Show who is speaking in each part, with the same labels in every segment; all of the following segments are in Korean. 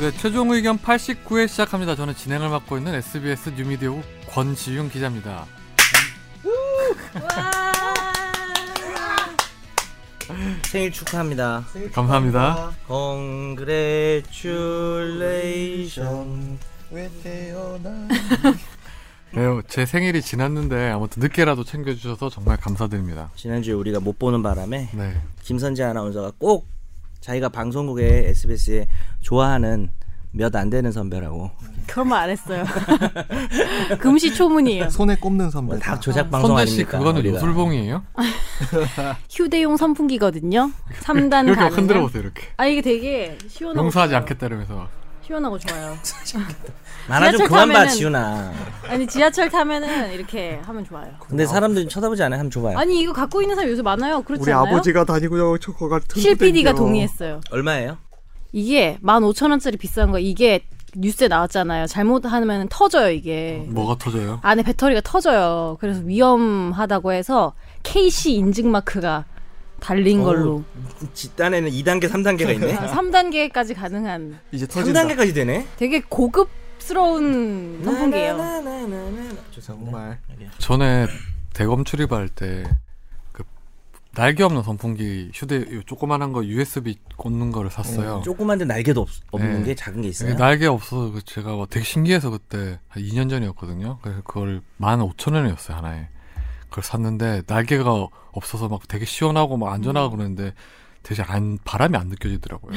Speaker 1: 네, 최종 의견 89회 시작합니다. 저는 진행을 맡고 있는 SBS 뉴미디어 권지윤 기자입니다.
Speaker 2: 생일 축하합니다.
Speaker 1: 감사합니다.
Speaker 2: Congratulation.
Speaker 3: 왜 태어나?
Speaker 1: 네, 제 생일이 지났는데 아무튼 늦게라도 챙겨주셔서 정말 감사드립니다.
Speaker 2: 지난주에 우리가 못 보는 바람에
Speaker 1: 네,
Speaker 2: 김선재 아나운서가 꼭 자기가 방송국에 SBS에 좋아하는 몇 안 되는 선배라고
Speaker 4: 그런 말 안 했어요. 금시초문이에요.
Speaker 3: 손에 꼽는
Speaker 4: 뭐
Speaker 3: 선배.
Speaker 2: 뭐 다 조작 방송
Speaker 1: 선재 씨
Speaker 2: 아닙니까?
Speaker 1: 그거는
Speaker 2: 우리가.
Speaker 1: 요술봉이에요?
Speaker 4: 휴대용 선풍기거든요. 3단
Speaker 1: 이렇게 막
Speaker 4: 가능.
Speaker 1: 흔들어 보세요, 이렇게.
Speaker 4: 아 이게 되게 시원하고
Speaker 1: 용서하지
Speaker 4: 좋아요.
Speaker 1: 않겠다 이러면서 막.
Speaker 4: 시원하고 좋아요.
Speaker 2: 만화 좀
Speaker 4: 지하철
Speaker 2: 그만 봐
Speaker 4: 타면은-
Speaker 2: 지훈아.
Speaker 4: 아니 지하철 타면은 이렇게 하면 좋아요.
Speaker 2: 근데 사람들이 쳐다보지 않으면 좋아요.
Speaker 4: 아니 이거 갖고 있는 사람 요새 많아요. 그렇지
Speaker 3: 우리
Speaker 4: 않아요?
Speaker 3: 아버지가 다니고 저거 같은.
Speaker 4: 실 PD가 동의했어요.
Speaker 2: 얼마예요?
Speaker 4: 이게 15,000원짜리 비싼 거 이게 뉴스에 나왔잖아요. 잘못하면 터져요 이게.
Speaker 1: 네. 뭐가 터져요?
Speaker 4: 안에 배터리가 터져요. 그래서 위험하다고 해서 KC 인증 마크가 달린 걸로
Speaker 2: 집단에는 2단계, 3단계가 있네.
Speaker 4: 아, 3단계까지 가능한
Speaker 3: 이제 터진다.
Speaker 2: 3단계까지 되네.
Speaker 4: 되게 고급스러운
Speaker 2: 네,
Speaker 4: 선풍기예요.
Speaker 2: 나나나나나.
Speaker 3: 정말.
Speaker 1: 전에 대검 출입할 때그 날개 없는 선풍기 휴대 요 조그만한 거 USB 꽂는 거를 샀어요.
Speaker 2: 조그만데 날개도 없, 없는
Speaker 1: 네.
Speaker 2: 게 작은 게
Speaker 1: 이게
Speaker 2: 있어요.
Speaker 1: 날개 없어서 그 제가 막 되게 신기해서 그때 한 2년 전이었거든요. 그래서 그걸 15,000원이었어요, 하나에. 그걸 샀는데 날개가 없어서 막 되게 시원하고 막 안전하고 그러는데 대신 안, 바람이 안 느껴지더라고요.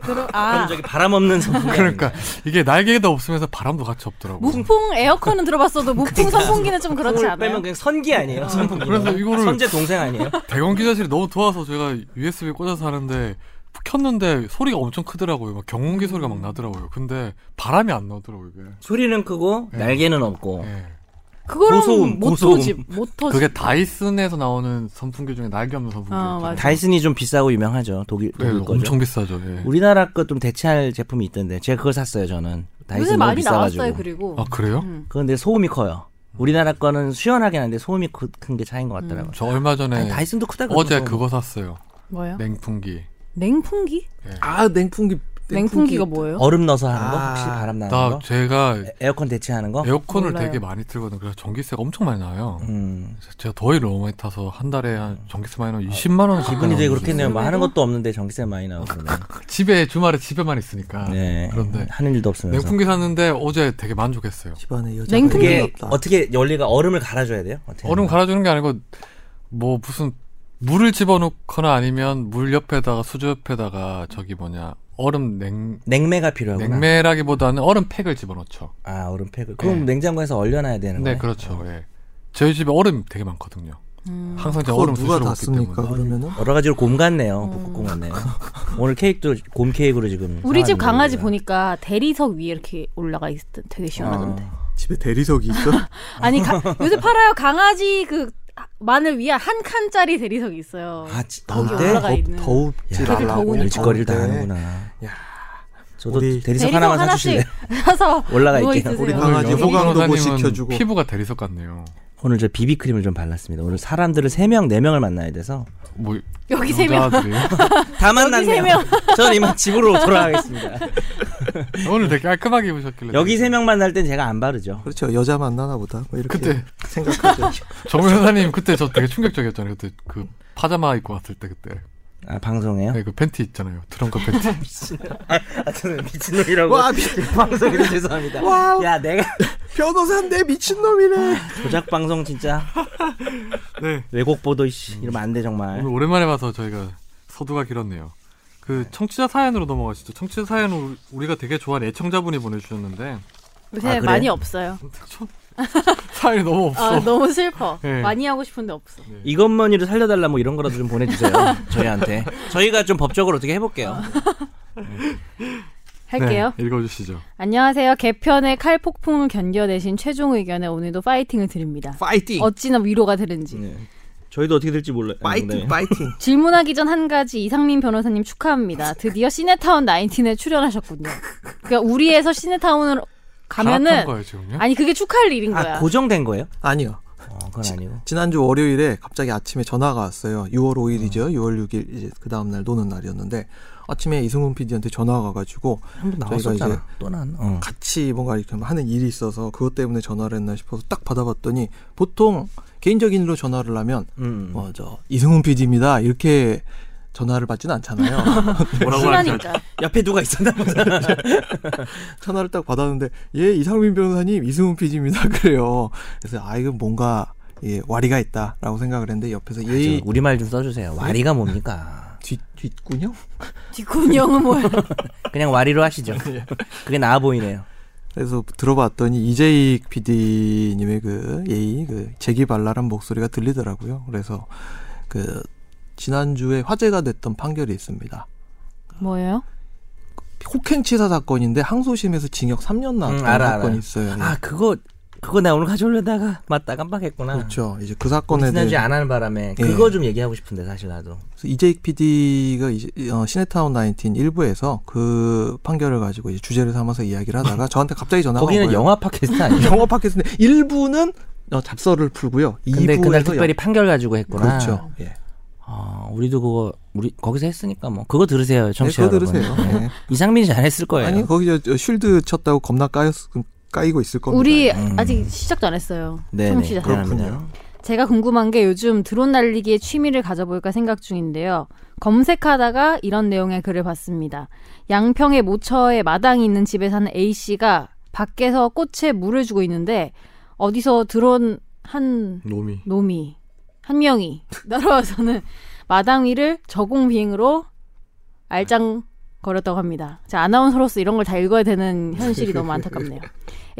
Speaker 4: 그러,
Speaker 2: 그럼
Speaker 4: 아
Speaker 2: 저기 바람 없는 선풍기.
Speaker 1: 그러니까 이게 날개도 없으면서 바람도 같이 없더라고요.
Speaker 4: 무풍 에어컨은 들어봤어도 무풍 선풍기는 좀 그렇지
Speaker 2: 손을
Speaker 4: 않아요?
Speaker 2: 빼면 그냥 선기 아니에요? 선풍기.
Speaker 1: 그래서 이거를-
Speaker 2: 선제 동생 아니에요?
Speaker 1: 대검 기자실이 너무 도와서 제가 USB 꽂아서 하는데 켰는데 소리가 엄청 크더라고요. 막 경운기 소리가 막 나더라고요. 근데 바람이 안 나오더라고요. 이게.
Speaker 2: 소리는 크고
Speaker 1: 네.
Speaker 2: 날개는 없고.
Speaker 1: 예.
Speaker 4: 그거랑
Speaker 2: 고소음,
Speaker 4: 못
Speaker 2: 고소음.
Speaker 4: 터집, 못 터집.
Speaker 1: 그게 다이슨에서 나오는 선풍기 중에 날개 없는 선풍기.
Speaker 4: 어,
Speaker 1: 있잖아요.
Speaker 4: 맞아.
Speaker 2: 다이슨이 좀 비싸고 유명하죠. 독일
Speaker 1: 예,
Speaker 2: 독일 거죠.
Speaker 1: 엄청 비싸죠. 예.
Speaker 2: 우리나라 거 좀 대체할 제품이 있던데 제가 그걸 샀어요 저는.
Speaker 4: 요새
Speaker 2: 다이슨 너무
Speaker 4: 많이
Speaker 2: 비싸가지고.
Speaker 4: 나왔어요. 그리고
Speaker 1: 아 그래요?
Speaker 2: 그런데 소음이 커요. 우리나라 거는 시원하긴 한데 소음이 큰 게 차인 것 같더라고요.
Speaker 1: 저 얼마
Speaker 2: 아니,
Speaker 1: 전에
Speaker 2: 다이슨도 크다
Speaker 1: 음.
Speaker 2: 그러죠.
Speaker 1: 네. 어제 그거 샀어요.
Speaker 4: 뭐요?
Speaker 2: 네.
Speaker 1: 냉풍기.
Speaker 4: 냉풍기?
Speaker 3: 아 냉풍기.
Speaker 4: 냉풍기가 뭐예요?
Speaker 2: 얼음 넣어서 하는 거
Speaker 3: 아.
Speaker 2: 혹시 바람 나는
Speaker 1: 나
Speaker 2: 거?
Speaker 1: 제가
Speaker 2: 에어컨 대체하는 거?
Speaker 1: 에어컨을
Speaker 4: 몰라요.
Speaker 1: 되게 많이 틀거든요. 그래서 전기세가 엄청 많이 나요.
Speaker 2: 음.
Speaker 1: 그래서 제가 더위를 너무 많이 타서 한 달에 한 전기세 많이 나면 20만 원
Speaker 2: 아, 기분이 되게 그렇겠네요.
Speaker 4: 무슨
Speaker 2: 뭐 하는
Speaker 4: 소리야?
Speaker 2: 것도 없는데 전기세 많이 나오고.
Speaker 1: 집에 주말에 집에만 있으니까.
Speaker 2: 네.
Speaker 1: 그런데
Speaker 2: 하는 일도 없으면서.
Speaker 1: 냉풍기 샀는데 어제 되게 만족했어요.
Speaker 3: 집안에 여자.
Speaker 4: 냉풍기-
Speaker 2: 그게 어떻게 원리가 얼음을 갈아줘야 돼요? 어떻게
Speaker 1: 얼음 갈아주는 게 아니고 뭐 무슨 물을 집어넣거나 아니면 물 옆에다가 수저 옆에다가 저기 뭐냐 얼음 냉
Speaker 2: 냉매가 필요하구나.
Speaker 1: 냉매라기보다는 얼음 팩을 집어넣죠.
Speaker 2: 아 얼음팩을 그럼
Speaker 1: 네.
Speaker 2: 냉장고에서 얼려놔야 되는 거네.
Speaker 1: 네, 그렇죠. 예. 저희 집에 얼음 되게 많거든요. 항상 제가
Speaker 3: 그걸
Speaker 1: 얼음
Speaker 3: 누가
Speaker 1: 수시로
Speaker 3: 다
Speaker 1: 먹기
Speaker 3: 씁니까?
Speaker 1: 때문에.
Speaker 3: 그러면은
Speaker 2: 여러 가지로 곰 같네요. 볶음 같네요. 오늘 케이크도 곰 케이크로 지금.
Speaker 4: 우리 집
Speaker 2: 사왔는데
Speaker 4: 강아지
Speaker 2: 우리가.
Speaker 4: 보니까 대리석 위에 이렇게 올라가 있던 되게 시원하던데.
Speaker 3: 집에 대리석이 있어?
Speaker 4: 아니 가- 요새 팔아요 강아지 그 마늘 위에 한 칸짜리 대리석이 있어요.
Speaker 2: 아 지-
Speaker 3: 더울
Speaker 4: 거기
Speaker 3: 때
Speaker 4: 올라가
Speaker 3: 더-
Speaker 4: 있는.
Speaker 3: 더웁지
Speaker 4: 되게
Speaker 3: 말라고.
Speaker 4: 더우니까.
Speaker 2: 별짓거리를 다
Speaker 3: 더울 때
Speaker 2: 하는구나.
Speaker 3: 야.
Speaker 2: 저도
Speaker 3: 우리-
Speaker 2: 대리석 하나만 사주실래요?
Speaker 4: 사서
Speaker 2: 올라가
Speaker 4: 누워
Speaker 2: 있게요.
Speaker 4: 있으세요.
Speaker 3: 우리 강아지
Speaker 1: 오늘
Speaker 3: 호강도
Speaker 1: 네, 여성
Speaker 3: 못
Speaker 1: 변호사님은
Speaker 3: 시켜주고.
Speaker 1: 피부가 대리석 같네요.
Speaker 2: 오늘 저 비비크림을 좀 발랐습니다. 오늘 사람들을 3명, 4명을 만나야 돼서.
Speaker 1: 뭐
Speaker 4: 여기 세 명.
Speaker 1: 여자들이.
Speaker 2: 다
Speaker 4: 세
Speaker 2: 만났네요.
Speaker 4: 명.
Speaker 2: 전 이만 집으로 돌아가겠습니다.
Speaker 1: 오늘 되게 깔끔하게 입으셨길래.
Speaker 2: 여기 3명 만날 땐 제가 안 바르죠.
Speaker 3: 그렇죠. 여자 만나나 보다. 뭐 이렇게
Speaker 1: 그때.
Speaker 3: 생각하죠.
Speaker 1: 정 변호사님 그때 저 되게 충격적이었잖아요. 그때 그 파자마 입고 왔을 때 그때.
Speaker 2: 아, 방송에요?
Speaker 1: 네, 그 팬티 있잖아요. 트렁크 팬티.
Speaker 4: 네.
Speaker 2: 아, 저는 미친놈이라고.
Speaker 3: 와 미,
Speaker 2: 방송에서 죄송합니다.
Speaker 3: 와우.
Speaker 2: 야, 내가
Speaker 3: 변호사인데 미친놈이래.
Speaker 2: 조작 방송 진짜.
Speaker 1: 네. 음.
Speaker 2: 왜곡 보도 이씨 이러면 안 돼 정말.
Speaker 1: 오늘 오랜만에 봐서 저희가 서두가 길었네요. 그 청취자 사연으로 넘어가시죠. 청취자 사연 우- 우리가 되게 좋아하는 애청자분이 보내주셨는데
Speaker 4: 요새
Speaker 2: 아, 그래요?
Speaker 4: 많이 없어요.
Speaker 1: 참, 사연이 너무 없어.
Speaker 4: 아, 너무 슬퍼.
Speaker 1: 예.
Speaker 4: 많이 하고 싶은데 없어.
Speaker 2: 네. 이것만이를 살려달라 뭐 이런 거라도 좀 보내주세요 저희한테. 저희가 좀 법적으로 어떻게 해볼게요.
Speaker 4: 할게요.
Speaker 1: 네, 읽어주시죠.
Speaker 4: 안녕하세요. 개편의 칼폭풍을 견뎌내신 최종 의견에 오늘도 파이팅을 드립니다.
Speaker 3: 파이팅.
Speaker 4: 어찌나 위로가 되는지.
Speaker 2: 저희도 어떻게 될지 몰라.
Speaker 1: 네.
Speaker 3: 파이팅 파이팅.
Speaker 4: 질문하기 전 한 가지 이상민 변호사님 축하합니다. 드디어 시네타운 19에 출연하셨군요. 그러니까 우리에서 시네타운으로
Speaker 1: 갈아탄
Speaker 4: 가면은
Speaker 1: 거예요 지금요?
Speaker 4: 아니 그게 축하할 일인 거야.
Speaker 2: 아 고정된 거예요?
Speaker 3: 아니요.
Speaker 2: 어, 그건 아니고.
Speaker 3: 지난주
Speaker 1: 음.
Speaker 3: 월요일에 갑자기 아침에 전화가 왔어요. 6월 5일이죠. 6월 6일 이제 그 다음 날 노는 날이었는데 아침에 이승훈 PD한테 전화가 와가지고
Speaker 2: 한번
Speaker 3: 나왔었잖아.
Speaker 2: 나왔었잖아. 또 난. 어.
Speaker 3: 같이 뭔가 이렇게 하는 일이 있어서 그것 때문에 전화를 했나 싶어서 딱 받아봤더니 보통 개인적인 일로 전화를 하면
Speaker 2: 음.
Speaker 3: 어 저 이승훈 PD입니다 이렇게 전화를 받진 않잖아요.
Speaker 5: 뭐라고 하는지
Speaker 4: 친하니까.
Speaker 2: 옆에 누가 있었나 보다.
Speaker 3: 전화를 딱 받았는데 예 이상민 변호사님 이승훈 PD입니다 그래요. 그래서 아 이건 뭔가 예 와리가 있다라고 생각을 했는데 옆에서 예
Speaker 2: 우리 말 좀 써주세요. 와리가 뭡니까?
Speaker 3: 뒷 뒷군요?
Speaker 4: 뒷군형은 뭐야?
Speaker 2: 그냥 와리로 하시죠. 그게 나아 보이네요.
Speaker 3: 그래서 들어봤더니 이재익 PD님의 그 예의 그 재기발랄한 목소리가 들리더라고요. 그래서 그 지난주에 화제가 됐던 판결이 있습니다.
Speaker 4: 뭐예요?
Speaker 3: 폭행치사 사건인데 항소심에서 징역 3년 나왔던
Speaker 2: 음, 알아,
Speaker 3: 사건이
Speaker 2: 알아요.
Speaker 3: 있어요. 예.
Speaker 2: 아 그거 그거 나 오늘 가져오려다가 맞다 깜빡했구나.
Speaker 3: 그렇죠. 이제 그
Speaker 2: 우리
Speaker 3: 사건에
Speaker 2: 지난주에
Speaker 3: 대해
Speaker 2: 음. 안 하는 바람에
Speaker 3: 예.
Speaker 2: 그거 좀 얘기하고 싶은데 사실 나도.
Speaker 3: 그래서 이재익 PD가 이제 어, 시네타운 19 일부에서 그 판결을 가지고 이제 주제를 삼아서 이야기를 하다가 저한테 갑자기 전화가
Speaker 2: 거기는
Speaker 3: 온 거예요.
Speaker 2: 영화 팟캐스트 아니에요.
Speaker 3: 영화 팟캐스트인데 일부는 어, 잡서를 풀고요.
Speaker 2: 근데 그날
Speaker 3: 2부에서
Speaker 2: 특별히 판결 가지고 했구나.
Speaker 3: 그렇죠. 예.
Speaker 2: 아, 우리도 그거 우리 거기서 했으니까 뭐 그거 들으세요,
Speaker 3: 네,
Speaker 2: 청취자
Speaker 3: 그거
Speaker 2: 여러분.
Speaker 3: 들으세요. 예.
Speaker 2: 이상민이 잘했을 거예요.
Speaker 3: 아니 거기 저, 저 쉴드 쳤다고 겁나 까였 까이고 있을 겁니다.
Speaker 4: 우리
Speaker 2: 음.
Speaker 4: 아직 시작도 안 했어요.
Speaker 2: 네네,
Speaker 4: 청취자
Speaker 2: 그렇군요.
Speaker 4: 여러분. 제가 궁금한 게 요즘 드론 날리기에 취미를 가져볼까 생각 중인데요. 검색하다가 이런 내용의 글을 봤습니다. 양평의 모처에 마당이 있는 집에 사는 A 씨가 밖에서 꽃에 물을 주고 있는데 어디서 드론 한
Speaker 1: 놈이.
Speaker 4: 놈이 한 명이 날아와서는 마당 위를 저공 비행으로 알짱 거렸다고 합니다. 자, 아나운서로서 이런 걸 다 읽어야 되는 현실이 너무 안타깝네요.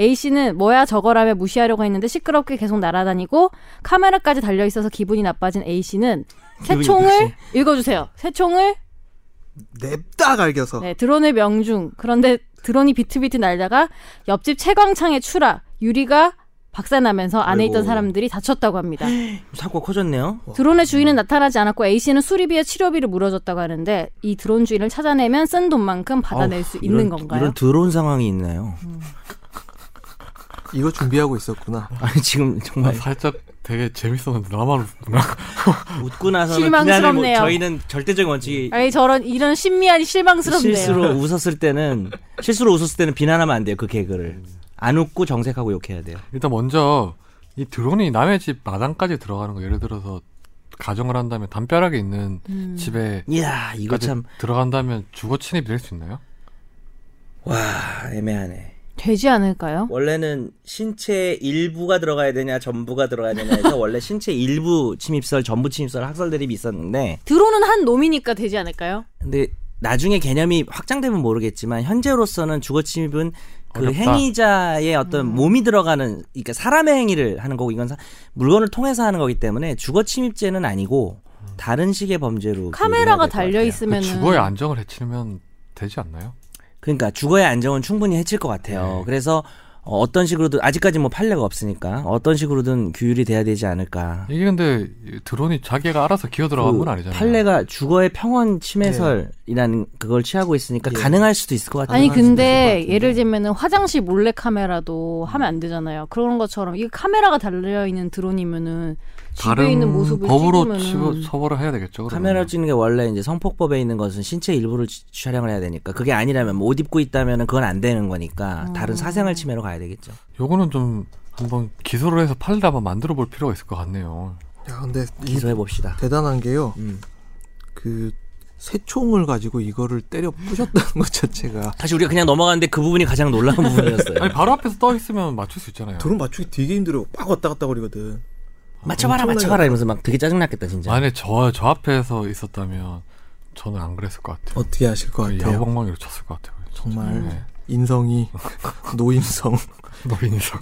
Speaker 4: A 씨는 뭐야 저거라며 무시하려고 했는데 시끄럽게 계속 날아다니고 카메라까지 달려 있어서 기분이 나빠진 A 씨는 새총을 읽어주세요. 새총을
Speaker 3: 냅다 갈겨서
Speaker 4: 네, 드론을 명중. 그런데 드론이 비트비트 날다가 옆집 채광창에 추락. 유리가 박살나면서 안에 있던
Speaker 3: 아이고.
Speaker 4: 사람들이 다쳤다고 합니다.
Speaker 2: 사고 커졌네요.
Speaker 4: 어. 드론의 주인은 나타나지 않았고 A 씨는 수리비에 치료비를 물어줬다고 하는데 이 드론 주인을 찾아내면 쓴 돈만큼 받아낼
Speaker 2: 아우,
Speaker 4: 수
Speaker 2: 이런-
Speaker 4: 있는 건가요? 음.
Speaker 2: 이런 드러운 상황이 있나요?
Speaker 3: 이거 준비하고 있었구나.
Speaker 2: 아니 지금
Speaker 1: 나
Speaker 4: 네.
Speaker 2: 정말
Speaker 1: 살짝 되게 재밌었는데 나만 웃구나.
Speaker 2: 웃고 나서는 비난을 못,
Speaker 4: 실망스럽네요.
Speaker 2: 저희는 절대적인 원칙이
Speaker 4: 아니 저런 이런 신미한 실망스럽네요.
Speaker 2: 실수로 웃었을 때는 실수로 웃었을 때는 비난하면 안 돼요 그 개그를 안 웃고 정색하고 욕해야 돼요.
Speaker 1: 일단 먼저 이 드론이 남의 집 마당까지 들어가는 거 예를 들어서 가정을 한다면 담벼락에 있는
Speaker 4: 음. 아,
Speaker 1: 집에
Speaker 2: 이야
Speaker 3: 그러니까
Speaker 2: 이거
Speaker 1: 까지
Speaker 2: 참 와
Speaker 1: 들어간다면 주거 침입이 될 수 있나요?
Speaker 2: 애매하네.
Speaker 4: 되지 않을까요?
Speaker 2: 어. 원래는 신체 일부가 들어가야 되냐 전부가 들어가야 되냐 해서 원래 신체 일부 침입설 전부 침입설 학설 대립이 있었는데
Speaker 4: 드론은 한 놈이니까 되지 않을까요?
Speaker 2: 근데 나중에 개념이 확장되면 모르겠지만 현재로서는 주거 침입은 그
Speaker 1: 어렵다. 음.
Speaker 2: 행위자의 어떤 몸이 들어가는 그러니까 사람의 행위를 하는 거고 이건 사- 물건을 통해서 하는 거기 때문에 주거 침입죄는 아니고
Speaker 1: 음.
Speaker 2: 다른 식의 범죄로 네,
Speaker 4: 카메라가 달려
Speaker 2: 있
Speaker 1: 그
Speaker 4: 있으면
Speaker 1: 주거의 안정을 해치면 되지 않나요?
Speaker 2: 그러니까 주거의 안정은 충분히 해칠 것 같아요.
Speaker 1: 네.
Speaker 2: 그래서 어, 어떤 식으로든 아직까지 뭐 판례가 없으니까 어떤 식으로든 규율이 돼야 되지 않을까.
Speaker 1: 이게 근데 이 드론이 자기가 알아서 기어 들어간 건
Speaker 2: 그
Speaker 1: 아니잖아요.
Speaker 2: 판례가 주거의 평원 침해설이라는 그걸 취하고 있으니까
Speaker 3: 예.
Speaker 2: 가능할 수도 있을 것 같아요.
Speaker 4: 아니
Speaker 3: 있을 것
Speaker 4: 근데
Speaker 3: 같은데.
Speaker 4: 예를 들면 화장실 몰래 카메라도 하면 안 되잖아요. 그런 것처럼 이게 카메라가 달려 있는 드론이면은 집에 있는 모습을
Speaker 1: 법으로
Speaker 4: 찍으면은
Speaker 1: 치부- 처벌을 해야 되겠죠. 그러면.
Speaker 2: 카메라 찍는 게 원래 이제 성폭법에 있는 것은 신체 일부를 치- 촬영을 해야 되니까 그게 아니라면 뭐옷 입고 있다면은 그건 안 되는 거니까
Speaker 4: 음.
Speaker 2: 다른 사생활 침해로 가야 되겠죠.
Speaker 1: 요거는 좀 한번 기소를 해서 판례를 한번 만들어 볼 필요가 있을 것 같네요.
Speaker 3: 야 근데 이
Speaker 2: 기소해 봅시다.
Speaker 3: 대단한 게요.
Speaker 2: 음.
Speaker 3: 그 새총을 가지고 이거를 때려 부셨다는 것 자체가
Speaker 2: 사실 우리가 그냥 넘어가는데 그 부분이 가장 놀라운 부분이었어요.
Speaker 1: 아니 바로 앞에서 떠 있으면 맞출 수 있잖아요.
Speaker 3: 드론 맞추기 되게 힘들어. 빡 왔다 갔다 거리거든.
Speaker 2: 맞춰봐라, 맞춰봐라 이러면서 막 되게 짜증났겠다 진짜.
Speaker 4: 아,
Speaker 1: 만약 저저 앞에서 있었다면 저는 안 그랬을 것 같아요.
Speaker 3: 어떻게 하실 것 같아요?
Speaker 1: 야구방망이로 쳤을 것 같아요.
Speaker 3: 정말
Speaker 2: 음.
Speaker 1: 네.
Speaker 3: 인성이 노인성.
Speaker 1: 노인석.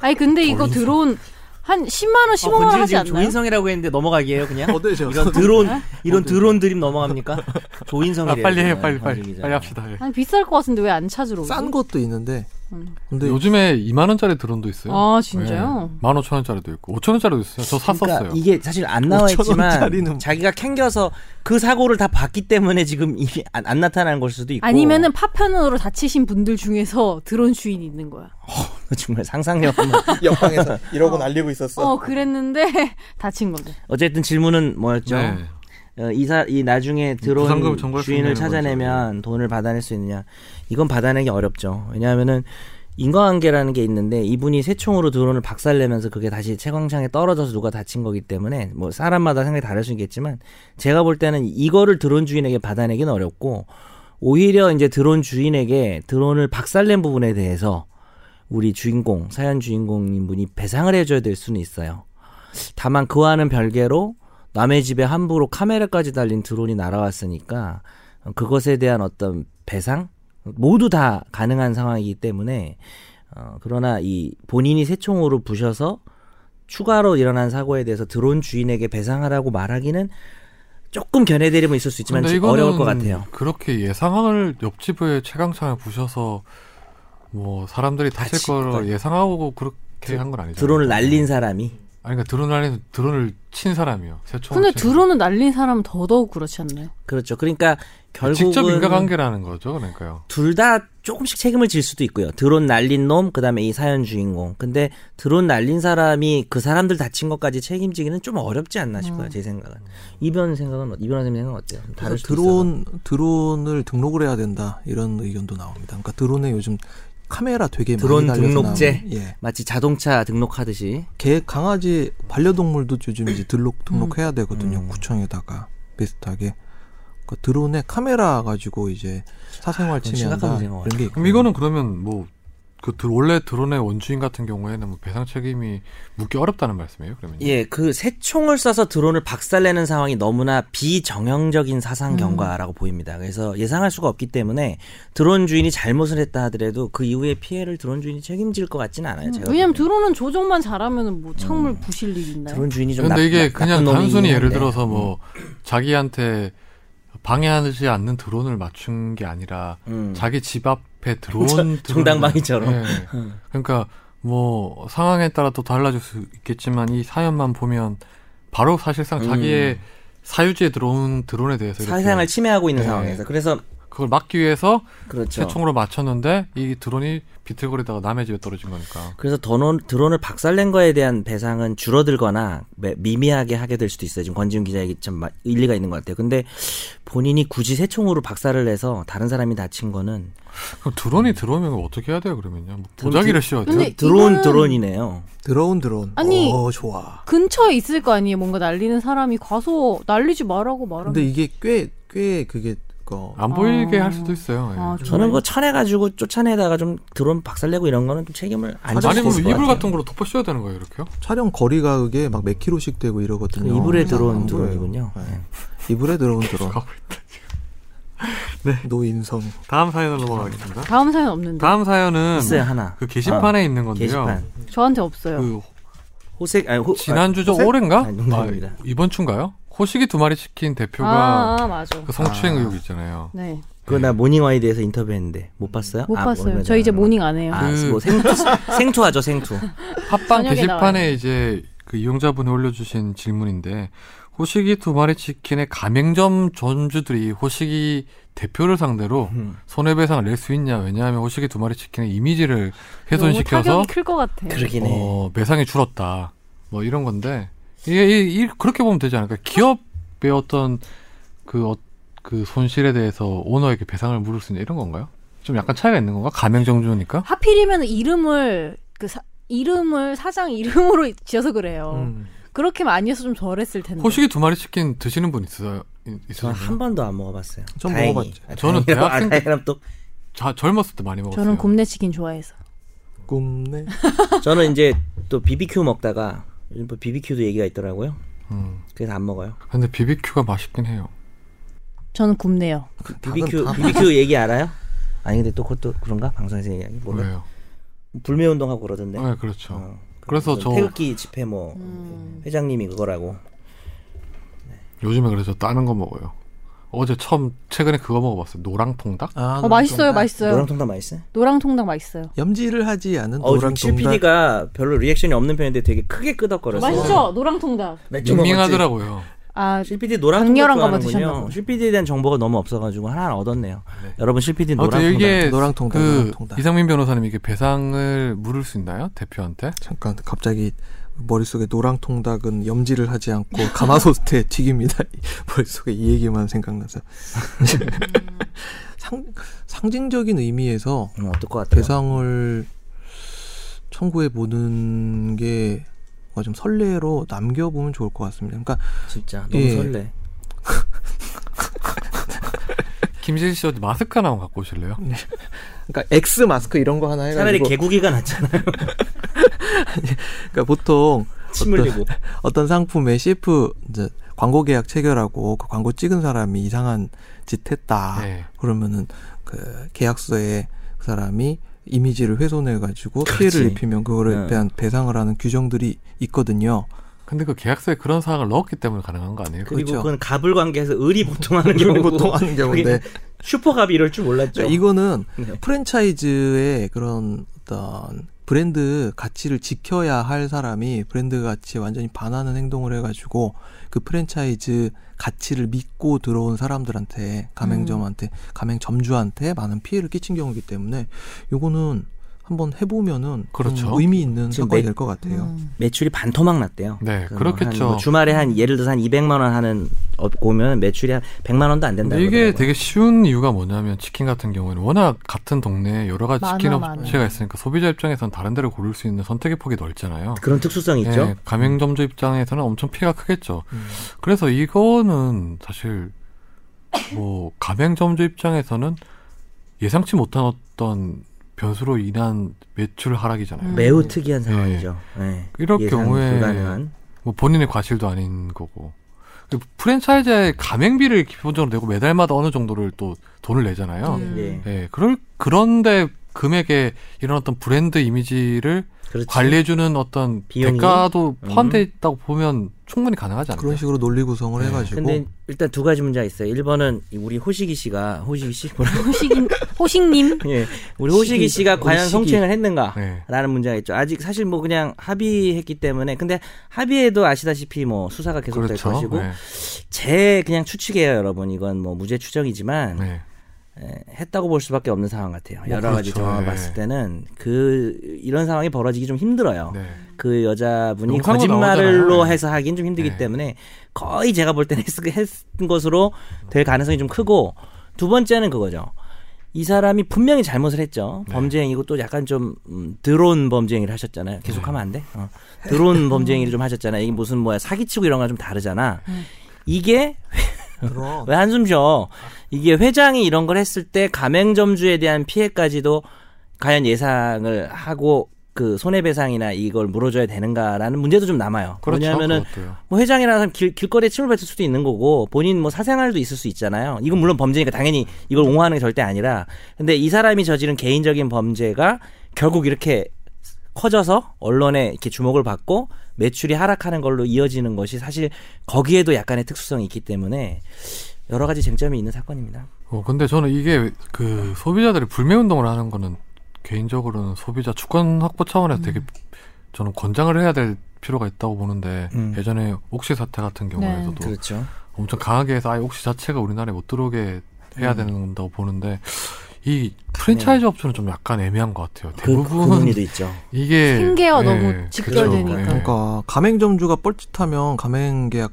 Speaker 4: 아니 근데 이거 드론 한 10만 원, 15만 원
Speaker 2: 아, 권지훈
Speaker 4: 하지
Speaker 2: 지금
Speaker 4: 않나요? 어?
Speaker 2: 조인성이라고 했는데 넘어가기에요 그냥?
Speaker 3: 거대죠.
Speaker 2: 이런 드론 이런 드론 드립 넘어갑니까? 조인성이
Speaker 1: 아, 빨리 해요, 빨리 빨리 빨리 합시다. 예.
Speaker 4: 아니 비쌀 것 같은데 왜 안 찾으러 오지?
Speaker 3: 싼 것도 있는데.
Speaker 4: 음.
Speaker 2: 네.
Speaker 3: 근데
Speaker 1: 요즘에 2만 원짜리 드론도 있어요. 네. 예.
Speaker 4: 아, 진짜요?
Speaker 1: 1만 5천 원짜리도 있고 5천 원짜리도 있어요. 저 샀었어요.
Speaker 2: 그러니까 이게 사실 안 나와
Speaker 3: 5천
Speaker 2: 있지만
Speaker 3: 원짜리는 뭐.
Speaker 2: 자기가 캥겨서 그 사고를 다 봤기 때문에 지금 이게 안, 안 나타나는 걸 수도 있고
Speaker 4: 아니면은 파편으로 다치신 분들 중에서 드론 주인이 있는 거야.
Speaker 2: 정말 상상력
Speaker 3: 옆방에서 이러고 날리고 있었어. 네.
Speaker 4: 어, 그랬는데 다친 거죠.
Speaker 2: 어쨌든 질문은 뭐였죠?
Speaker 1: 네.
Speaker 2: 어, 이사 이 나중에
Speaker 1: 부상금을
Speaker 2: 들어온
Speaker 1: 청구할 수 있냐는
Speaker 2: 주인을
Speaker 1: 예.
Speaker 2: 찾아내면 돈을 받아낼 수 있느냐 이건 받아내기 어렵죠 왜냐하면은 인과관계라는 게 있는데 이분이 새총으로 드론을 박살내면서 그게 다시 채광창에 떨어져서 누가 다친 거기 때문에 뭐 사람마다 생각이 다를 수 있겠지만 제가 볼 때는 이거를 드론 주인에게 받아내기는 어렵고 오히려 이제 드론 주인에게 드론을 박살낸 부분에 대해서 우리 주인공 사연 주인공인 분이 배상을 해줘야 될 수는 있어요. 다만 그와는 별개로 남의 집에 함부로 카메라까지 달린 드론이 날아왔으니까 그것에 대한 어떤 배상 모두 다 가능한 상황이기 때문에 어, 그러나 이 본인이 새총으로 부셔서 추가로 일어난 사고에 대해서 드론 주인에게 배상하라고 말하기는 조금 견해대림은 있을 수 있지만
Speaker 1: 근데
Speaker 2: 지금
Speaker 1: 이거는
Speaker 2: 어려울 것 같아요.
Speaker 1: 그렇게 예상을 옆집에 최강창을 부셔서 뭐 사람들이 다칠
Speaker 2: 다칠
Speaker 1: 걸
Speaker 2: 걸.
Speaker 1: 예상하고 그렇게 한 건 아니죠.
Speaker 2: 드론을 날린 사람이
Speaker 1: 아니 그러니까 드론 날린 드론을 친 사람이요. 새총.
Speaker 4: 근데 드론은 날린 사람은 더더욱 그렇지 않나요?
Speaker 2: 그렇죠. 그러니까 결국은
Speaker 1: 아, 직접 인과관계라는 거죠. 그러니까요.
Speaker 2: 둘 다 조금씩 책임을 질 수도 있고요. 드론 날린 놈, 그 다음에 이 사연 주인공. 근데 드론 날린 사람이 그 사람들 다친 것까지 책임지기는 좀 어렵지 않나 싶어요.
Speaker 4: 음.
Speaker 2: 제 생각은. 이변 생각은, 어- 이변 선생님 생각은 어때요? 다를
Speaker 3: 그래서
Speaker 2: 수도 있어서.
Speaker 3: 드론 드론을 등록을 해야 된다 이런 의견도 나옵니다. 그러니까 드론에 요즘 카메라 되게
Speaker 2: 드론
Speaker 3: 많이 달려서
Speaker 2: 등록제?
Speaker 3: 나오는- 예.
Speaker 2: 마치 자동차 등록하듯이.
Speaker 3: 개 강아지 반려동물도 요즘 이제 등록
Speaker 2: 음.
Speaker 3: 등록해야 되거든요. 구청에다가 비슷하게 그 드론에 카메라 가지고 이제
Speaker 2: 아,
Speaker 3: 사생활
Speaker 2: 그건
Speaker 3: 침해한다
Speaker 2: 심각한 문제인 것
Speaker 3: 이런 게
Speaker 1: 그럼 이거는 그러면 뭐 그 원래 드론의 원주인 같은 경우에는 뭐 배상 책임이 묻기 어렵다는 말씀이에요. 그러면
Speaker 2: 예, 그 새총을 쏴서 드론을 박살내는 상황이 너무나 비정형적인
Speaker 4: 음.
Speaker 2: 사상 경과라고 보입니다. 그래서 예상할 수가 없기 때문에 드론 주인이 잘못을 했다 하더라도 그 이후에 피해를 드론 주인이 책임질 것 같지는 않아요. 제가
Speaker 4: 음. 왜냐면
Speaker 2: 보기에는.
Speaker 4: 드론은 조종만 잘하면 뭐 창물 부실 일 있나요?
Speaker 2: 드론 주인이 좀
Speaker 1: 근데
Speaker 2: 나-
Speaker 1: 이게
Speaker 2: 나-
Speaker 1: 그냥
Speaker 2: 나쁜 놈이긴
Speaker 1: 단순히 예를
Speaker 2: 한데. 음.
Speaker 1: 들어서 뭐 자기한테 방해하지 않는 드론을 맞춘 게 아니라
Speaker 2: 음.
Speaker 1: 자기 집 앞에 드론
Speaker 2: 정-
Speaker 1: 드론을-
Speaker 2: 정당방위처럼.
Speaker 1: 예. 그러니까 뭐 상황에 따라 또 달라질 수 있겠지만 이 사연만 보면 바로 사실상 자기의 사유지에 들어온 드론에 대해서 이렇게
Speaker 2: 음. 사생활 침해하고 있는
Speaker 1: 네.
Speaker 2: 상황에서 그래서
Speaker 1: 그걸 막기 위해서
Speaker 2: 그렇죠.
Speaker 1: 새총으로 맞췄는데 이 드론이 비틀거리다가 남의 집에 떨어진 거니까.
Speaker 2: 그래서 드론, 드론을 박살낸 거에 대한 배상은 줄어들거나 매- 미미하게 하게 될 수도 있어요. 지금 권지훈 기자 얘기 참 마- 일리가 있는 것 같아요. 근데 본인이 굳이 새총으로 박살을 내서 다른 사람이 다친 거는
Speaker 1: 그럼 드론이 들어오면 어떻게 해야 돼요 그러면요? 뭐
Speaker 2: 드론
Speaker 1: 보자기를 씌워야 돼요?
Speaker 4: 근데
Speaker 2: 드론
Speaker 4: 이거는-
Speaker 2: 드론이네요.
Speaker 3: 드론 드론.
Speaker 4: 아니.
Speaker 3: 어 좋아.
Speaker 4: 근처에 있을 거 아니에요. 뭔가 날리는 사람이 가서 날리지 말라고 말하면.
Speaker 3: 근데 이게 꽤 꽤 그게 그
Speaker 1: 안 보이게
Speaker 4: 아.
Speaker 1: 할 수도 있어요. 예.
Speaker 4: 아,
Speaker 2: 네. 저는
Speaker 4: 정말.
Speaker 2: 그거 쳐내가지고 쫓아내다가 좀 드론 박살내고 이런 거는 좀 책임을 안
Speaker 1: 아니면
Speaker 2: 질
Speaker 1: 뭐
Speaker 2: 수 있을 것
Speaker 1: 이불
Speaker 2: 같아요.
Speaker 1: 같은 걸로 덮어 씌워야 되는 거예요 이렇게요?
Speaker 3: 촬영 거리가 그게 막 몇 킬로씩 되고 이러거든요.
Speaker 2: 그
Speaker 1: 아,
Speaker 2: 이불에 들어온
Speaker 3: 안 보여요.
Speaker 2: 드론이군요.
Speaker 3: 네.
Speaker 2: 네.
Speaker 3: 이불에 들어온 드론.
Speaker 1: 가고
Speaker 3: 노인성.
Speaker 1: 다음 사연으로 넘어가겠습니다.
Speaker 4: 다음 사연 없는데.
Speaker 1: 다음 사연은
Speaker 2: 있어요 하나.
Speaker 1: 그 게시판에 있는 건데요.
Speaker 2: 게시판.
Speaker 4: 저한테 없어요.
Speaker 1: 그
Speaker 2: 호색 아니 호
Speaker 1: 지난주 저
Speaker 2: 호세?
Speaker 1: 올해인가?
Speaker 2: 아니, 농담입니다.
Speaker 1: 아, 이번 주인가요? 호식이 두 마리 치킨 대표가
Speaker 4: 아, 아, 맞아.
Speaker 1: 그 성추행 의혹 있잖아요.
Speaker 4: 네.
Speaker 2: 그거 나 모닝와이 대해서 인터뷰했는데 못 봤어요?
Speaker 4: 못
Speaker 2: 아,
Speaker 4: 봤어요.
Speaker 2: 얼마
Speaker 4: 저 이제
Speaker 2: 전에.
Speaker 4: 모닝 안 해요. 네.
Speaker 2: 아,
Speaker 1: 그-
Speaker 2: 뭐 생투, 생투하죠, 생투.
Speaker 1: 팟빵
Speaker 4: 저녁에
Speaker 1: 게시판에
Speaker 4: 나와요.
Speaker 1: 이제 그 이용자분이 올려주신 질문인데 호식이 두 마리 치킨의 가맹점 전주들이 호식이 대표를 상대로 손해배상을 낼 수 있냐 왜냐하면 호식이 두 마리 치킨의 이미지를 훼손시켜서
Speaker 4: 너무 타격이 클 것 같아.
Speaker 2: 그러긴 해.
Speaker 1: 어, 배상이 줄었다. 뭐 이런 건데 이게 이- 이- 그렇게 보면 되지 않을까? 기업의 어떤 그, 어- 그 손실에 대해서 오너에게 배상을 물을 수 있는 이런 건가요? 좀 약간 차이가 있는 건가? 가맹정주니까?
Speaker 4: 하필이면 이름을 그 사, 이름을 사장 이름으로 지어서 그래요. 그렇게 많이 해서 좀 덜했을 텐데.
Speaker 1: 호식이 두 마리 치킨 드시는 분 있어요? 있으세요?
Speaker 2: 저한 번도 안 먹어봤어요.
Speaker 3: 전
Speaker 2: 다행히.
Speaker 3: 먹어봤죠.
Speaker 2: 아,
Speaker 1: 저는
Speaker 2: 다행이라고
Speaker 1: 대학생
Speaker 2: 안 하기란 또.
Speaker 1: 자, 젊었을 때 많이 먹었어요.
Speaker 4: 저는 곰내치킨 좋아해서.
Speaker 3: 꿈네.
Speaker 2: 저는 이제 또 BBQ 먹다가 요즘 뭐 BBQ도 얘기가 있더라고요.
Speaker 1: 음.
Speaker 2: 그래서 안 먹어요.
Speaker 1: 근데 비비큐가 맛있긴 해요.
Speaker 4: 저는 굽네요.
Speaker 2: BBQ BBQ 얘기 알아요? 아니 근데 또 그것도 그런가 방송에서 얘기하기 몰라.
Speaker 1: 왜요?
Speaker 2: 불매 운동하고 그러던데.
Speaker 1: 네, 그렇죠.
Speaker 2: 어,
Speaker 1: 그래서 저-
Speaker 2: 태극기 집회 뭐
Speaker 4: 음.
Speaker 2: 회장님이 그거라고.
Speaker 1: 요즘에 그래서 다른 거 먹어요. 어제 처음 최근에 그거 먹어봤어요. 노랑통닭?
Speaker 3: 아,
Speaker 4: 어 맛있어요,
Speaker 3: 노랑통닭.
Speaker 4: 맛있어요.
Speaker 2: 노랑통닭 맛있어요?
Speaker 4: 노랑통닭 맛있어요.
Speaker 3: 염지를 하지 않은
Speaker 2: 어, 지금
Speaker 3: 노랑 통닭.
Speaker 2: 실PD가 별로 리액션이 없는 편인데 되게 크게 끄덕거렸어.
Speaker 4: 맛있죠, 노랑통닭.
Speaker 1: 밍밍하더라고요.
Speaker 4: 아,
Speaker 2: 실PD 노랑
Speaker 4: 강렬한
Speaker 2: 통닭
Speaker 4: 것만
Speaker 2: 좋아하는군요.
Speaker 4: 드셨나
Speaker 2: 실PD에 대한 정보가 너무 없어가지고 하나 얻었네요. 여러분 실PD 노랑
Speaker 1: 아무튼
Speaker 2: 통닭.
Speaker 1: 이게
Speaker 3: 노랑통닭,
Speaker 1: 그
Speaker 3: 노랑통닭.
Speaker 1: 이상민 변호사님 이게 배상을 물을 수 있나요 대표한테?
Speaker 3: 잠깐 갑자기 머릿속에 노랑통닭은 염지를 하지 않고 가마솥에 튀깁니다. 머릿속에 이 얘기만 생각나서
Speaker 2: 음.
Speaker 3: 상, 상징적인 의미에서
Speaker 2: 음, 어떨 것 같아요?
Speaker 3: 대상을 청구해 보는 게 뭔가 좀 설레로 남겨보면 좋을 것 같습니다. 그러니까
Speaker 2: 진짜 너무
Speaker 3: 예.
Speaker 2: 설레.
Speaker 1: 김실 씨 어디 마스크 하나만 갖고 오실래요?
Speaker 3: 그러니까 X 마스크 이런 거 하나
Speaker 2: 차라리
Speaker 3: 해가지고
Speaker 2: 개구기가 낫잖아.
Speaker 3: 그러니까 보통
Speaker 2: 침 흘리고.
Speaker 3: 어떤 상품에 CF 이제 광고 계약 체결하고 그 광고 찍은 사람이 이상한 짓 했다.
Speaker 1: 네.
Speaker 3: 그러면은 그 계약서에 그 사람이 이미지를 훼손해 가지고
Speaker 2: 그렇지.
Speaker 3: 피해를 입히면 그거를
Speaker 2: 네.
Speaker 3: 대한 배상을 하는 규정들이 있거든요.
Speaker 1: 근데 그 계약서에 그런 사항을 넣었기 때문에 가능한 거 아니에요?
Speaker 2: 그리고
Speaker 3: 그렇죠.
Speaker 2: 그건 갑을 관계에서 을이 보통 하는 경우고
Speaker 3: 보통 하는 경우인데
Speaker 2: 그게 슈퍼갑이 이럴 줄 몰랐죠.
Speaker 3: 그러니까 이거는
Speaker 2: 네.
Speaker 3: 프랜차이즈의 그런 어떤 브랜드 가치를 지켜야 할 사람이 브랜드 가치에 완전히 반하는 행동을 해가지고 그 프랜차이즈 가치를 믿고 들어온 사람들한테 가맹점한테
Speaker 2: 음.
Speaker 3: 가맹점주한테 많은 피해를 끼친 경우이기 때문에 요거는 한번 해보면은
Speaker 1: 그렇죠.
Speaker 3: 좀 의미 있는
Speaker 2: 지금 음.
Speaker 3: 사건이
Speaker 2: 매-
Speaker 3: 될 것 같아요.
Speaker 4: 음.
Speaker 2: 매출이 반토막 났대요.
Speaker 1: 네,
Speaker 2: 그뭐
Speaker 1: 그렇겠죠.
Speaker 2: 한 뭐 주말에 한 예를 들어서 한 200만 원 하는 업고 오면 매출이 한 100만 원도 안 된다.
Speaker 1: 근데 이게 되게 쉬운 이유가 뭐냐면 치킨 같은 경우에는 워낙 같은 동네에 여러 가지
Speaker 4: 많아,
Speaker 1: 치킨
Speaker 4: 많아.
Speaker 1: 업체가 있으니까 소비자 입장에선 다른 데를 고를 수 있는 선택의 폭이 넓잖아요.
Speaker 2: 그런 특수성이
Speaker 1: 예,
Speaker 2: 있죠.
Speaker 1: 가맹점주 입장에서는 엄청 피해가 크겠죠.
Speaker 3: 음.
Speaker 1: 그래서 이거는 사실 뭐 가맹점주 입장에서는 예상치 못한 어떤 변수로 인한 매출 하락이잖아요.
Speaker 4: 음.
Speaker 2: 매우 특이한 상황이죠. 예.
Speaker 1: 네. 이럴
Speaker 2: 예상
Speaker 1: 경우에
Speaker 2: 불가능한.
Speaker 1: 뭐 본인의 과실도 아닌 거고. 그 프랜차이즈의 가맹비를 기본적으로 내고 매달마다 어느 정도를 또 돈을 내잖아요.
Speaker 4: 음.
Speaker 2: 예.
Speaker 1: 예, 그럴 그런데 금액에 이런 어떤 브랜드 이미지를
Speaker 2: 그렇지.
Speaker 1: 관리해주는 어떤
Speaker 2: 비용이? 음.
Speaker 1: 대가도 포함되어 있다고 보면 충분히 가능하지 않나요?
Speaker 3: 그런 식으로 논리 구성을
Speaker 1: 네.
Speaker 3: 해가지고
Speaker 2: 근데 일단 두 가지 문제가 있어요. 1번은 우리 호식이 씨가 호식이 씨 뭐라
Speaker 4: 호식인 호식님
Speaker 2: 예. 우리 호식이 씨가 과연
Speaker 3: 호식이.
Speaker 2: 성추행을 했는가?
Speaker 1: 네.
Speaker 2: 라는 문제가 있죠. 아직 사실 뭐 그냥 합의했기 때문에 근데 합의해도 아시다시피 뭐 수사가 계속될
Speaker 1: 그렇죠.
Speaker 2: 것이고
Speaker 1: 네.
Speaker 2: 제 그냥 추측이에요, 여러분. 이건 뭐 무죄 추정이지만
Speaker 1: 네.
Speaker 2: 예, 했다고 볼 수밖에 없는 상황 같아요.
Speaker 1: 뭐
Speaker 2: 여러 가지
Speaker 1: 그렇죠.
Speaker 2: 정황을
Speaker 1: 예.
Speaker 2: 봤을 때는 그 이런 상황이 벌어지기 좀 힘들어요.
Speaker 1: 네.
Speaker 2: 그 여자분이
Speaker 1: 영상으로
Speaker 2: 거짓말로
Speaker 1: 나오잖아요.
Speaker 2: 해서 하긴 좀 힘들기
Speaker 1: 네.
Speaker 2: 때문에 거의 제가 볼 때는 했- 했은 것으로 될 가능성이 좀 크고 두 번째는 그거죠. 이 사람이 분명히 잘못을 했죠.
Speaker 1: 네.
Speaker 2: 범죄행위고 또 약간 좀 음, 드론 범죄행위를 하셨잖아요. 계속하면
Speaker 1: 네.
Speaker 2: 안 돼. 어. 드론 범죄행위를 좀 하셨잖아요. 이게 무슨 뭐야 사기치고 이런 거 좀 다르잖아.
Speaker 1: 음.
Speaker 2: 이게
Speaker 3: 그런
Speaker 2: 왜 한숨 쉬어? 이게 회장이 이런 걸 했을 때 가맹점주에 대한 피해까지도 과연 예상을 하고 그 손해배상이나 이걸 물어줘야 되는가라는 문제도 좀 남아요.
Speaker 1: 그렇죠.
Speaker 2: 왜냐하면은
Speaker 1: 그것도요.
Speaker 2: 뭐 회장이라는 사람 길, 길거리에 침을 뱉을 수도 있는 거고 본인 뭐 사생활도 있을 수 있잖아요. 이건 물론 범죄니까 당연히 이걸 옹호하는 게 절대 아니라 근데 이 사람이 저지른 개인적인 범죄가 결국 이렇게 커져서 언론에 이렇게 주목을 받고 매출이 하락하는 걸로 이어지는 것이 사실 거기에도 약간의 특수성이 있기 때문에 여러 가지 쟁점이 있는 사건입니다.
Speaker 1: 어, 근데 저는 이게 그 소비자들이 불매 운동을 하는 거는 개인적으로는 소비자 주권 확보
Speaker 2: 음.
Speaker 1: 차원에서 되게 저는 권장을 해야 될 필요가 있다고 보는데
Speaker 2: 음.
Speaker 1: 예전에 옥시 사태 같은 경우에서도
Speaker 2: 그렇죠.
Speaker 1: 엄청 강하게 해서 아예 옥시 자체가 우리나라에 못 들어오게
Speaker 2: 음.
Speaker 1: 해야 된다고 보는데 이 프랜차이즈 업체는 좀 약간 애매한 것 같아요.
Speaker 2: 그, 그
Speaker 1: 대부분
Speaker 2: 문의도 있죠.
Speaker 1: 이게
Speaker 4: 핑계가
Speaker 1: 예,
Speaker 4: 너무 직결되니까.
Speaker 1: 그렇죠. 예.
Speaker 3: 그러니까 가맹점주가 뻘짓하면 가맹계약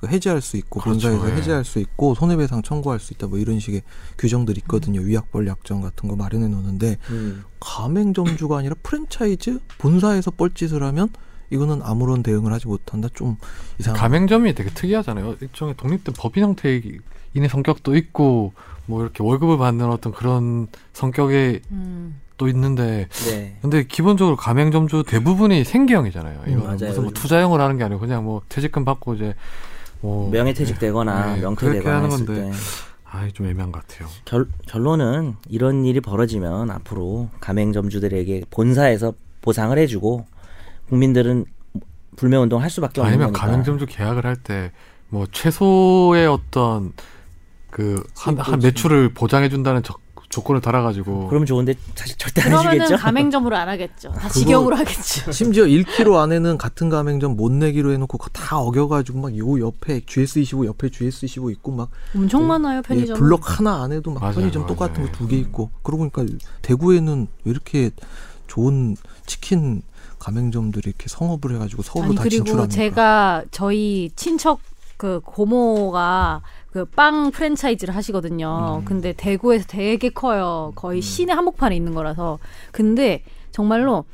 Speaker 3: 그 해지할 수 있고
Speaker 1: 그렇죠,
Speaker 3: 본사에서
Speaker 1: 예.
Speaker 3: 해지할 수 있고 손해배상 청구할 수 있다 뭐 이런 식의 규정들이 있거든요 위약벌 약정 같은 거 마련해 놓는데
Speaker 1: 음.
Speaker 3: 가맹점주가 아니라 프랜차이즈 본사에서 뻘짓을 하면 이거는 아무런 대응을 하지 못한다 좀
Speaker 2: 어.
Speaker 3: 이상 한
Speaker 1: 가맹점이 되게 특이하잖아요. 일종의 독립된 법인 형태인의 성격도 있고 뭐 이렇게 월급을 받는 어떤 그런 성격이
Speaker 4: 음.
Speaker 1: 또 있는데
Speaker 2: 네.
Speaker 1: 근데 기본적으로 가맹점주 대부분이 생계형이잖아요. 이거
Speaker 2: 음, 맞아요.
Speaker 1: 무슨 뭐 투자형을 하는 게 아니고 그냥 뭐 퇴직금 받고 이제 뭐
Speaker 2: 명예퇴직되거나
Speaker 1: 네, 그렇게
Speaker 2: 명퇴되거나
Speaker 1: 하는
Speaker 2: 했을
Speaker 1: 건데.
Speaker 2: 때
Speaker 1: 아이 좀 애매한 것 같아요.
Speaker 2: 결, 결론은 이런 일이 벌어지면 앞으로 가맹점주들에게 본사에서 보상을 해주고 국민들은 불매운동 할 수밖에 없는
Speaker 1: 아니면
Speaker 2: 거니까.
Speaker 1: 가맹점주 계약을 할 때 뭐 최소의 어떤 그 한 한 매출을 보장해 준다는 조건을 달아 가지고
Speaker 2: 그러면 좋은데 사실 절대 안
Speaker 4: 그러면은
Speaker 2: 해주겠죠.
Speaker 4: 가맹점으로 안 하겠죠. 다 직역으로 하겠죠.
Speaker 3: 심지어 1km 안에는 같은 가맹점 못 내기로 해놓고 그거 다 어겨가지고 막 요 옆에 GS25 옆에 GS25 있고 막
Speaker 4: 엄청 많아요
Speaker 3: 예,
Speaker 4: 편의점.
Speaker 3: 블럭 하나 안에도 막
Speaker 1: 맞아요,
Speaker 3: 편의점
Speaker 1: 맞아요.
Speaker 3: 똑같은 거 두 개 있고 그러고 보니까 대구에는 왜 이렇게 좋은 치킨 가맹점들이 이렇게 성업을 해가지고 서울로
Speaker 4: 아니
Speaker 3: 다
Speaker 4: 그리고
Speaker 3: 진출합니다.
Speaker 4: 제가 저희 친척 그 고모가 그 빵 프랜차이즈를 하시거든요.
Speaker 3: 음.
Speaker 4: 근데 대구에서 되게 커요. 거의
Speaker 2: 음.
Speaker 4: 시내 한복판에 있는 거라서. 근데 정말로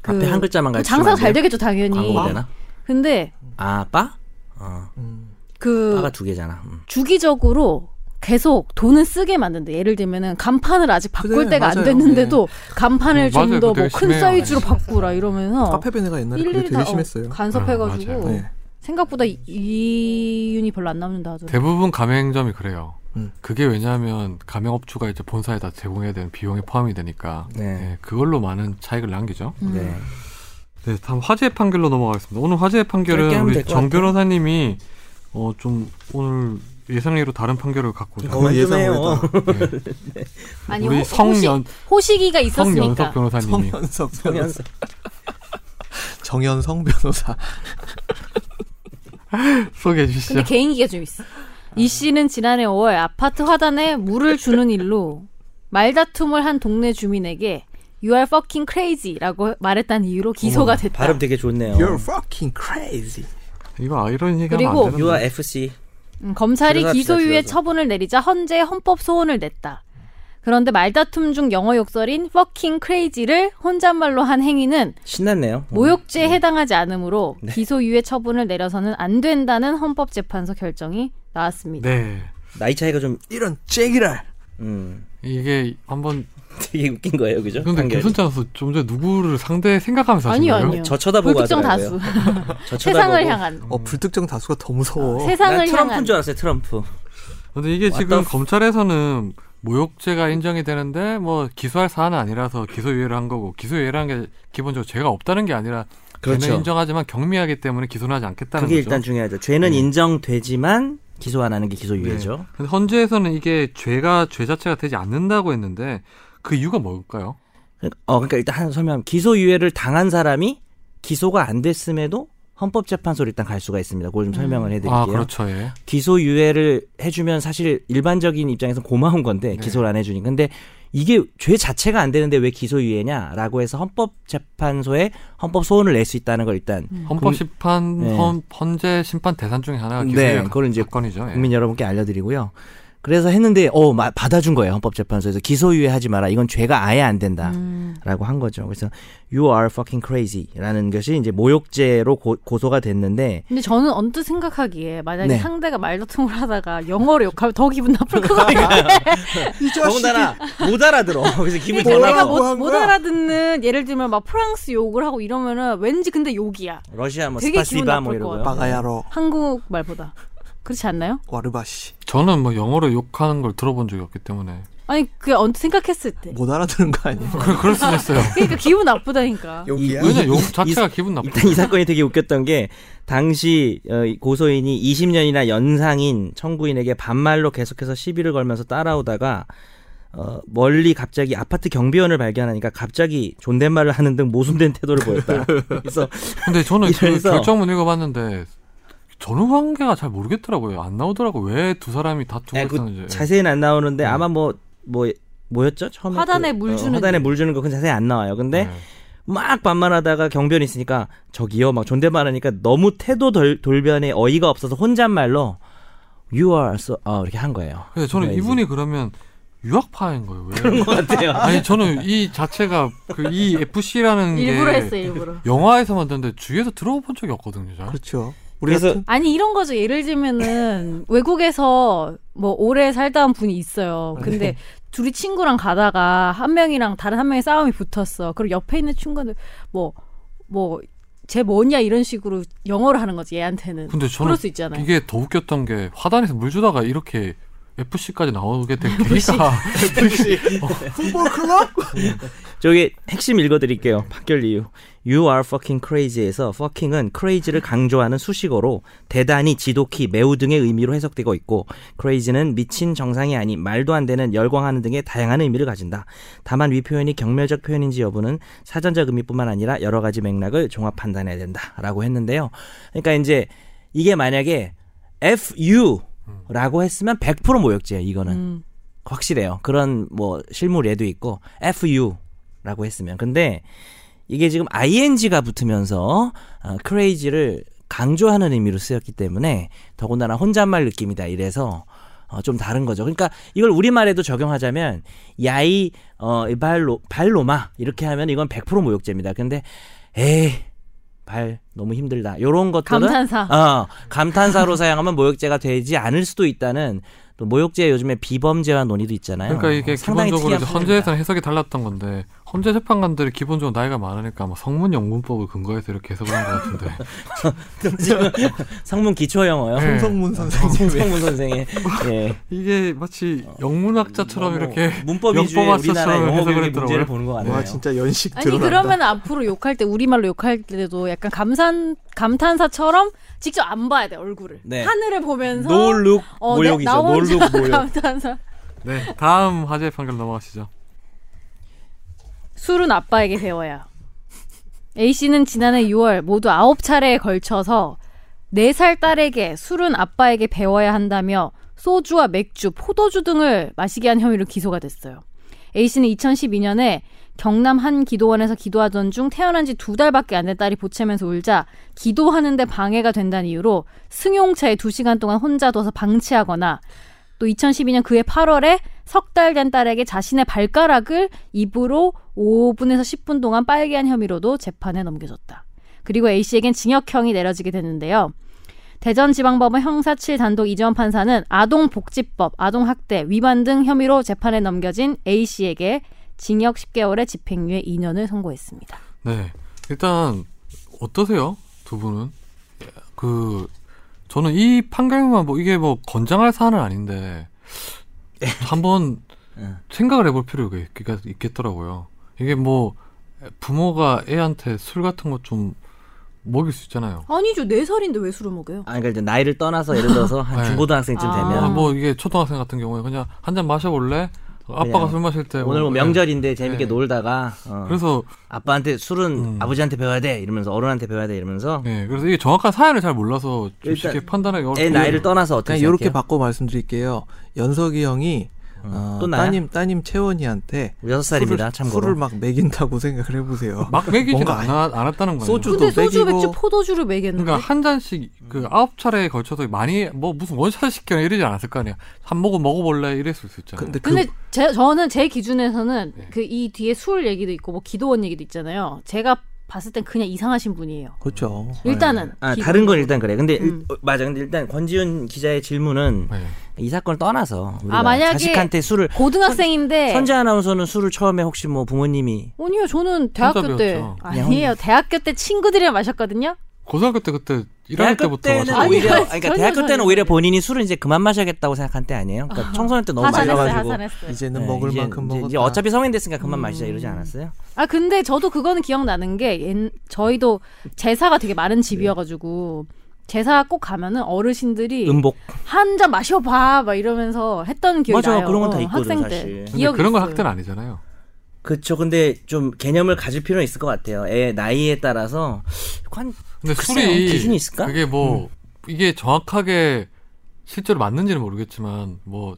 Speaker 4: 그
Speaker 2: 앞에 한 글자만 가르치면
Speaker 4: 장사
Speaker 2: 안 돼요?
Speaker 4: 잘 아. 되겠죠 당연히.
Speaker 2: 광고 되나?
Speaker 4: 근데
Speaker 2: 아, 빠? 어.
Speaker 3: 음.
Speaker 4: 그
Speaker 2: 빠가 두 개잖아. 음.
Speaker 4: 주기적으로 계속 돈은 쓰게 만든대. 예를 들면은 간판을 아직 바꿀
Speaker 3: 그래,
Speaker 4: 때가 안
Speaker 3: 맞아요.
Speaker 4: 됐는데도
Speaker 2: 네.
Speaker 4: 간판을
Speaker 1: 음,
Speaker 4: 좀
Speaker 1: 맞아요. 그거
Speaker 4: 더뭐
Speaker 1: 되게
Speaker 4: 큰
Speaker 1: 심해요.
Speaker 4: 사이즈로 바꾸라 이러면서
Speaker 3: 카페베네가 옛날에 그게
Speaker 4: 일일이
Speaker 3: 되게
Speaker 4: 다
Speaker 3: 심했어요.
Speaker 4: 어, 간섭해가지고
Speaker 1: 아, 맞아요.
Speaker 3: 네.
Speaker 4: 생각보다 이- 이윤이 별로 안 남는다 하더라고요.
Speaker 1: 대부분 가맹점이 그래요.
Speaker 3: 음.
Speaker 1: 그게 왜냐하면 가맹업주가 이제 본사에다 제공해야 되는 비용에 포함이 되니까
Speaker 2: 네.
Speaker 1: 예, 그걸로 많은 차익을 남기죠.
Speaker 4: 음.
Speaker 2: 네.
Speaker 1: 네, 다음 화재 판결로 넘어가겠습니다. 오늘 화재
Speaker 2: 짧게
Speaker 1: 판결은
Speaker 2: 하면
Speaker 1: 우리
Speaker 2: 될것
Speaker 1: 정
Speaker 2: 같아요.
Speaker 1: 변호사님이 어, 좀 오늘 예상외로 다른 판결을 갖고 오셨어요.
Speaker 2: 그만 좀 해요.
Speaker 4: 아니
Speaker 1: 우리
Speaker 4: 호,
Speaker 1: 성연
Speaker 4: 호시, 기가
Speaker 1: 성연석
Speaker 4: 있었으니까.
Speaker 1: 변호사님이
Speaker 3: 성현석 변호사.
Speaker 2: 성현석.
Speaker 3: 정현성 변호사.
Speaker 1: 소개해 주시죠.
Speaker 4: 근데 개인기가 좀 있어. 이 씨는 지난해 5월 아파트 화단에 물을 주는 일로 말다툼을 한 동네 주민에게 You are fucking crazy라고 말했다는 이유로 기소가 됐다.
Speaker 2: 발음 되게 좋네요.
Speaker 3: fucking crazy.
Speaker 1: 이거 아이러니 얘기하면
Speaker 4: 그리고
Speaker 1: 안 되는데.
Speaker 2: 유아 FC.
Speaker 4: 음, 검찰이
Speaker 2: 들어갑시다,
Speaker 4: 기소유예
Speaker 2: 들어가서.
Speaker 4: 처분을 내리자 헌재 헌법 소원을 냈다. 그런데 말다툼 중 영어 욕설인 fucking crazy를 혼잣말로 한 행위는
Speaker 2: 음. 신났네요. 뭐,
Speaker 4: 모욕죄에 해당하지 않으므로
Speaker 2: 네.
Speaker 4: 기소유예 처분을 내려서는 안 된다는 헌법재판소 결정이 나왔습니다.
Speaker 1: 네
Speaker 2: 나이 차이가 좀
Speaker 3: 이런 잭이랄.
Speaker 2: 음,
Speaker 1: 이게 한번
Speaker 2: 되게 웃긴 거예요, 그죠?
Speaker 1: 근데
Speaker 2: 판결이.
Speaker 1: 괜찮잖아서 좀 전에 누구를 상대 생각하면서 하신
Speaker 4: 아니요,
Speaker 1: 거예요?
Speaker 4: 아니요.
Speaker 2: 네, 저 쳐다보고
Speaker 4: 불특정
Speaker 2: 하더라고요.
Speaker 4: 다수.
Speaker 2: 저 쳐다보고.
Speaker 4: 세상을 향한.
Speaker 3: 어 불특정 다수가 더 무서워.
Speaker 2: 난
Speaker 4: 세상을
Speaker 2: 트럼프인
Speaker 4: 향한.
Speaker 2: 줄 알았어요, 트럼프.
Speaker 1: 근데 이게
Speaker 2: What
Speaker 1: 지금
Speaker 2: the f-
Speaker 1: 검찰에서는 모욕죄가 인정이 되는데 뭐 기소할 사안은 아니라서 기소유예를 한 거고 기소유예라는 게 기본적으로 죄가 없다는 게 아니라
Speaker 2: 그렇죠.
Speaker 1: 죄는 인정하지만 경미하기 때문에 기소는 하지 않겠다는
Speaker 2: 그게
Speaker 1: 거죠.
Speaker 2: 일단 중요하죠. 죄는
Speaker 1: 네.
Speaker 2: 인정되지만 기소 안 하는 게 기소유예죠.
Speaker 1: 근데 헌재에서는 이게 죄가 죄 자체가 되지 않는다고 했는데 그 이유가 뭘까요?
Speaker 2: 그러니까- 어, 그러니까 일단 한 설명. 기소유예를 당한 사람이 기소가 안 됐음에도 헌법재판소로 일단 갈 수가 있습니다. 그걸 좀 설명을 해드릴게요.
Speaker 1: 아 그렇죠. 예.
Speaker 2: 기소유예를 해주면 사실 일반적인 입장에서 고마운
Speaker 1: 네.
Speaker 2: 건데 기소를 안 해주니 근데 이게 죄 자체가 안 되는데 왜 기소유예냐라고 해서 헌법재판소에 헌법 소원을 낼 수 있다는 걸 일단
Speaker 1: 헌법 심판
Speaker 2: 음. 네.
Speaker 1: 헌, 헌재 심판 대상 중에 하나가
Speaker 2: 네,
Speaker 1: 기소유예
Speaker 2: 그걸 이제
Speaker 1: 사건이죠. 예.
Speaker 2: 국민 여러분께 알려드리고요. 그래서 했는데 어 마- 받아준 거예요 헌법재판소에서 기소유예하지 마라 이건 죄가 아예 안 된다.
Speaker 4: 음,
Speaker 2: 라고 한 거죠. 그래서 you are fucking crazy라는 것이 이제 모욕죄로 고, 소가 됐는데
Speaker 4: 근데 저는 언뜻 생각하기에 만약에
Speaker 2: 네.
Speaker 4: 상대가 말다툼을 하다가 영어로 욕하면 더 기분 나쁠 것 같아요.
Speaker 3: 이
Speaker 2: 더군다나 못 알아들어. 그래서 기분 더
Speaker 4: 네, 내가
Speaker 2: 나빠.
Speaker 4: 못,
Speaker 3: 한
Speaker 4: 못
Speaker 3: 거야?
Speaker 4: 알아듣는 예를 들면 막 프랑스 욕을 하고 이러면은 왠지 근데 욕이야.
Speaker 2: 러시아 뭐
Speaker 4: 되게 기분
Speaker 2: 스파시바
Speaker 4: 나쁠
Speaker 2: 뭐
Speaker 4: 것
Speaker 2: 이러고요.
Speaker 4: 같아요.
Speaker 3: 빠가야로
Speaker 4: 한국 말보다. 그렇지 않나요?
Speaker 3: 와르바시.
Speaker 1: 저는 뭐 영어로 욕하는 걸 들어본 적이 없기 때문에
Speaker 4: 아니 그게 언뜻 생각했을 때.
Speaker 3: 못 알아듣는 거 아니에요?
Speaker 1: 그, 그럴 수도 있어요.
Speaker 4: 그러니까 기분 나쁘다니까.
Speaker 2: 여기야?
Speaker 1: 왜냐
Speaker 2: 이-
Speaker 1: 욕
Speaker 2: 이-
Speaker 1: 자체가 기분 나쁘.
Speaker 2: 일단 이 사건이 되게 웃겼던 게 당시 어, 이 고소인이 20년이나 연상인 청구인에게 반말로 계속해서 시비를 걸면서 따라오다가 어, 멀리 갑자기 아파트 경비원을 발견하니까 갑자기 존댓말을 하는 등 모순된 태도를 보였다. 그래서
Speaker 1: 근데 저는 그
Speaker 2: 이래서-
Speaker 1: 결정문 읽어봤는데 전후 관계가 잘 모르겠더라고요. 안 나오더라고. 왜 두 사람이 다투고 예. 음.
Speaker 2: 아, 그
Speaker 1: 있었는지.
Speaker 2: 자세히는 안 나오는데 아마 뭐 뭐 뭐, 였죠 처음에
Speaker 4: 화단에
Speaker 2: 그,
Speaker 4: 물
Speaker 2: 어,
Speaker 4: 주는
Speaker 2: 화단에
Speaker 4: 일.
Speaker 2: 물 주는 거 그건 자세히 안 나와요. 근데
Speaker 1: 네.
Speaker 2: 막 반말하다가 경비원이 있으니까 저기요 막 존댓말하니까 너무 태도 돌, 돌변에 어이가 없어서 혼잣말로 you are so 어, 이렇게 한 거예요.
Speaker 1: 근데 저는
Speaker 2: 그러니까
Speaker 1: 이분이 그러면 유학파인 거예요. 왜?
Speaker 2: 이제 그런 것 같아요.
Speaker 1: 아니 저는 이 자체가 그 이 FC라는 게
Speaker 4: 일부러 했어 요 일부러.
Speaker 1: 영화에서 만드는데 주위에서 들어본 적이 없거든요. 잘.
Speaker 3: 그렇죠. 우리
Speaker 2: 그래서
Speaker 3: 같은
Speaker 4: 아니 이런 거죠. 예를 들면은 외국에서 뭐 오래 살다 온 분이 있어요. 근데 둘이 친구랑 가다가 한 명이랑 다른 한 명이 싸움이 붙었어. 그리고 옆에 있는 친구들 뭐, 뭐뭐쟤 뭐냐 이런 식으로 영어를 하는 거지 얘한테는.
Speaker 1: 근데 저는
Speaker 4: 그럴 수 있잖아요.
Speaker 1: 이게 더 웃겼던 게 화단에서 물 주다가 이렇게 FC까지 나오게 된
Speaker 4: 그
Speaker 1: 계기가
Speaker 3: 풋볼 클럽?
Speaker 2: 저기 핵심 읽어드릴게요. 판결 이유. You are fucking crazy에서 fucking은 crazy를 강조하는 수식어로 대단히 지독히 매우 등의 의미로 해석되고 있고 crazy는 미친 정상이 아닌 말도 안 되는 열광하는 등의 다양한 의미를 가진다. 다만 위 표현이 경멸적 표현인지 여부는 사전적 의미뿐만 아니라 여러 가지 맥락을 종합 판단해야 된다라고 했는데요. 그러니까 이제 이게 만약에 fu라고 했으면 100% 모욕죄예요. 이거는.
Speaker 4: 음.
Speaker 2: 확실해요. 그런 뭐 실무례도 있고 FU라고 했으면. 근데 이게 지금 ing가 붙으면서 아, crazy를 강조하는 의미로 쓰였기 때문에 더군다나 혼잣말 느낌이다 이래서 어, 좀 다른 거죠. 그러니까 이걸 우리말에도 적용하자면 야이 어, 이 발로 발로마 이렇게 하면 이건 100% 모욕죄입니다. 근데 에이 발 너무 힘들다. 요런 것들은
Speaker 4: 감탄사.
Speaker 2: 어, 감탄사로 사용하면 모욕죄가 되지 않을 수도 있다는 또 모욕죄 요즘에 비범죄와 논의도 있잖아요.
Speaker 1: 그러니까 이게
Speaker 2: 어, 상당히
Speaker 1: 기본적으로 이제
Speaker 2: 특이한
Speaker 1: 헌재에서는 해석이 달랐던 건데 헌재 재판관들이 기본적으로 나이가 많으니까 아마 성문 영문법을 근거해서 이렇게 해석을 한 것 같은데
Speaker 2: 지금 성문 기초 영어요.
Speaker 1: 네.
Speaker 3: 홍성문 선생님.
Speaker 2: 성문 선생의 예.
Speaker 1: 이게 마치 영문학자처럼
Speaker 2: 너무
Speaker 1: 이렇게
Speaker 2: 문법 위주의
Speaker 1: 영법학자처럼
Speaker 2: 우리나라 영어
Speaker 1: 해석을
Speaker 2: 교육의
Speaker 1: 했더라고요.
Speaker 2: 문제를 보는 것 같네요.
Speaker 3: 와 진짜 연식
Speaker 4: 아니
Speaker 3: 드러난다.
Speaker 4: 그러면 앞으로 욕할 때 우리말로 욕할 때도 약간 감산 감탄사처럼 직접 안 봐야 돼 얼굴을
Speaker 2: 네.
Speaker 4: 하늘을 보면서
Speaker 2: 노룩
Speaker 4: 어, 내-
Speaker 2: 모욕이죠.
Speaker 4: 나 혼자
Speaker 2: 노룩 모욕.
Speaker 4: 감탄사
Speaker 1: 네 다음 화재 판결 넘어가시죠.
Speaker 4: 술은 아빠에게 배워야. A 씨는 지난해 6월 모두 9차례에 걸쳐서 4살 딸에게 술은 아빠에게 배워야 한다며 소주와 맥주, 포도주 등을 마시게 한 혐의로 기소가 됐어요. A 씨는 2012년에 경남 한 기도원에서 기도하던 중 태어난 지 두 달밖에 안 된 딸이 보채면서 울자 기도하는데 방해가 된다는 이유로 승용차에 두시간 동안 혼자 둬서 방치하거나 또 2012년 그해 8월에 석 달 된 딸에게 자신의 발가락을 입으로 5분에서 10분 동안 빨게 한 혐의로도 재판에 넘겨졌다. 그리고 A씨에겐 징역형이 내려지게 됐는데요. 대전지방법원 형사 7 단독 이재원 판사는 아동복지법, 아동학대, 위반 등 혐의로 재판에 넘겨진 A씨에게 징역 10개월의 집행유예 2년을 선고했습니다.
Speaker 1: 네 일단 어떠세요 두 분은 그 저는 이 판결만 뭐 이게 뭐 건장할 사안은 아닌데 한번
Speaker 2: 응.
Speaker 1: 생각을 해볼 필요가 있- 있- 있겠더라고요. 이게 뭐 부모가 애한테 술 같은 거 좀 먹일 수 있잖아요.
Speaker 4: 아니죠. 4살인데 왜 술을 먹어요?
Speaker 2: 아, 그러니까 이제 나이를 떠나서 예를 들어서 한
Speaker 1: 네.
Speaker 2: 중고등학생쯤
Speaker 4: 아.
Speaker 1: 아,
Speaker 2: 되면
Speaker 1: 뭐 이게 초등학생 같은 경우에 그냥 한 잔 마셔볼래? 어, 아빠가
Speaker 2: 그냥
Speaker 1: 술 마실 때
Speaker 2: 오늘 뭐
Speaker 1: 어,
Speaker 2: 명절인데 재밌게
Speaker 1: 네.
Speaker 2: 놀다가 어,
Speaker 1: 그래서
Speaker 2: 아빠한테 술은
Speaker 1: 음.
Speaker 2: 아버지한테 배워야 돼 이러면서 어른한테 배워야 돼 이러면서
Speaker 1: 예 그래서 이게 정확한 사연을 잘 몰라서 좀
Speaker 2: 일단
Speaker 1: 쉽게 판단하기 어렵고
Speaker 2: 애 나이를 떠나서 어떻게
Speaker 3: 그냥 이렇게
Speaker 2: 생각해요?
Speaker 3: 바꿔 말씀드릴게요. 연석이 형이 어,
Speaker 2: 또 나야?
Speaker 3: 따님 따님 채원이한테
Speaker 2: 뭐 여섯 살입니다.
Speaker 3: 술을-
Speaker 2: 참고로
Speaker 3: 술을 막 먹인다고 생각을 해보세요.
Speaker 1: 막 먹이진
Speaker 3: 뭔가
Speaker 1: 않아, 않았다는 거예요.
Speaker 3: 소주-
Speaker 4: 근데
Speaker 3: 술도
Speaker 4: 소주,
Speaker 3: 먹이고-
Speaker 4: 맥주, 포도주를 먹였는데
Speaker 1: 그러니까 한 잔씩
Speaker 2: 음.
Speaker 1: 그 아홉 차례에 걸쳐서 많이 뭐 무슨 원샷 시켜나 이러지 않았을 거 아니야. 한 모금 먹어볼래 이랬을 수 있잖아요.
Speaker 3: 근데 그
Speaker 4: 근데 제, 저는 제 기준에서는
Speaker 2: 네.
Speaker 4: 그 이 뒤에 술 얘기도 있고 뭐 기도원 얘기도 있잖아요. 제가 봤을 땐 그냥 이상하신 분이에요.
Speaker 3: 그렇죠.
Speaker 4: 일단은
Speaker 2: 아
Speaker 4: 기본-
Speaker 2: 다른 건 일단 그래. 근데 일-
Speaker 4: 음.
Speaker 2: 어, 맞아. 근데 일단 권지윤 기자의 질문은
Speaker 1: 네.
Speaker 2: 이 사건을 떠나서 우리가
Speaker 4: 아, 만약에 네.
Speaker 2: 자식한테 술을
Speaker 4: 고등학생인데
Speaker 2: 선재 아나운서는 술을 처음에 혹시 뭐 부모님이
Speaker 4: 아니요 저는 대학교 때
Speaker 1: 혼자
Speaker 4: 아니에요
Speaker 2: 네,
Speaker 4: 대학교 때 친구들이랑 마셨거든요.
Speaker 1: 고등학교 때 그때 1학년
Speaker 2: 대학교
Speaker 1: 때부터
Speaker 2: 때는
Speaker 1: 마셨-
Speaker 4: 아니,
Speaker 2: 오히려
Speaker 4: 아니,
Speaker 2: 아니, 그러니까
Speaker 4: 전혀,
Speaker 2: 대학교 때는
Speaker 4: 전혀.
Speaker 2: 오히려 본인이 술을 이제 그만 마셔야겠다고 생각한 때 아니에요. 그러니까 청소년 때 너무 많이
Speaker 4: 하산했어요
Speaker 3: 말라가지고
Speaker 4: 하산했어요.
Speaker 3: 이제는
Speaker 2: 네,
Speaker 3: 먹을
Speaker 2: 이제-
Speaker 3: 만큼
Speaker 2: 이제-
Speaker 3: 먹었다.
Speaker 2: 이제 어차피 성인 됐으니까 그만 마시자 이러지 않았어요?
Speaker 4: 아 근데 저도 그거는 기억나는 게 옛- 저희도 제사가 되게
Speaker 2: 네.
Speaker 4: 많은 집이어가지고 제사 꼭 가면은 어르신들이
Speaker 2: 음복
Speaker 4: 한 잔 마셔봐 막 이러면서 했던 기억이
Speaker 2: 맞아,
Speaker 4: 나요.
Speaker 2: 그런 건다
Speaker 4: 어,
Speaker 2: 있거든,
Speaker 4: 학생 때
Speaker 2: 사실. 근데
Speaker 1: 근데
Speaker 4: 기억이
Speaker 1: 그런 건
Speaker 4: 있어요.
Speaker 1: 학대는 아니잖아요.
Speaker 2: 그쵸. 근데 좀 개념을 가질 필요는 있을 것 같아요. 애 나이에 따라서 관
Speaker 1: 근데
Speaker 2: 글쎄요,
Speaker 1: 술이
Speaker 2: 기준이 있을까? 음.
Speaker 1: 그게 뭐 이게 정확하게 실제로 맞는지는 모르겠지만 뭐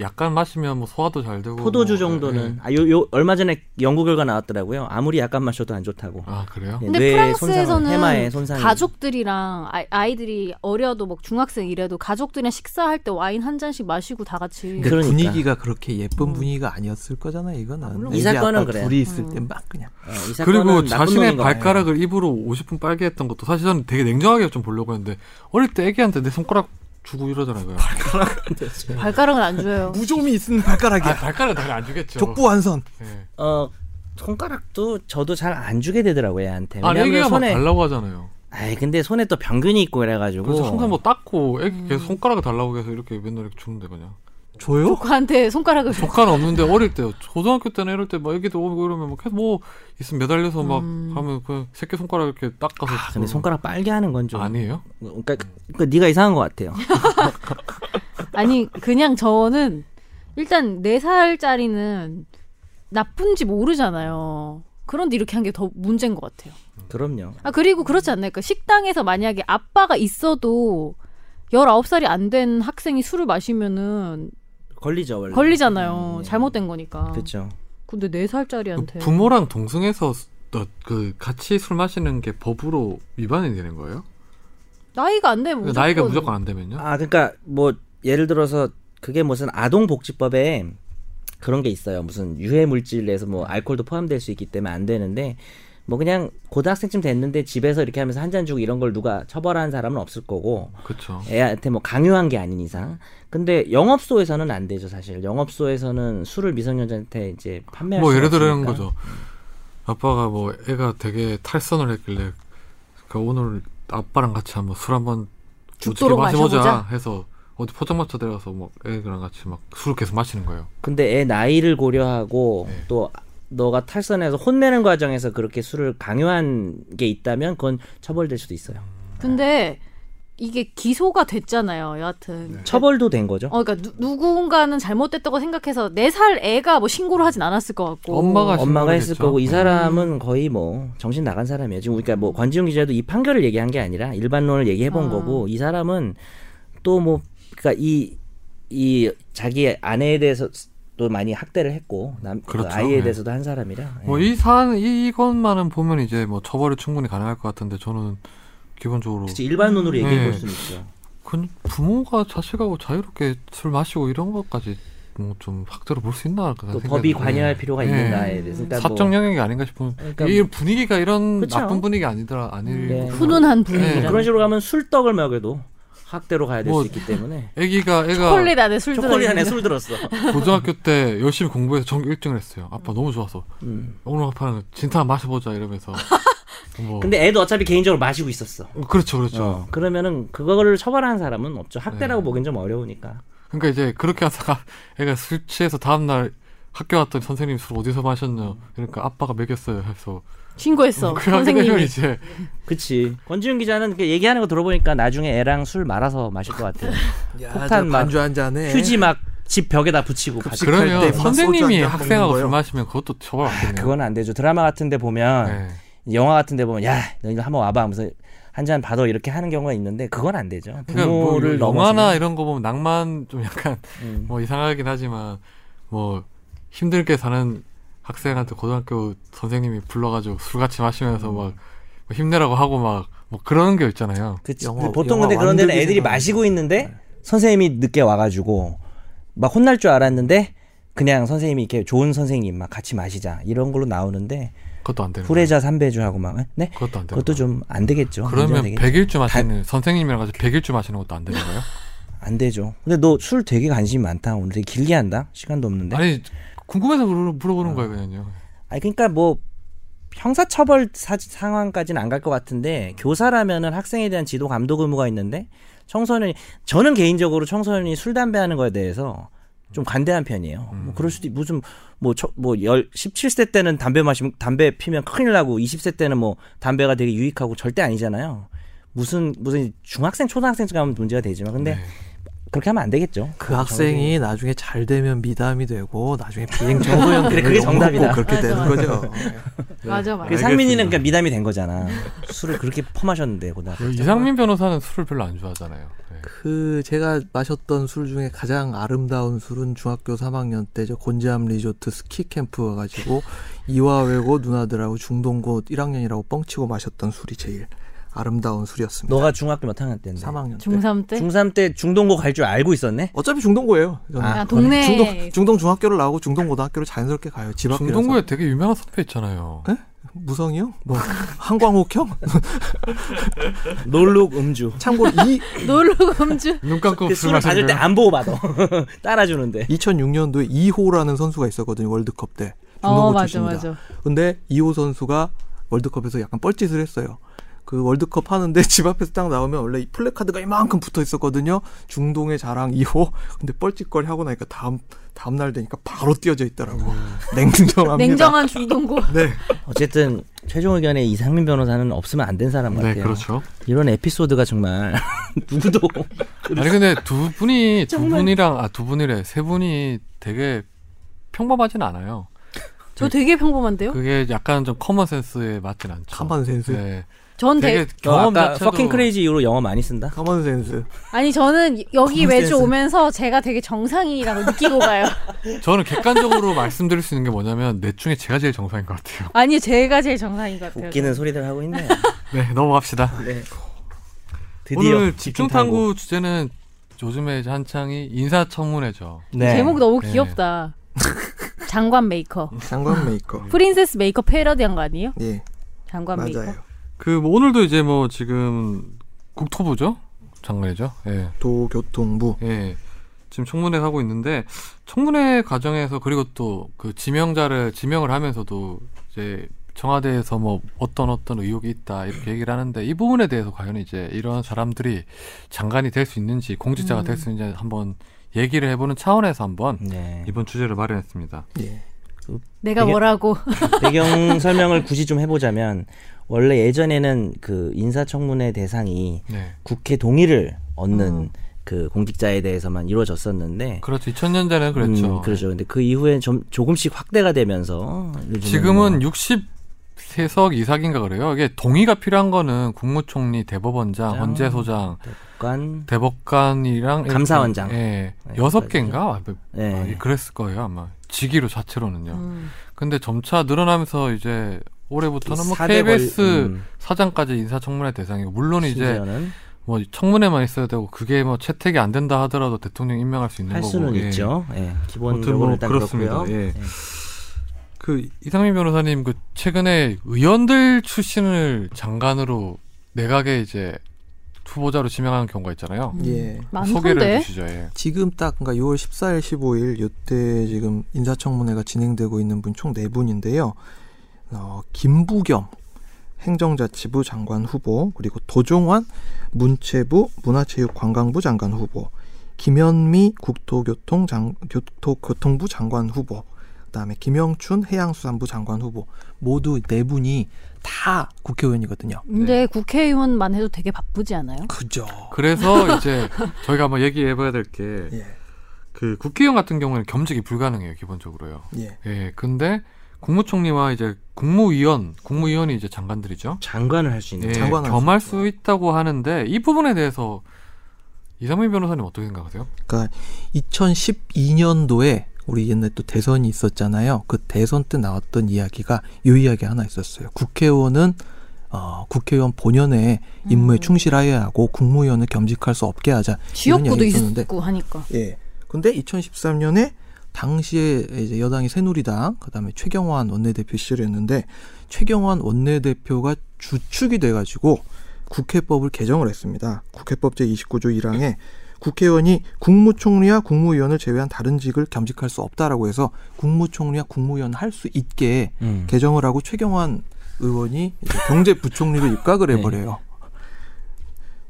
Speaker 1: 약간 마시면 뭐 소화도 잘 되고
Speaker 2: 포도주
Speaker 1: 뭐,
Speaker 2: 정도는
Speaker 1: 예.
Speaker 2: 아 요 요 얼마 전에 연구 결과 나왔더라고요. 아무리 약간 마셔도 안 좋다고.
Speaker 1: 아 그래요?
Speaker 2: 예,
Speaker 4: 근데
Speaker 2: 뇌에 손상을, 해마에
Speaker 4: 프랑스에서는
Speaker 2: 손상이.
Speaker 4: 가족들이랑 아- 아이들이 어려도 뭐 중학생 이래도 가족들이랑 식사할 때 와인 한 잔씩 마시고 다 같이
Speaker 2: 그-
Speaker 3: 근데
Speaker 2: 그러니까.
Speaker 3: 분위기가 그렇게 예쁜
Speaker 4: 음.
Speaker 3: 분위기가 아니었을 거잖아 이거는.
Speaker 2: 이
Speaker 3: 이제
Speaker 2: 사건은
Speaker 3: 아빠
Speaker 2: 그래요.
Speaker 3: 둘이 있을
Speaker 4: 음.
Speaker 3: 때 막 그냥.
Speaker 2: 어, 이 사건은
Speaker 1: 그리고
Speaker 2: 나쁜
Speaker 1: 자신의
Speaker 2: 놈인 거예요.
Speaker 1: 발가락을 입으로 50분 빨게 했던 것도 사실 저는 되게 냉정하게 좀 보려고 했는데 어릴 때 애기한테 내 손가락 주고 이러잖아요. 그냥.
Speaker 4: 발가락은 안 줘요.
Speaker 3: 무좀이 있는 발가락이야.
Speaker 1: 아, 발가락 당연히 안 주겠죠.
Speaker 3: 족부 완선.
Speaker 1: 예.
Speaker 2: 어 손가락도 저도 잘 안 주게 되더라고요 애한테.
Speaker 1: 아니
Speaker 2: 왜냐면
Speaker 1: 애기가
Speaker 2: 손에
Speaker 1: 막 달라고 하잖아요.
Speaker 2: 아이 근데 손에 또 병균이 있고 그래가지고.
Speaker 1: 그래서 항상 뭐 닦고 애기
Speaker 2: 음.
Speaker 1: 계속 손가락을 달라고 해서 이렇게 맨날 이렇게 주는데 그냥.
Speaker 3: 줘요?
Speaker 4: 조카한테 손가락을 줘.
Speaker 1: 조카는 없는데 어릴 때요. 초등학교 때나 이럴 때 막 애기도 오고 이러면 막 계속 뭐 있으면 매달려서 막 하면 그냥 새끼 손가락 이렇게 닦아서.
Speaker 2: 음.
Speaker 1: 뭐.
Speaker 2: 아, 근데 손가락 빨게 하는 건 좀.
Speaker 1: 아니에요?
Speaker 2: 그러니까 그- 그 네가 이상한 것 같아요.
Speaker 4: 아니 그냥 저는 일단 네 살짜리는 나쁜지 모르잖아요. 그런데 이렇게 한 게 더 문제인 것 같아요.
Speaker 2: 그럼요.
Speaker 4: 아 그리고 그렇지 않나요? 그러니까 식당에서 만약에 아빠가 있어도 19살이 안 된 학생이 술을 마시면은
Speaker 2: 걸리죠 원래.
Speaker 4: 걸리잖아요.
Speaker 2: 음, 예.
Speaker 4: 잘못된 거니까. 네
Speaker 2: 그렇죠.
Speaker 4: 근데 4살짜리한테
Speaker 1: 부모랑 동승해서 어, 그 같이 술 마시는 게 법으로 위반이 되는 거예요?
Speaker 4: 나이가 안 되면
Speaker 1: 그러니까 나이가 무조건 안 되면요?
Speaker 2: 아 그러니까 뭐 예를 들어서 그게 무슨 아동복지법에 그런 게 있어요. 무슨 유해 물질에서 뭐 알코올도 포함될 수 있기 때문에 안 되는데 뭐 그냥 고등학생쯤 됐는데 집에서 이렇게 하면서 한 잔 주고 이런 걸 누가 처벌하는 사람은 없을 거고
Speaker 1: 그렇죠.
Speaker 2: 애한테 뭐 강요한 게 아닌 이상. 근데 영업소에서는 안 되죠, 사실. 영업소에서는 술을 미성년자한테 이제 판매할
Speaker 1: 뭐
Speaker 2: 수가
Speaker 1: 예를 들어 이런
Speaker 2: 없으니까.
Speaker 1: 거죠. 아빠가 뭐 애가 되게 탈선을 했길래 그 오늘 아빠랑 같이 한번 술 한번
Speaker 4: 죽도록
Speaker 1: 어떻게
Speaker 4: 마셔보자.
Speaker 1: 해서 어디 포장마차 데려가서 뭐 애랑 같이 막 술을 계속 마시는 거예요.
Speaker 2: 근데 애 나이를 고려하고
Speaker 1: 네.
Speaker 2: 또 너가 탈선해서 혼내는 과정에서 그렇게 술을 강요한 게 있다면 그건 처벌될 수도 있어요.
Speaker 1: 음.
Speaker 4: 근데 이게 기소가 됐잖아요. 여하튼
Speaker 2: 처벌도 된 거죠.
Speaker 4: 어, 그러니까 누, 누군가는 잘못됐다고 생각해서 네 살 애가 뭐 신고를 하진 않았을 것 같고
Speaker 1: 엄마가 하신
Speaker 2: 엄마가 했을
Speaker 1: 거겠죠.
Speaker 2: 거고 이
Speaker 1: 네.
Speaker 2: 사람은 거의 뭐 정신 나간 사람이에요. 지금 그러니까 뭐 권지웅 기자도 이 판결을 얘기한 게 아니라 일반론을 얘기해 본
Speaker 4: 아.
Speaker 2: 거고 이 사람은 또 뭐 그러니까 이 이 자기 아내에 대해서 도 많이 학대를 했고 남그
Speaker 1: 그렇죠.
Speaker 2: 아이에
Speaker 1: 예.
Speaker 2: 대해서도 한 사람이라 예.
Speaker 1: 뭐 이 사안 이- 이것만은 보면 이제 뭐 처벌이 충분히 가능할 것 같은데 저는 기본적으로
Speaker 2: 그치, 일반론으로 얘기해
Speaker 1: 예.
Speaker 2: 볼 수는 있죠.
Speaker 1: 그 부모가 자식하고 자유롭게 술 마시고 이런 것까지 뭐 좀 확대로 볼 수 있나 그런
Speaker 2: 또
Speaker 1: 생각이
Speaker 2: 법이
Speaker 1: 네.
Speaker 2: 관여할 필요가
Speaker 1: 네.
Speaker 2: 있는가에 대해서 그러니까 뭐
Speaker 1: 사적 영향이 아닌가 싶은
Speaker 2: 그러니까
Speaker 1: 이 분위기가 이런
Speaker 2: 그쵸.
Speaker 1: 나쁜 분위기 아니더라 아닐
Speaker 2: 네.
Speaker 4: 훈훈한
Speaker 1: 네.
Speaker 4: 분위기라.
Speaker 2: 그런 식으로 가면 술떡을 먹여도 학대로 가야 될 수
Speaker 1: 뭐-
Speaker 2: 있기 때문에
Speaker 1: 애기가 애가
Speaker 4: 초콜릿 안에 술 들어.
Speaker 2: 초콜릿 안에 술 들었어.
Speaker 1: 고등학교 때 열심히 공부해서 전교 1등을 했어요. 아빠 너무 좋아서
Speaker 2: 음.
Speaker 1: 오늘 아빠는 진탕 마셔보자 이러면서 뭐
Speaker 2: 근데 애도 어차피 개인적으로 마시고 있었어.
Speaker 1: 어, 그렇죠 그렇죠.
Speaker 2: 어, 그러면은 그거를 처벌하는 사람은 없죠. 학대라고
Speaker 1: 네.
Speaker 2: 보긴 좀 어려우니까.
Speaker 1: 그러니까 이제 그렇게 하다가 애가 술 취해서 다음 날 학교 갔더니 선생님 술 어디서 마셨냐 그러니까 아빠가 먹였어요 해서
Speaker 4: 신고했어.
Speaker 1: 뭐 그렇게 하게 되면
Speaker 4: 선생님이.
Speaker 1: 이제
Speaker 2: 그치. 권지윤 기자는 이렇게 얘기하는 거 들어보니까 나중에 애랑 술 말아서 마실 것 같아요.
Speaker 3: 야,
Speaker 2: 폭탄
Speaker 3: 저
Speaker 2: 막
Speaker 3: 반주 한 잔에
Speaker 2: 휴지 막 집 벽에다 붙이고.
Speaker 3: 급식
Speaker 2: 받-
Speaker 1: 네.
Speaker 3: 식할
Speaker 1: 그러면
Speaker 3: 때 소주
Speaker 1: 선생님이
Speaker 3: 한잔
Speaker 1: 학생하고
Speaker 3: 먹는
Speaker 1: 술
Speaker 3: 거예요? 아.
Speaker 1: 마시면 그것도 처벌 안 되네요.
Speaker 2: 그건 안 되죠. 드라마 같은 데 보면,
Speaker 1: 네.
Speaker 2: 영화 같은 데 보면, 야, 너 이거 한번 와봐 하면서 한 잔 받아 이렇게 하는 경우가 있는데, 그건 안 되죠.
Speaker 1: 그러니까 뭐
Speaker 2: 부모를
Speaker 1: 영화나
Speaker 2: 넘어서.
Speaker 1: 이런 거 보면 낭만 좀 약간
Speaker 2: 음.
Speaker 1: 뭐 이상하긴 하지만 뭐 힘들게 사는 학생한테 고등학교 선생님이 불러가지고 술 같이 마시면서
Speaker 2: 음.
Speaker 1: 막뭐 힘내라고 하고 막 뭐 그런 게 있잖아요.
Speaker 2: 그치.
Speaker 3: 영화-
Speaker 2: 보통
Speaker 3: 영화
Speaker 2: 근데 그런 데는
Speaker 3: 완전히
Speaker 2: 애들이
Speaker 3: 생각나요.
Speaker 2: 마시고 있는데, 선생님이 늦게 와가지고, 막 혼날 줄 알았는데, 그냥 선생님이 이렇게 좋은 선생님 막 같이 마시자 이런 걸로 나오는데
Speaker 1: 그것도 안 되는 거예요.
Speaker 2: 후레자 삼배주하고 막 네?
Speaker 1: 그것도 안 되는
Speaker 2: 그것도
Speaker 1: 거예요.
Speaker 2: 좀 안 되겠죠.
Speaker 1: 그러면
Speaker 2: 되겠...
Speaker 1: 100일주 마시는 선생님이랑 같이 100일주 마시는 것도 안 되는 거예요?
Speaker 2: 안 되죠. 근데 너 술 되게 관심이 많다. 오늘 되게 길게 한다. 시간도 없는데. 아니,
Speaker 1: 아니 궁금해서 물어- 물어보는
Speaker 2: 아.
Speaker 1: 거예요, 그냥요.
Speaker 2: 그러니까 뭐 형사처벌 사- 상황까지는 안 갈 것 같은데 교사라면은 학생에 대한 지도 감독 의무가 있는데 청소년이 저는 개인적으로 청소년이 술 담배 하는 거에 대해서 좀 관대한 편이에요.
Speaker 1: 음.
Speaker 2: 뭐 그럴 수도 있- 무슨 뭐뭐열 17세 때는 담배 마시면 담배 피면 큰일 나고 20세 때는 뭐 담배가 되게 유익하고 절대 아니잖아요. 무슨 무슨 중학생 초등학생 가면 문제가 되지만 근데
Speaker 1: 네.
Speaker 2: 그렇게 하면 안 되겠죠.
Speaker 3: 그 학생이 나중에 잘 되면 미담이 되고 나중에 비행 정도형
Speaker 2: 그래, 그게 정답이다.
Speaker 3: 그렇게
Speaker 4: 맞아,
Speaker 3: 되는
Speaker 4: 맞아.
Speaker 3: 거죠.
Speaker 4: 맞아 맞아.
Speaker 2: 그
Speaker 1: 알겠습니다.
Speaker 2: 상민이는 그러니까 미담이 된 거잖아. 술을 그렇게 퍼마셨는데 고등학교.
Speaker 1: 이상민 변호사는 술을 별로 안 좋아하잖아요. 네.
Speaker 3: 그 제가 마셨던 술 중에 가장 아름다운 술은 중학교 3학년 때 저 곤지암 리조트 스키 캠프 가가지고 이화외고 누나들하고 중동고 1학년이라고 뻥치고 마셨던 술이 제일 아름다운 술이었습니다.
Speaker 2: 너가 중학교 몇 학년 때인데?
Speaker 3: 3학년 때.
Speaker 4: 네. 중3 때
Speaker 2: 중삼 때 중동고 갈 줄 알고 있었네.
Speaker 3: 어차피 중동고예요. 저는.
Speaker 2: 아,
Speaker 4: 아, 동네
Speaker 3: 중동 중동 중학교를 나오고 중동 고등학교를 자연스럽게 가요. 집 앞이라서.
Speaker 1: 중동구에 되게 유명한 선배 있잖아요.
Speaker 2: 네?
Speaker 3: 에? 무성이요? 뭐 한광옥형?
Speaker 2: 놀룩 음주.
Speaker 3: 참고로 이
Speaker 4: 놀러금주
Speaker 1: 눈 감고
Speaker 2: 그
Speaker 1: 술
Speaker 2: 술을
Speaker 1: 마시는
Speaker 2: 받을 때 안 보고 받아. 따라주는데.
Speaker 3: 2006년도에 이호라는 선수가 있었거든요. 월드컵 때.
Speaker 4: 어
Speaker 3: 중동고
Speaker 4: 맞아
Speaker 3: 출신이다.
Speaker 4: 맞아
Speaker 3: 근데 이호 선수가 월드컵에서 약간 뻘짓을 했어요. 그 월드컵 하는데 집 앞에서 딱 나오면 원래 이 플래카드가 이만큼 붙어 있었거든요. 중동의 자랑 2호. 근데 뻘짓거리 하고 나니까 다음 다음 날 되니까 바로 띄어져 있더라고. 냉정합니다.
Speaker 4: 냉정한 중동고
Speaker 3: 네.
Speaker 2: 어쨌든 최종 의견에 이상민 변호사는 없으면 안 된 사람 같아요.
Speaker 1: 네, 그렇죠.
Speaker 2: 이런 에피소드가 정말 누구도
Speaker 1: 아니 근데 두 분이 두
Speaker 2: 정말.
Speaker 1: 분이랑 아 두 분이래 세 분이 되게 평범하진 않아요.
Speaker 4: 저 되게 평범한데요?
Speaker 1: 그게 약간 좀 커먼 센스에 맞진 않죠.
Speaker 3: 가만 센스.
Speaker 1: 네.
Speaker 4: 전 대,
Speaker 1: 되게 경험
Speaker 2: 아까
Speaker 1: 자체도
Speaker 2: 퍼킹 크레이지 이후로 영어 많이 쓴다.
Speaker 3: 가만 센스.
Speaker 4: 아니 저는 여기
Speaker 3: 커먼
Speaker 4: 매주
Speaker 3: 센스.
Speaker 4: 오면서 제가 되게 정상인이라고 느끼고 가요.
Speaker 1: 저는 객관적으로 말씀드릴 수 있는 게 뭐냐면 내 중에 제가 제일 정상인 것 같아요.
Speaker 4: 아니 제가 제일 정상인 것 같아요.
Speaker 2: 웃기는 소리들 하고 있네.
Speaker 1: 네, 넘어갑시다.
Speaker 2: 네.
Speaker 1: 오늘 집중 탐구 주제는 요즘에 이제 한창이 인사청문회죠.
Speaker 2: 네.
Speaker 4: 제목 너무
Speaker 1: 네.
Speaker 4: 귀엽다. 장관 메이커.
Speaker 3: 장관
Speaker 4: 음.
Speaker 3: 메이커.
Speaker 4: 프린세스 메이커 패러디한 거 아니에요?
Speaker 3: 예,
Speaker 4: 장관 메이커.
Speaker 3: 맞아요.
Speaker 1: 그뭐 오늘도 이제 뭐 지금 국토부죠? 장관이죠? 예.
Speaker 3: 도교통부.
Speaker 1: 예. 지금 청문회 하고 있는데 청문회 과정에서 그리고 또 그 지명자를 지명을 하면서도 이제 청와대에서 뭐 어떤 어떤 의혹이 있다 이렇게 얘기를 하는데 이 부분에 대해서 과연 이제 이런 사람들이 장관이 될 수 있는지 공직자가 될 수 있는지 한번 얘기를 해보는 차원에서 한번
Speaker 2: 음. 네.
Speaker 1: 이번 주제를 마련했습니다.
Speaker 3: 예.
Speaker 4: 내가
Speaker 2: 되게-
Speaker 4: 뭐라고?
Speaker 2: 배경 설명을 굳이 좀 해보자면 원래 예전에는 그 인사청문회 대상이
Speaker 1: 네.
Speaker 2: 국회 동의를 얻는
Speaker 1: 음.
Speaker 2: 그 공직자에 대해서만 이루어졌었는데
Speaker 1: 그렇죠. 2000년 전에는 그랬죠.
Speaker 2: 음, 그렇죠. 근데 그 이후에 좀 조금씩 확대가 되면서 요즘에는
Speaker 1: 지금은
Speaker 2: 뭐
Speaker 1: 63석 이삭인가 그래요. 이게 동의가 필요한 거는 국무총리, 대법원장,
Speaker 2: 장.
Speaker 1: 헌재소장,
Speaker 2: 약간
Speaker 1: 대법관이랑
Speaker 2: 감사원장.
Speaker 1: 이렇게, 예
Speaker 2: 네,
Speaker 1: 여섯
Speaker 2: 여기까지죠.
Speaker 1: 개인가 뭐 아,
Speaker 2: 네.
Speaker 1: 그랬을 거예요 아마 직위로 자체로는요.
Speaker 4: 음.
Speaker 1: 근데 점차 늘어나면서 이제 올해부터는 뭐
Speaker 2: 사대
Speaker 1: KBS
Speaker 2: 권- 음,
Speaker 1: 사장까지 인사청문회 대상이고 물론 이제
Speaker 2: 심지어는
Speaker 1: 뭐 청문회만 있어야 되고 그게 뭐 채택이 안 된다 하더라도 대통령 임명할 수 있는
Speaker 2: 할
Speaker 1: 거고
Speaker 2: 수는
Speaker 1: 예.
Speaker 2: 있죠. 예.
Speaker 1: 아무튼
Speaker 2: 기본적으로
Speaker 1: 뭐
Speaker 2: 일단
Speaker 1: 그렇습니다.
Speaker 2: 그렇고요.
Speaker 1: 예. 그 이상민 변호사님 그 최근에 의원들 출신을 장관으로 내각에 이제 후보자로 지명하는 경우가 있잖아요.
Speaker 4: 음.
Speaker 3: 예.
Speaker 1: 소개를
Speaker 4: 많던데.
Speaker 1: 해주시죠. 예.
Speaker 3: 지금 딱 그러니까 6월 14일, 15일 요때 지금 인사청문회가 진행되고 있는 분 총 네 분인데요. 어, 김부겸 행정자치부 장관 후보 그리고 도종환 문체부 문화체육관광부 장관 후보 김현미 국토교통 장, 교토교통부 장관 후보 그다음에 김영춘 해양수산부 장관 후보 모두 네 분이 다 국회의원이거든요.
Speaker 4: 근데 국회의원만 해도 되게 바쁘지 않아요?
Speaker 3: 그죠.
Speaker 1: 그래서 이제 저희가 한번 얘기해봐야 될 게 그
Speaker 3: 예.
Speaker 1: 국회의원 같은 경우에는 겸직이 불가능해요 기본적으로요.
Speaker 3: 예.
Speaker 1: 예, 근데 국무총리와 이제 국무위원, 국무위원이 이제 장관들이죠.
Speaker 2: 음, 장관을 할 수 있는
Speaker 1: 예,
Speaker 3: 장관할 수
Speaker 1: 겸할
Speaker 3: 있고요.
Speaker 1: 수 있다고 하는데 이 부분에 대해서 이상민 변호사님 어떻게 생각하세요?
Speaker 3: 그러니까 2012년도에 우리 옛날 또 대선이 있었잖아요. 그 대선 때 나왔던 이야기가 요 이야기 하나 있었어요. 국회의원은 어, 국회의원 본연의 임무에
Speaker 4: 음.
Speaker 3: 충실하여야 하고 국무위원을 겸직할 수 없게 하자.
Speaker 4: 지역구도
Speaker 3: 이런 얘기 있었는데.
Speaker 4: 있었고 하니까.
Speaker 3: 예. 근데 2013년에 당시에 이제 여당이 새누리당, 그다음에 최경환 원내대표 시절이었는데 최경환 원내대표가 주축이 돼가지고 국회법을 개정을 했습니다. 국회법 제29조 1항에 국회의원이 국무총리와 국무위원을 제외한 다른 직을 겸직할 수 없다라고 해서 국무총리와 국무위원 할 수 있게
Speaker 2: 음.
Speaker 3: 개정을 하고 최경환 의원이 이제 경제부총리로 입각을
Speaker 2: 네.
Speaker 3: 해버려요.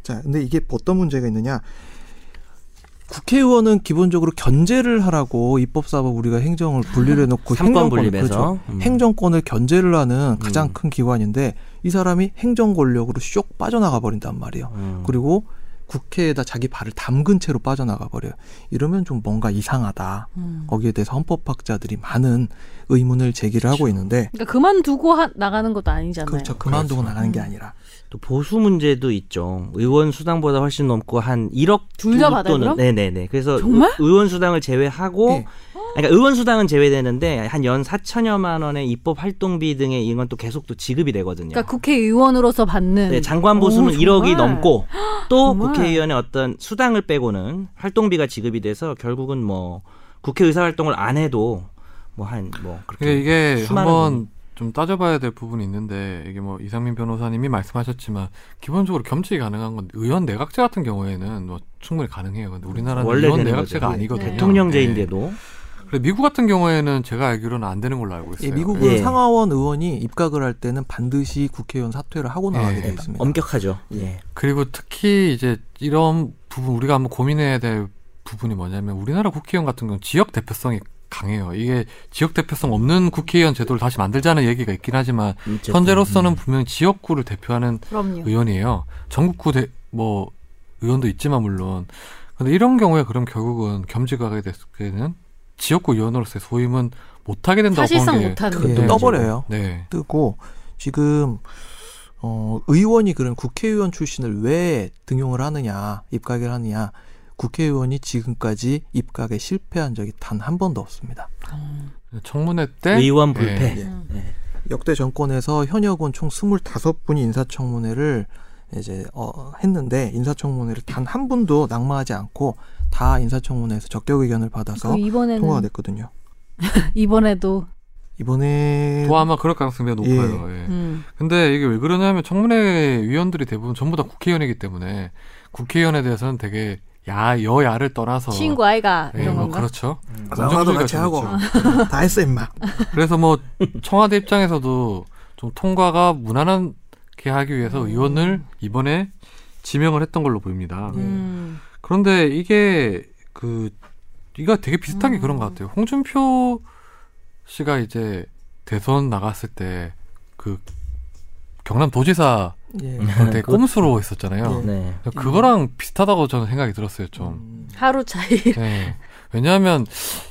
Speaker 3: 자, 근데 이게 어떤 문제가 있느냐? 국회의원은 기본적으로 견제를 하라고 입법사법 우리가 행정을 분리를
Speaker 1: 그
Speaker 3: 해놓고
Speaker 2: 삼권
Speaker 3: 행정권,
Speaker 2: 분립에서
Speaker 3: 그렇죠.
Speaker 2: 음.
Speaker 3: 행정권을 견제를 하는 가장
Speaker 2: 음.
Speaker 3: 큰 기관인데 이 사람이 행정 권력으로 쇽 빠져나가 버린단 말이에요.
Speaker 2: 음.
Speaker 3: 그리고 국회에다 자기 발을 담근 채로 빠져나가 버려요. 이러면 좀 뭔가 이상하다.
Speaker 4: 음.
Speaker 3: 거기에 대해서 헌법학자들이 많은 의문을 제기를 하고 있는데
Speaker 4: 그러니까 그만두고 하- 나가는 것도 아니잖아요.
Speaker 3: 그렇죠. 그만두고 나가는 게
Speaker 4: 음.
Speaker 3: 아니라
Speaker 2: 또 보수 문제도 있죠. 의원 수당보다 훨씬 넘고 한 1억
Speaker 4: 둘다 받아요, 그럼?
Speaker 2: 네네네. 그래서
Speaker 4: 정말? 네.
Speaker 2: 의- 의원 수당을 제외하고
Speaker 3: 예.
Speaker 2: 아니, 그러니까 의원 수당은 제외되는데 한 연 4천여만 원의 입법 활동비 등의 이건 또 계속 또 지급이 되거든요.
Speaker 4: 그러니까 국회의원으로서 받는
Speaker 2: 네, 장관 보수는
Speaker 4: 오, 정말.
Speaker 2: 1억이 넘고 또
Speaker 4: 정말.
Speaker 2: 국회의원의 어떤 수당을 빼고는 활동비가 지급이 돼서 결국은 뭐 국회 의사 활동을 안 해도 뭐 한 뭐
Speaker 1: 그러니까 이게,
Speaker 2: 그렇게
Speaker 1: 이게
Speaker 2: 수많은
Speaker 1: 한번 좀 따져봐야 될 부분이 있는데 이게 뭐 이상민 변호사님이 말씀하셨지만 기본적으로 겸직이 가능한 건 의원 내각제 같은 경우에는 뭐 충분히 가능해요. 근데 우리나라는
Speaker 2: 원래
Speaker 1: 의원
Speaker 2: 되는
Speaker 1: 내각제가
Speaker 2: 거죠. 네.
Speaker 1: 아니거든요. 예.
Speaker 2: 대통령제인데도
Speaker 1: 그래, 미국 같은 경우에는 제가 알기로는 안 되는 걸로 알고
Speaker 3: 예,
Speaker 1: 있어요.
Speaker 3: 미국은
Speaker 2: 예.
Speaker 3: 상하원 의원이 입각을 할 때는 반드시 국회의원 사퇴를 하고 나가게
Speaker 1: 예.
Speaker 3: 되어 있습니다.
Speaker 2: 엄격하죠.
Speaker 1: 네.
Speaker 2: 예.
Speaker 1: 그리고 특히 이제 이런 부분 우리가 한번 고민해야 될 부분이 뭐냐면 우리나라 국회의원 같은 경우 는 지역 대표성이 강해요. 이게 지역 대표성 없는 국회의원 제도를 다시 만들자는 얘기가 있긴 하지만
Speaker 3: 그렇죠. 음.
Speaker 1: 현재로서는 분명히 지역구를 대표하는
Speaker 4: 그럼요.
Speaker 1: 의원이에요. 전국구 대, 뭐 의원도 있지만 물론 근데 이런 경우에 그럼 결국은 겸직하게 됐을 때는 지역구 의원으로서의 소임은 못하게 된다고
Speaker 4: 사실상
Speaker 1: 보는 게
Speaker 4: 못하는
Speaker 3: 그게
Speaker 1: 네.
Speaker 3: 예. 또 떠버려요.
Speaker 1: 네.
Speaker 3: 뜨고 지금 어, 의원이 그런 국회의원 출신을 왜 등용을 하느냐, 입각을 하느냐. 국회의원이 지금까지 입각에 실패한 적이 단 한 번도 없습니다.
Speaker 1: 청문회 때
Speaker 2: 의원 불패.
Speaker 1: 네.
Speaker 4: 음.
Speaker 3: 역대 정권에서 현역은 총 25분이 인사청문회를 이제 어, 했는데 인사청문회를 단 한 분도 낙마하지 않고 다 인사청문회에서 적격 의견을 받아서
Speaker 4: 그
Speaker 3: 통과가
Speaker 4: 이번에는
Speaker 3: 됐거든요.
Speaker 4: 이번에도
Speaker 3: 이번에
Speaker 1: 또 아마 그럴 가능성이 매우 높아요. 예.
Speaker 4: 음.
Speaker 1: 근데 이게 왜 그러냐면 청문회 위원들이 대부분 전부 다 국회의원이기 때문에 국회의원에 대해서는 되게 야 여야를 떠나서
Speaker 4: 친구 아이가
Speaker 1: 예,
Speaker 4: 이런
Speaker 1: 뭐
Speaker 4: 건가?
Speaker 1: 그렇죠.
Speaker 3: 아, 나도 같이 하고
Speaker 2: 그렇죠.
Speaker 3: 다 했어 임마.
Speaker 1: 그래서 뭐 청와대 입장에서도 좀 통과가 무난하게 하기 위해서
Speaker 4: 음.
Speaker 1: 의원을 이번에 지명을 했던 걸로 보입니다.
Speaker 4: 음.
Speaker 1: 그런데 이게 그 이거 되게 비슷한 게
Speaker 4: 음.
Speaker 1: 그런 것 같아요. 홍준표 씨가 이제 대선 나갔을 때 그 경남 도지사
Speaker 3: 예.
Speaker 2: 음,
Speaker 1: 어, 되게 꼼수로 했었잖아요.
Speaker 2: 네.
Speaker 1: 그거랑 비슷하다고 저는 생각이 들었어요, 좀.
Speaker 3: 음.
Speaker 4: 하루 차이.
Speaker 1: 네. 왜냐하면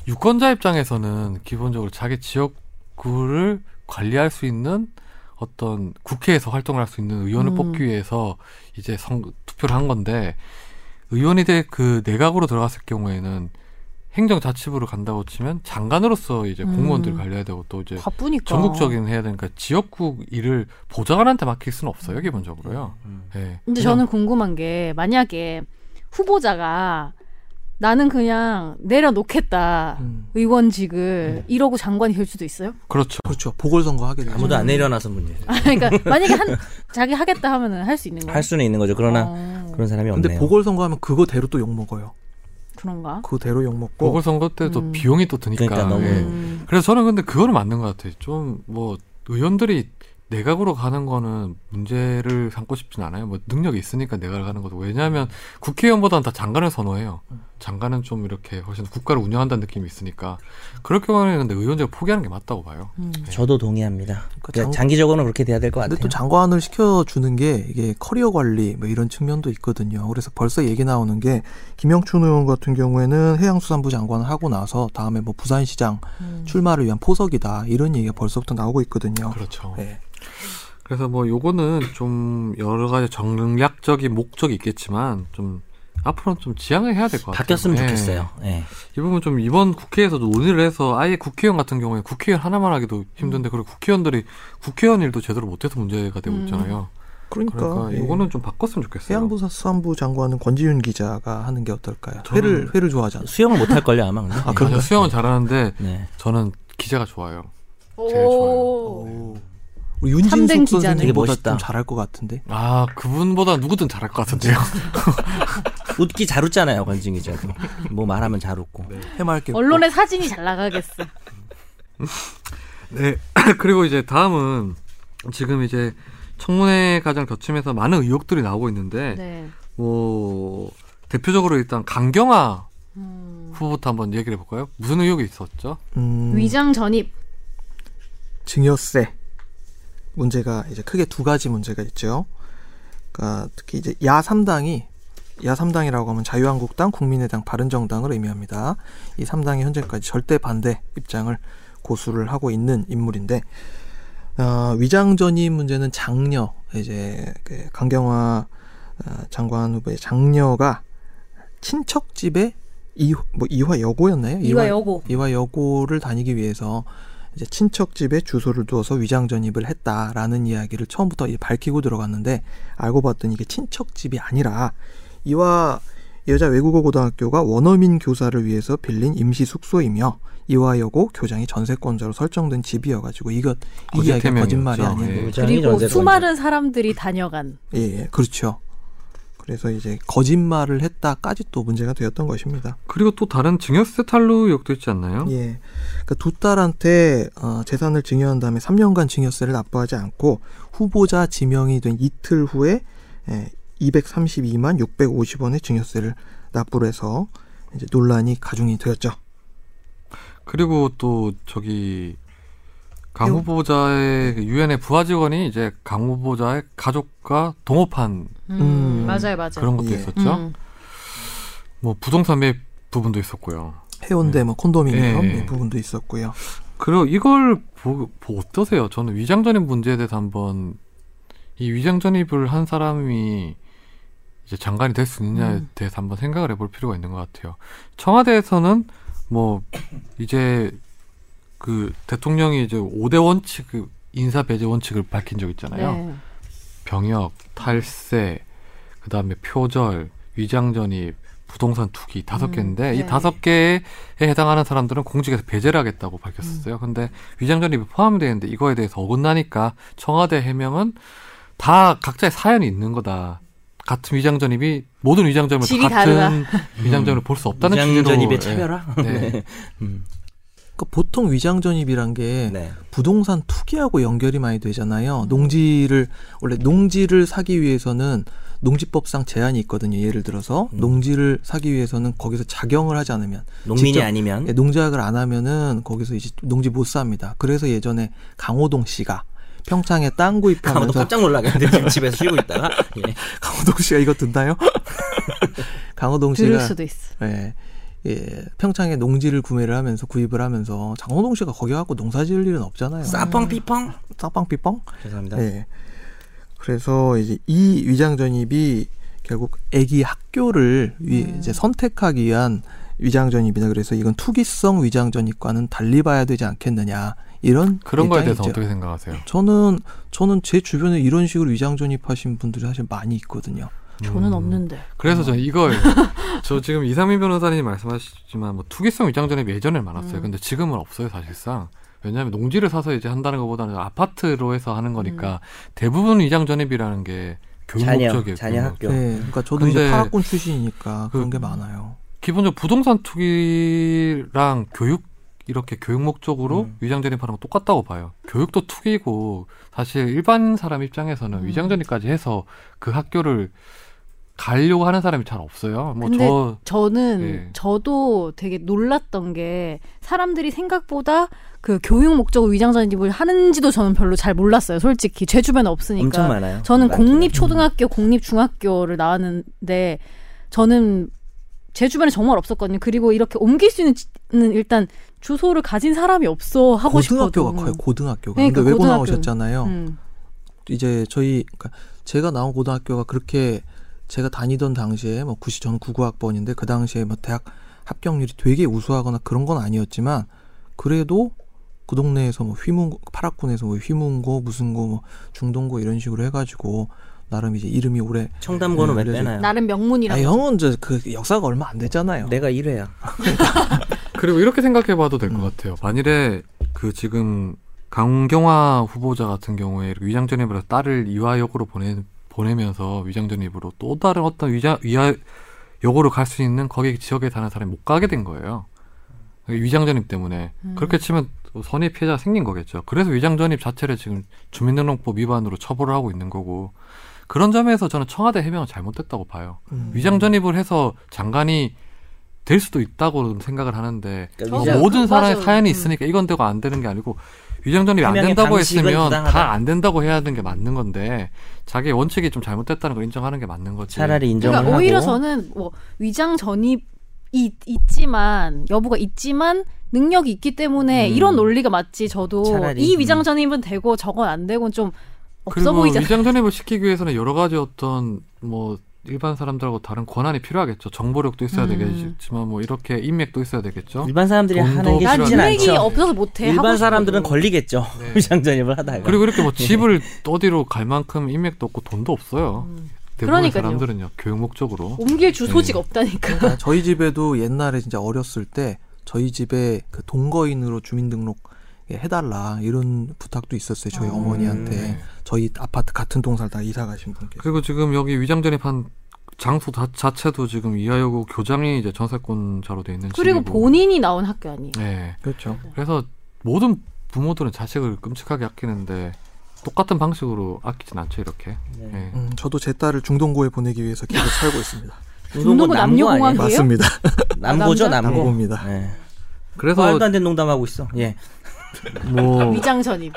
Speaker 1: 유권자 입장에서는 기본적으로 자기 지역구를 관리할 수 있는 어떤 국회에서 활동을 할 수 있는 의원을
Speaker 4: 음.
Speaker 1: 뽑기 위해서 이제 선 투표를 한 건데 의원이 돼 그 내각으로 들어갔을 경우에는 행정자치부로 간다고 치면 장관으로서 이제
Speaker 4: 음. 그렇죠.
Speaker 1: 공무원들을 관리해야 되고 또 이제 네.
Speaker 4: 바쁘니까.
Speaker 1: 전국적인 해야 되니까 지역구 일을 보좌관한테 맡길 수는 없어요 기본적으로요.
Speaker 4: 음.
Speaker 2: 음.
Speaker 1: 예.
Speaker 4: 근데
Speaker 1: 그냥
Speaker 4: 저는 궁금한 게 만약에 후보자가 나는 그냥 내려놓겠다
Speaker 3: 음.
Speaker 4: 의원직을 이러고 장관이 될 수도 있어요?
Speaker 1: 그렇죠.
Speaker 3: 그렇죠. 보궐선거 하게 되죠.
Speaker 2: 아무도 안 내려놔서 문제죠.
Speaker 4: 아, 그러니까 만약에 한 자기 하겠다 하면은 할 수 있는 거예요.
Speaker 2: 할 수는 있는 거죠. 그러나
Speaker 4: 어,
Speaker 2: 그런 사람이
Speaker 3: 근데
Speaker 2: 없네요.
Speaker 3: 보궐선거 하면 그거대로 또 욕 먹어요.
Speaker 4: 그런가?
Speaker 3: 그거대로 욕 먹고
Speaker 1: 보궐선거 때도
Speaker 4: 음.
Speaker 1: 비용이 또 드니까.
Speaker 2: 그러니까 너무
Speaker 1: 예.
Speaker 4: 음.
Speaker 1: 그래서 저는 근데 그거는 맞는 것 같아요. 좀 뭐 의원들이 내각으로 가는 거는 문제를 삼고 싶진 않아요. 뭐 능력이 있으니까 내각을 가는 것도 왜냐하면 국회의원보다는 다 장관을 선호해요. 장관은 좀 이렇게 훨씬 국가를 운영한다는 느낌이 있으니까 그럴 경우에는 근데 의원제를 포기하는 게 맞다고 봐요.
Speaker 4: 음.
Speaker 2: 저도 동의합니다.
Speaker 3: 그러니까
Speaker 2: 네. 그러니까
Speaker 3: 장-
Speaker 2: 장기적으로는 그렇게 돼야 될 것
Speaker 3: 근데
Speaker 2: 같아요.
Speaker 3: 또 장관을 시켜주는 게 이게 커리어 관리 뭐 이런 측면도 있거든요. 그래서 벌써 얘기 나오는 게 김영춘 의원 같은 경우에는 해양수산부 장관을 하고 나서 다음에 뭐 부산시장
Speaker 4: 음.
Speaker 3: 출마를 위한 포석이다 이런 얘기가 벌써부터 나오고 있거든요.
Speaker 1: 그렇죠.
Speaker 3: 네.
Speaker 1: 그래서 뭐 요거는 좀 여러 가지 정략적인 목적이 있겠지만 좀 앞으로는 좀 지양을 해야 될 것 같아요.
Speaker 2: 바뀌었으면
Speaker 1: 예.
Speaker 2: 좋겠어요. 예.
Speaker 1: 이 부분 좀 이번 국회에서 논의를 해서 아예 국회의원 같은 경우에 국회의원 하나만 하기도
Speaker 3: 음.
Speaker 1: 힘든데 그리고 국회의원들이 국회의원 일도 제대로 못해서 문제가 되고
Speaker 4: 음.
Speaker 1: 있잖아요.
Speaker 3: 그러니까,
Speaker 1: 그러니까
Speaker 3: 예.
Speaker 1: 이거는 좀 바꿨으면 좋겠어요.
Speaker 3: 해양수산부 장관은 권지윤 기자가 하는 게 어떨까요?
Speaker 1: 저는-
Speaker 3: 회를 회를 좋아하잖아요.
Speaker 2: 네. 수영을 못 할 걸요 아마. 근데.
Speaker 3: 아,
Speaker 2: 예.
Speaker 3: 그럼-
Speaker 1: 맞아요. 수영은 잘하는데
Speaker 2: 네.
Speaker 1: 저는 기자가 좋아요. 어, 제일
Speaker 4: 오.
Speaker 3: 우리
Speaker 4: 참된 기자네.
Speaker 2: 되게
Speaker 3: 윤진숙 선생님보다
Speaker 2: 멋있다.
Speaker 3: 좀 잘할 것 같은데.
Speaker 1: 아 그분보다 누구든 잘할 것 같은데요.
Speaker 2: 웃기 잘 웃잖아요 권진 기자도. 뭐 말하면 잘 웃고.
Speaker 3: 해맑게 웃고.
Speaker 4: 언론에 사진이 잘 나가겠어.
Speaker 1: 네. 그리고 이제 다음은 지금 이제 청문회 과정 거침에서 많은 의혹들이 나오고 있는데
Speaker 4: 네.
Speaker 1: 뭐 대표적으로 일단 강경화
Speaker 4: 음.
Speaker 1: 후보부터 한번 얘기를 해볼까요? 무슨 의혹이 있었죠?
Speaker 3: 음,
Speaker 4: 위장 전입.
Speaker 3: 증여세 문제가 이제 크게 두 가지 문제가 있죠. 그러니까 특히 이제 야삼당이 야삼당이라고 하면 자유한국당, 국민의당, 바른정당을 의미합니다. 이 삼당이 현재까지 절대 반대 입장을 고수를 하고 있는 인물인데 어, 위장 전입 문제는 장녀 이제 그 강경화 어, 장관 후보의 장녀가 친척 집에 이뭐 이화 여고였나요?
Speaker 4: 이화 여고.
Speaker 3: 이화 여고를 다니기 위해서 이제 친척 집에 주소를 두어서 위장 전입을 했다라는 이야기를 처음부터 이제 밝히고 들어갔는데 알고 봤더니 이게 친척 집이 아니라 이화 여자 외국어 고등학교가 원어민 교사를 위해서 빌린 임시 숙소이며 이화 여고 교장이 전세권자로 설정된 집이어가지고 이것 이 이야기
Speaker 1: 거짓태명이었죠.
Speaker 3: 거짓말이 아닌
Speaker 1: 예.
Speaker 3: 거예요.
Speaker 2: 부장이
Speaker 4: 그리고
Speaker 2: 전세
Speaker 4: 수많은 사람들이 다녀간.
Speaker 3: 예, 예, 그렇죠. 그래서 이제 거짓말을 했다까지 또 문제가 되었던 것입니다.
Speaker 1: 그리고 또 다른 증여세 탈루 의혹도 있지 않나요?
Speaker 3: 예. 그러니까 두 딸한테 어, 재산을 증여한 다음에 3년간 증여세를 납부하지 않고 후보자 지명이 된 이틀 후에 예, 232만 650원의 증여세를 납부를 해서 이제 논란이 가중이 되었죠.
Speaker 1: 그리고 또 저기 강
Speaker 3: 요-
Speaker 1: 후보자의 그 유엔의 부하 직원이 이제 강 후보자의 가족과 동업한
Speaker 4: 음,
Speaker 3: 음.
Speaker 4: 맞아요, 맞아요.
Speaker 1: 그런 것도
Speaker 3: 예.
Speaker 1: 있었죠.
Speaker 4: 음.
Speaker 1: 뭐 부동산 매입 부분도 있었고요.
Speaker 3: 해운대 뭐 콘도미니엄
Speaker 1: 예, 예.
Speaker 3: 이 부분도 있었고요.
Speaker 1: 그리고 이걸 보, 보 어떠세요? 저는 위장전입 문제에 대해서 한번 이 위장전입을 한 사람이 이제 장관이 될 수 있느냐에
Speaker 4: 음.
Speaker 1: 대해서 한번 생각을 해볼 필요가 있는 것 같아요. 청와대에서는 뭐 이제 그 대통령이 이제 5대 원칙 그 인사 배제 원칙을 밝힌 적 있잖아요.
Speaker 4: 네.
Speaker 1: 병역, 탈세, 그 다음에 표절, 위장전입, 부동산 투기 다섯
Speaker 4: 음,
Speaker 1: 개인데 이
Speaker 4: 네.
Speaker 1: 다섯 개에 해당하는 사람들은 공직에서 배제를 하겠다고 밝혔었어요.
Speaker 4: 음.
Speaker 1: 근데 위장전입이 포함되는데 이거에 대해서 어긋나니까 청와대 해명은 다 각자의 사연이 있는 거다. 같은 위장전입이 모든 위장전입을 다
Speaker 4: 질이
Speaker 1: 같은 위장전을 볼 수 없다는 취지로
Speaker 2: 음. 위장전입의
Speaker 1: 예.
Speaker 2: 차별화.
Speaker 1: 네.
Speaker 2: 음.
Speaker 3: 그러니까 보통 위장 전입이란 게
Speaker 2: 네.
Speaker 3: 부동산 투기하고 연결이 많이 되잖아요. 농지를 원래 농지를 사기 위해서는 농지법상 제한이 있거든요. 예를 들어서
Speaker 2: 음.
Speaker 3: 농지를 사기 위해서는 거기서 작용을 하지 않으면
Speaker 2: 농민이
Speaker 3: 직접-
Speaker 2: 아니면
Speaker 3: 예, 농작을 안 하면은 거기서 이제 농지 못 삽니다. 그래서 예전에 강호동 씨가 평창에
Speaker 2: 강호동
Speaker 3: 땅 구입하면서
Speaker 2: 깜짝 놀라겠는데 지금 집에서 쉬고 있다가 예.
Speaker 3: 강호동 씨가 이거 듣나요? 강호동
Speaker 4: 들을
Speaker 3: 씨가
Speaker 4: 수도 있어.
Speaker 3: 예, 예, 평창에 농지를 구매를 하면서 구입을 하면서 장호동 씨가 거기 갖고 농사 지을 일은 없잖아요.
Speaker 2: 싸펑 피펑
Speaker 3: 싹빵 삐빵.
Speaker 2: 죄송합니다.
Speaker 3: 예. 그래서 이제 이 위장 전입이 결국 아기 학교를 위, 이제 선택하기 위한 위장 전입이다. 그래서 이건 투기성 위장 전입과는 달리 봐야 되지 않겠느냐 이런
Speaker 1: 그런 거에 대해서
Speaker 3: 입장이죠.
Speaker 1: 어떻게 생각하세요?
Speaker 3: 저는 저는 제 주변에 이런 식으로 위장 전입하신 분들이 사실 많이 있거든요.
Speaker 4: 저는
Speaker 1: 음.
Speaker 4: 없는데.
Speaker 1: 그래서 저는 이걸 저 지금 이상민 변호사님이 말씀하셨지만 뭐 투기성 위장전입이 예전에 많았어요.
Speaker 4: 음.
Speaker 1: 근데 지금은 없어요 사실상. 왜냐하면 농지를 사서 이제 한다는 것보다는 아파트로 해서 하는 거니까
Speaker 4: 음.
Speaker 1: 대부분 위장전입이라는 게 교육
Speaker 2: 자녀
Speaker 1: 목적이에요.
Speaker 2: 자녀
Speaker 1: 교육.
Speaker 2: 학교.
Speaker 3: 네, 그러니까 저도
Speaker 1: 근데
Speaker 3: 이제 파학군 출신이니까 그런
Speaker 1: 그-
Speaker 3: 게 많아요.
Speaker 1: 기본적으로 부동산 투기랑 교육 이렇게 교육 목적으로
Speaker 2: 음.
Speaker 1: 위장전입하는 건 똑같다고 봐요. 교육도 투기고 사실 일반 사람 입장에서는
Speaker 4: 음.
Speaker 1: 위장전입까지 해서 그 학교를 가려고 하는 사람이 잘 없어요.
Speaker 4: 근데
Speaker 1: 뭐저
Speaker 4: 저는
Speaker 1: 예.
Speaker 4: 저도 되게 놀랐던 게 사람들이 생각보다 그 교육 목적으로 위장전입을 하는지도 저는 별로 잘 몰랐어요. 솔직히 제 주변에 없으니까.
Speaker 2: 엄청 많아요.
Speaker 4: 그러니까 저는
Speaker 2: 많긴 해요.
Speaker 4: 공립
Speaker 3: 음.
Speaker 4: 초등학교, 공립 중학교를 나왔는데 저는 제 주변에 정말 없었거든요. 그리고 이렇게 옮길 수 있는 일단 주소를 가진 사람이 없어 하고
Speaker 3: 고등학교가
Speaker 4: 싶거든.
Speaker 3: 커요. 고등학교가.
Speaker 4: 그러니까
Speaker 3: 근데 외고
Speaker 4: 고등학교는-
Speaker 3: 나오셨잖아요.
Speaker 4: 음.
Speaker 3: 이제 저희 그러니까 제가 나온 고등학교가 그렇게 제가 다니던 당시에 뭐 구시 저는 99학번인데 그 당시에 뭐 대학 합격률이 되게 우수하거나 그런 건 아니었지만 그래도 그 동네에서 뭐 휘문고 파락군에서 뭐 휘문고 무슨고 뭐 중동고 이런 식으로 해가지고 나름 이제 이름이 오래
Speaker 2: 청담고는 왜
Speaker 1: 음,
Speaker 3: 네,
Speaker 2: 빼나요?
Speaker 4: 나름
Speaker 3: 아
Speaker 4: 명문이라. 네.
Speaker 3: 형은 저 그 역사가 얼마 안 되잖아요.
Speaker 2: 내가 1회야.
Speaker 1: 그리고 이렇게 생각해봐도 될 것 같아요. 만일에 그 지금 강경화 후보자 같은 경우에 이렇게 위장전입으로 딸을 이화여고로 보내 보내면서 위장전입으로 또 다른 어떤 위자, 위화여고로 갈 수 있는 거기 지역에 사는 사람이 못 가게 된 거예요. 위장전입 때문에 그렇게 치면 또 선의 피해자 가 생긴 거겠죠. 그래서 위장전입 자체를 지금 주민등록법 위반으로 처벌을 하고 있는 거고 그런 점에서 저는 청와대 해명은 잘못됐다고 봐요.
Speaker 3: 음.
Speaker 1: 위장전입을 해서 장관이 될 수도 있다고 생각을 하는데
Speaker 2: 그러니까
Speaker 1: 뭐
Speaker 2: 위장-
Speaker 1: 모든 사람의
Speaker 4: 맞아요.
Speaker 1: 사연이
Speaker 4: 음.
Speaker 1: 있으니까 이건 되고 안 되는 게 아니고 위장전입이 안
Speaker 2: 해명의
Speaker 1: 된다고
Speaker 2: 방식은
Speaker 1: 했으면 다
Speaker 2: 부당하다.
Speaker 1: 안 된다고 해야 하는 게 맞는 건데 자기 의 원칙이 좀 잘못됐다는 걸 인정하는 게 맞는 거지.
Speaker 2: 차라리 인정을
Speaker 4: 그러니까 오히려
Speaker 2: 하고
Speaker 4: 저는 뭐 위장 전입이 있- 있지만 여부가 있지만 능력이 있기 때문에
Speaker 1: 음.
Speaker 4: 이런 논리가 맞지. 저도
Speaker 2: 차라리,
Speaker 4: 이
Speaker 2: 음.
Speaker 4: 위장 전입은 되고 저건 안 되고는 좀 없어
Speaker 1: 그리고
Speaker 4: 보이잖아.
Speaker 1: 위장전입을 시키기 위해서는 여러 가지 어떤 뭐 일반 사람들하고 다른 권한이 필요하겠죠. 정보력도 있어야
Speaker 4: 음.
Speaker 1: 되겠지만 뭐 이렇게 인맥도 있어야 되겠죠.
Speaker 2: 일반 사람들이
Speaker 1: 돈도
Speaker 2: 하는 게
Speaker 1: 필요하지.
Speaker 4: 난
Speaker 2: 쉽진
Speaker 4: 능력이
Speaker 2: 않죠.
Speaker 4: 없어서 못해. 하고 싶어도.
Speaker 2: 일반 사람들은 걸리겠죠.
Speaker 1: 네.
Speaker 2: 위장전입을 하다가.
Speaker 1: 그리고 이렇게 뭐 집을 어디로 갈 만큼 인맥도 없고 돈도 없어요.
Speaker 4: 음.
Speaker 1: 대부분의
Speaker 4: 그러니까요.
Speaker 1: 사람들은요. 교육 목적으로.
Speaker 4: 옮길
Speaker 2: 음.
Speaker 4: 주소지가 없다니까.
Speaker 3: 그러니까 저희 집에도 옛날에 진짜 어렸을 때 저희 집에 그 동거인으로 주민등록 해달라 이런 부탁도 있었어요 저희
Speaker 4: 아.
Speaker 3: 어머니한테
Speaker 1: 네.
Speaker 3: 저희 아파트 같은 동살 다 이사 가신 분께서
Speaker 1: 그리고 지금 여기 위장전입한 장소 다- 자체도 지금 이하여고 교장이 이제 전세권자로 돼 있는
Speaker 4: 그리고
Speaker 1: 집이고.
Speaker 4: 본인이 나온 학교 아니에요.
Speaker 1: 네.
Speaker 3: 그렇죠.
Speaker 1: 그래서 모든 부모들은 자식을 끔찍하게 아끼는데 똑같은 방식으로 아끼진 않죠 이렇게.
Speaker 2: 네.
Speaker 1: 네.
Speaker 3: 음, 저도 제 딸을 중동고에 보내기 위해서 계속 살고 있습니다.
Speaker 2: 운동은
Speaker 4: 운동은
Speaker 2: 남고 아니에요?
Speaker 4: 남녀공학- 그래요?
Speaker 3: 맞습니다.
Speaker 2: 남고죠
Speaker 4: 남자?
Speaker 2: 남고.
Speaker 3: 남고입니다.
Speaker 2: 예.
Speaker 1: 그래서
Speaker 2: 말도 안 되는 농담하고 있어. 예.
Speaker 1: 뭐
Speaker 4: 위장 전입.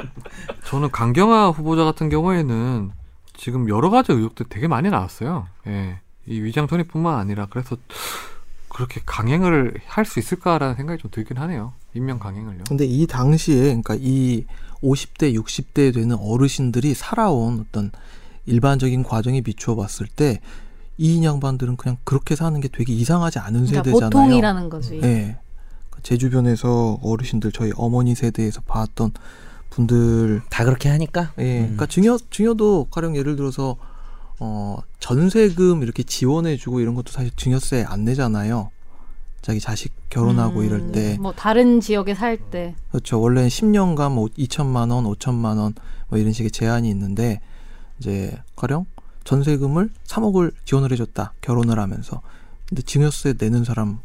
Speaker 1: 저는 강경화 후보자 같은 경우에는 지금 여러 가지 의혹들 되게 많이 나왔어요. 예. 이 위장 전입뿐만 아니라 그래서 그렇게 강행을 할 수 있을까라는 생각이 좀 들긴 하네요. 인명 강행을요.
Speaker 3: 근데 이 당시에 그러니까 이 50대 60대 되는 어르신들이 살아온 어떤 일반적인 과정에 비추어 봤을 때 이인 양반들은 그냥 그렇게 사는 게 되게 이상하지 않은
Speaker 4: 그러니까
Speaker 3: 세대잖아요.
Speaker 4: 보통이라는 거지.
Speaker 3: 예. 제 주변에서 어르신들 저희 어머니 세대에서 봤던 분들
Speaker 2: 다 그렇게 하니까
Speaker 3: 예. 그러니까 증여 증여도 가령 예를 들어서 어 전세금 이렇게 지원해 주고 이런 것도 사실 증여세 안 내잖아요. 자기 자식 결혼하고
Speaker 4: 음,
Speaker 3: 이럴 때
Speaker 4: 뭐 다른 지역에 살 때.
Speaker 3: 그렇죠. 원래는 10년간 뭐 2천만 원, 5천만 원뭐 이런 식의 제한이 있는데 이제 가령 전세금을 3억을 지원을 해줬다 결혼을 하면서 근데 증여세 내는 사람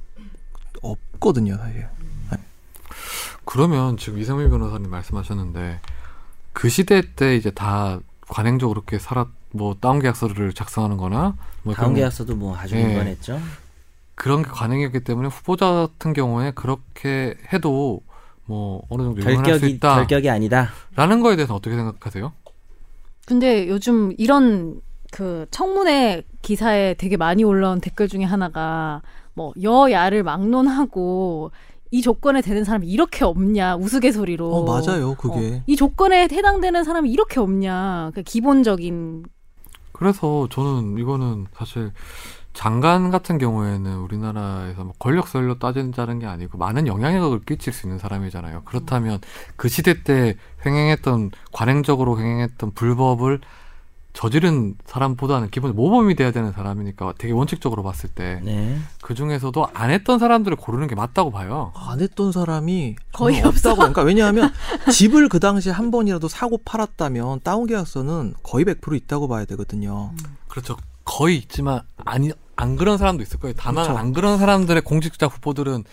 Speaker 3: 없거든요 사실.
Speaker 1: 그러면 지금 이상민 변호사님 말씀하셨는데 그 시대 때 이제 다 관행적으로 이렇게 살았 뭐 다운 계약서를 작성하는 거나 뭐
Speaker 2: 다음
Speaker 1: 그런
Speaker 2: 계약서도 뭐 아주
Speaker 1: 예.
Speaker 2: 민감했죠.
Speaker 1: 그런 게 관행이었기 때문에 후보자 같은 경우에 그렇게 해도 뭐 어느 정도 용납할 수
Speaker 2: 결격이
Speaker 1: 있다라는
Speaker 2: 결격이 아니다.
Speaker 1: 거에 대해서 어떻게 생각하세요?
Speaker 4: 근데 요즘 이런 그 청문회 기사에 되게 많이 올라온 댓글 중에 하나가 뭐 여야를 막론하고 이 조건에 되는 사람이 이렇게 없냐 우스갯소리로.
Speaker 3: 어 맞아요 그게.
Speaker 4: 어, 이 조건에 해당되는 사람이 이렇게 없냐. 그 기본적인
Speaker 1: 그래서 저는 이거는 사실 장관 같은 경우에는 우리나라에서 뭐 권력설로 따진다는 게 아니고 많은 영향력을 끼칠 수 있는 사람이잖아요. 그렇다면 그 시대 때 횡행했던 관행적으로 횡행했던 불법을 저지른 사람보다는 기본 모범이 돼야 되는 사람이니까 되게 원칙적으로 봤을 때 그
Speaker 2: 네.
Speaker 1: 중에서도 안 했던 사람들을 고르는 게 맞다고 봐요.
Speaker 3: 안 했던 사람이
Speaker 4: 거의
Speaker 3: 정말 없다고. 그러니까 왜냐하면 집을 그 당시에 한 번이라도 사고 팔았다면 다운 계약서는 거의 100% 있다고 봐야
Speaker 4: 음.
Speaker 3: 되거든요.
Speaker 1: 그렇죠. 거의 있지만 아니 안 그런 사람도 있을 거예요. 다만
Speaker 3: 그렇죠.
Speaker 1: 안 그런 사람들의 공직자 후보들은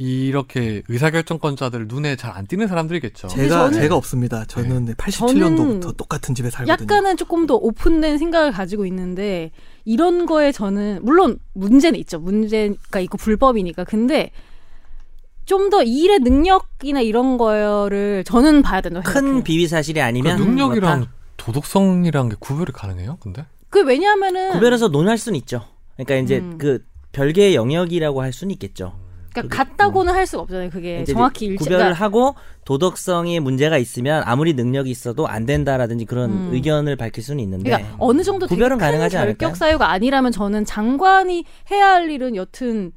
Speaker 1: 이렇게 의사결정권자들 눈에 잘 안 띄는 사람들이겠죠.
Speaker 4: 근데
Speaker 3: 제가
Speaker 4: 저는-
Speaker 3: 제가 없습니다. 저는 87년도부터 똑같은 집에 살거든요.
Speaker 4: 약간은 조금 더 오픈된 생각을 가지고 있는데 이런 거에 저는 물론 문제는 있죠. 문제가 있고 불법이니까. 근데 좀 더 이 일의 능력이나 이런 거를 저는 봐야 된다고
Speaker 2: 큰
Speaker 4: 생각해요.
Speaker 2: 비위 사실이
Speaker 1: 그
Speaker 2: 아니면 뭐
Speaker 1: 능력이랑
Speaker 2: 그렇다.
Speaker 1: 도덕성이란 게 구별이 가능해요? 근데
Speaker 4: 그 왜냐하면은
Speaker 2: 구별해서 논할 수는 있죠. 그러니까 이제
Speaker 4: 음.
Speaker 2: 그 별개의 영역이라고 할 수는 있겠죠.
Speaker 4: 그러니까 같다고는 할 수가 없잖아요. 그게
Speaker 2: 음. 이제
Speaker 4: 정확히
Speaker 2: 이제
Speaker 4: 일치.
Speaker 2: 구별을
Speaker 4: 그러니까
Speaker 2: 하고 도덕성이 문제가 있으면 아무리 능력이 있어도 안 된다라든지 그런
Speaker 4: 음.
Speaker 2: 의견을 밝힐 수는 있는데
Speaker 4: 그러니까 어느 정도 되게
Speaker 2: 네. 구별은
Speaker 4: 큰
Speaker 2: 가능하지 않을까요?
Speaker 4: 결격 사유가 아니라면 저는 장관이 해야 할 일은 여튼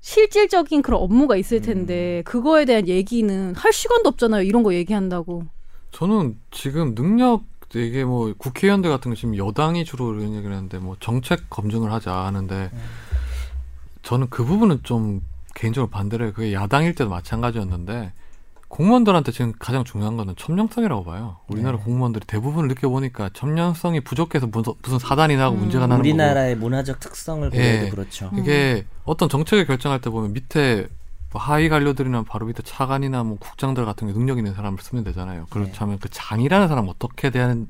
Speaker 4: 실질적인 그런 업무가 있을
Speaker 2: 음.
Speaker 4: 텐데 그거에 대한 얘기는 할 시간도 없잖아요. 이런 거 얘기한다고.
Speaker 1: 저는 지금 능력 이게 뭐 국회의원들 같은 거 지금 여당이 주로 이런 얘기를 하는데 뭐 정책 검증을 하자 하는데 저는 그 부분은 좀 개인적으로 반대를 해요. 그게 야당일 때도 마찬가지였는데 공무원들한테 지금 가장 중요한 거는 첨년성이라고 봐요. 우리나라
Speaker 2: 네.
Speaker 1: 공무원들이 대부분을 느껴보니까 첨년성이 부족해서 무슨, 무슨 사단이 나고
Speaker 4: 음.
Speaker 1: 문제가 나는 거고
Speaker 2: 우리나라의 문화적 특성을 고려해도
Speaker 1: 예.
Speaker 2: 그렇죠.
Speaker 1: 이게 어떤 정책을 결정할 때 보면 밑에 뭐 하위 관료들이나 바로 밑에 차관이나 뭐 국장들 같은 게 능력 있는 사람을 쓰면 되잖아요. 그렇다면
Speaker 2: 네.
Speaker 1: 그 장이라는 사람 어떻게 대한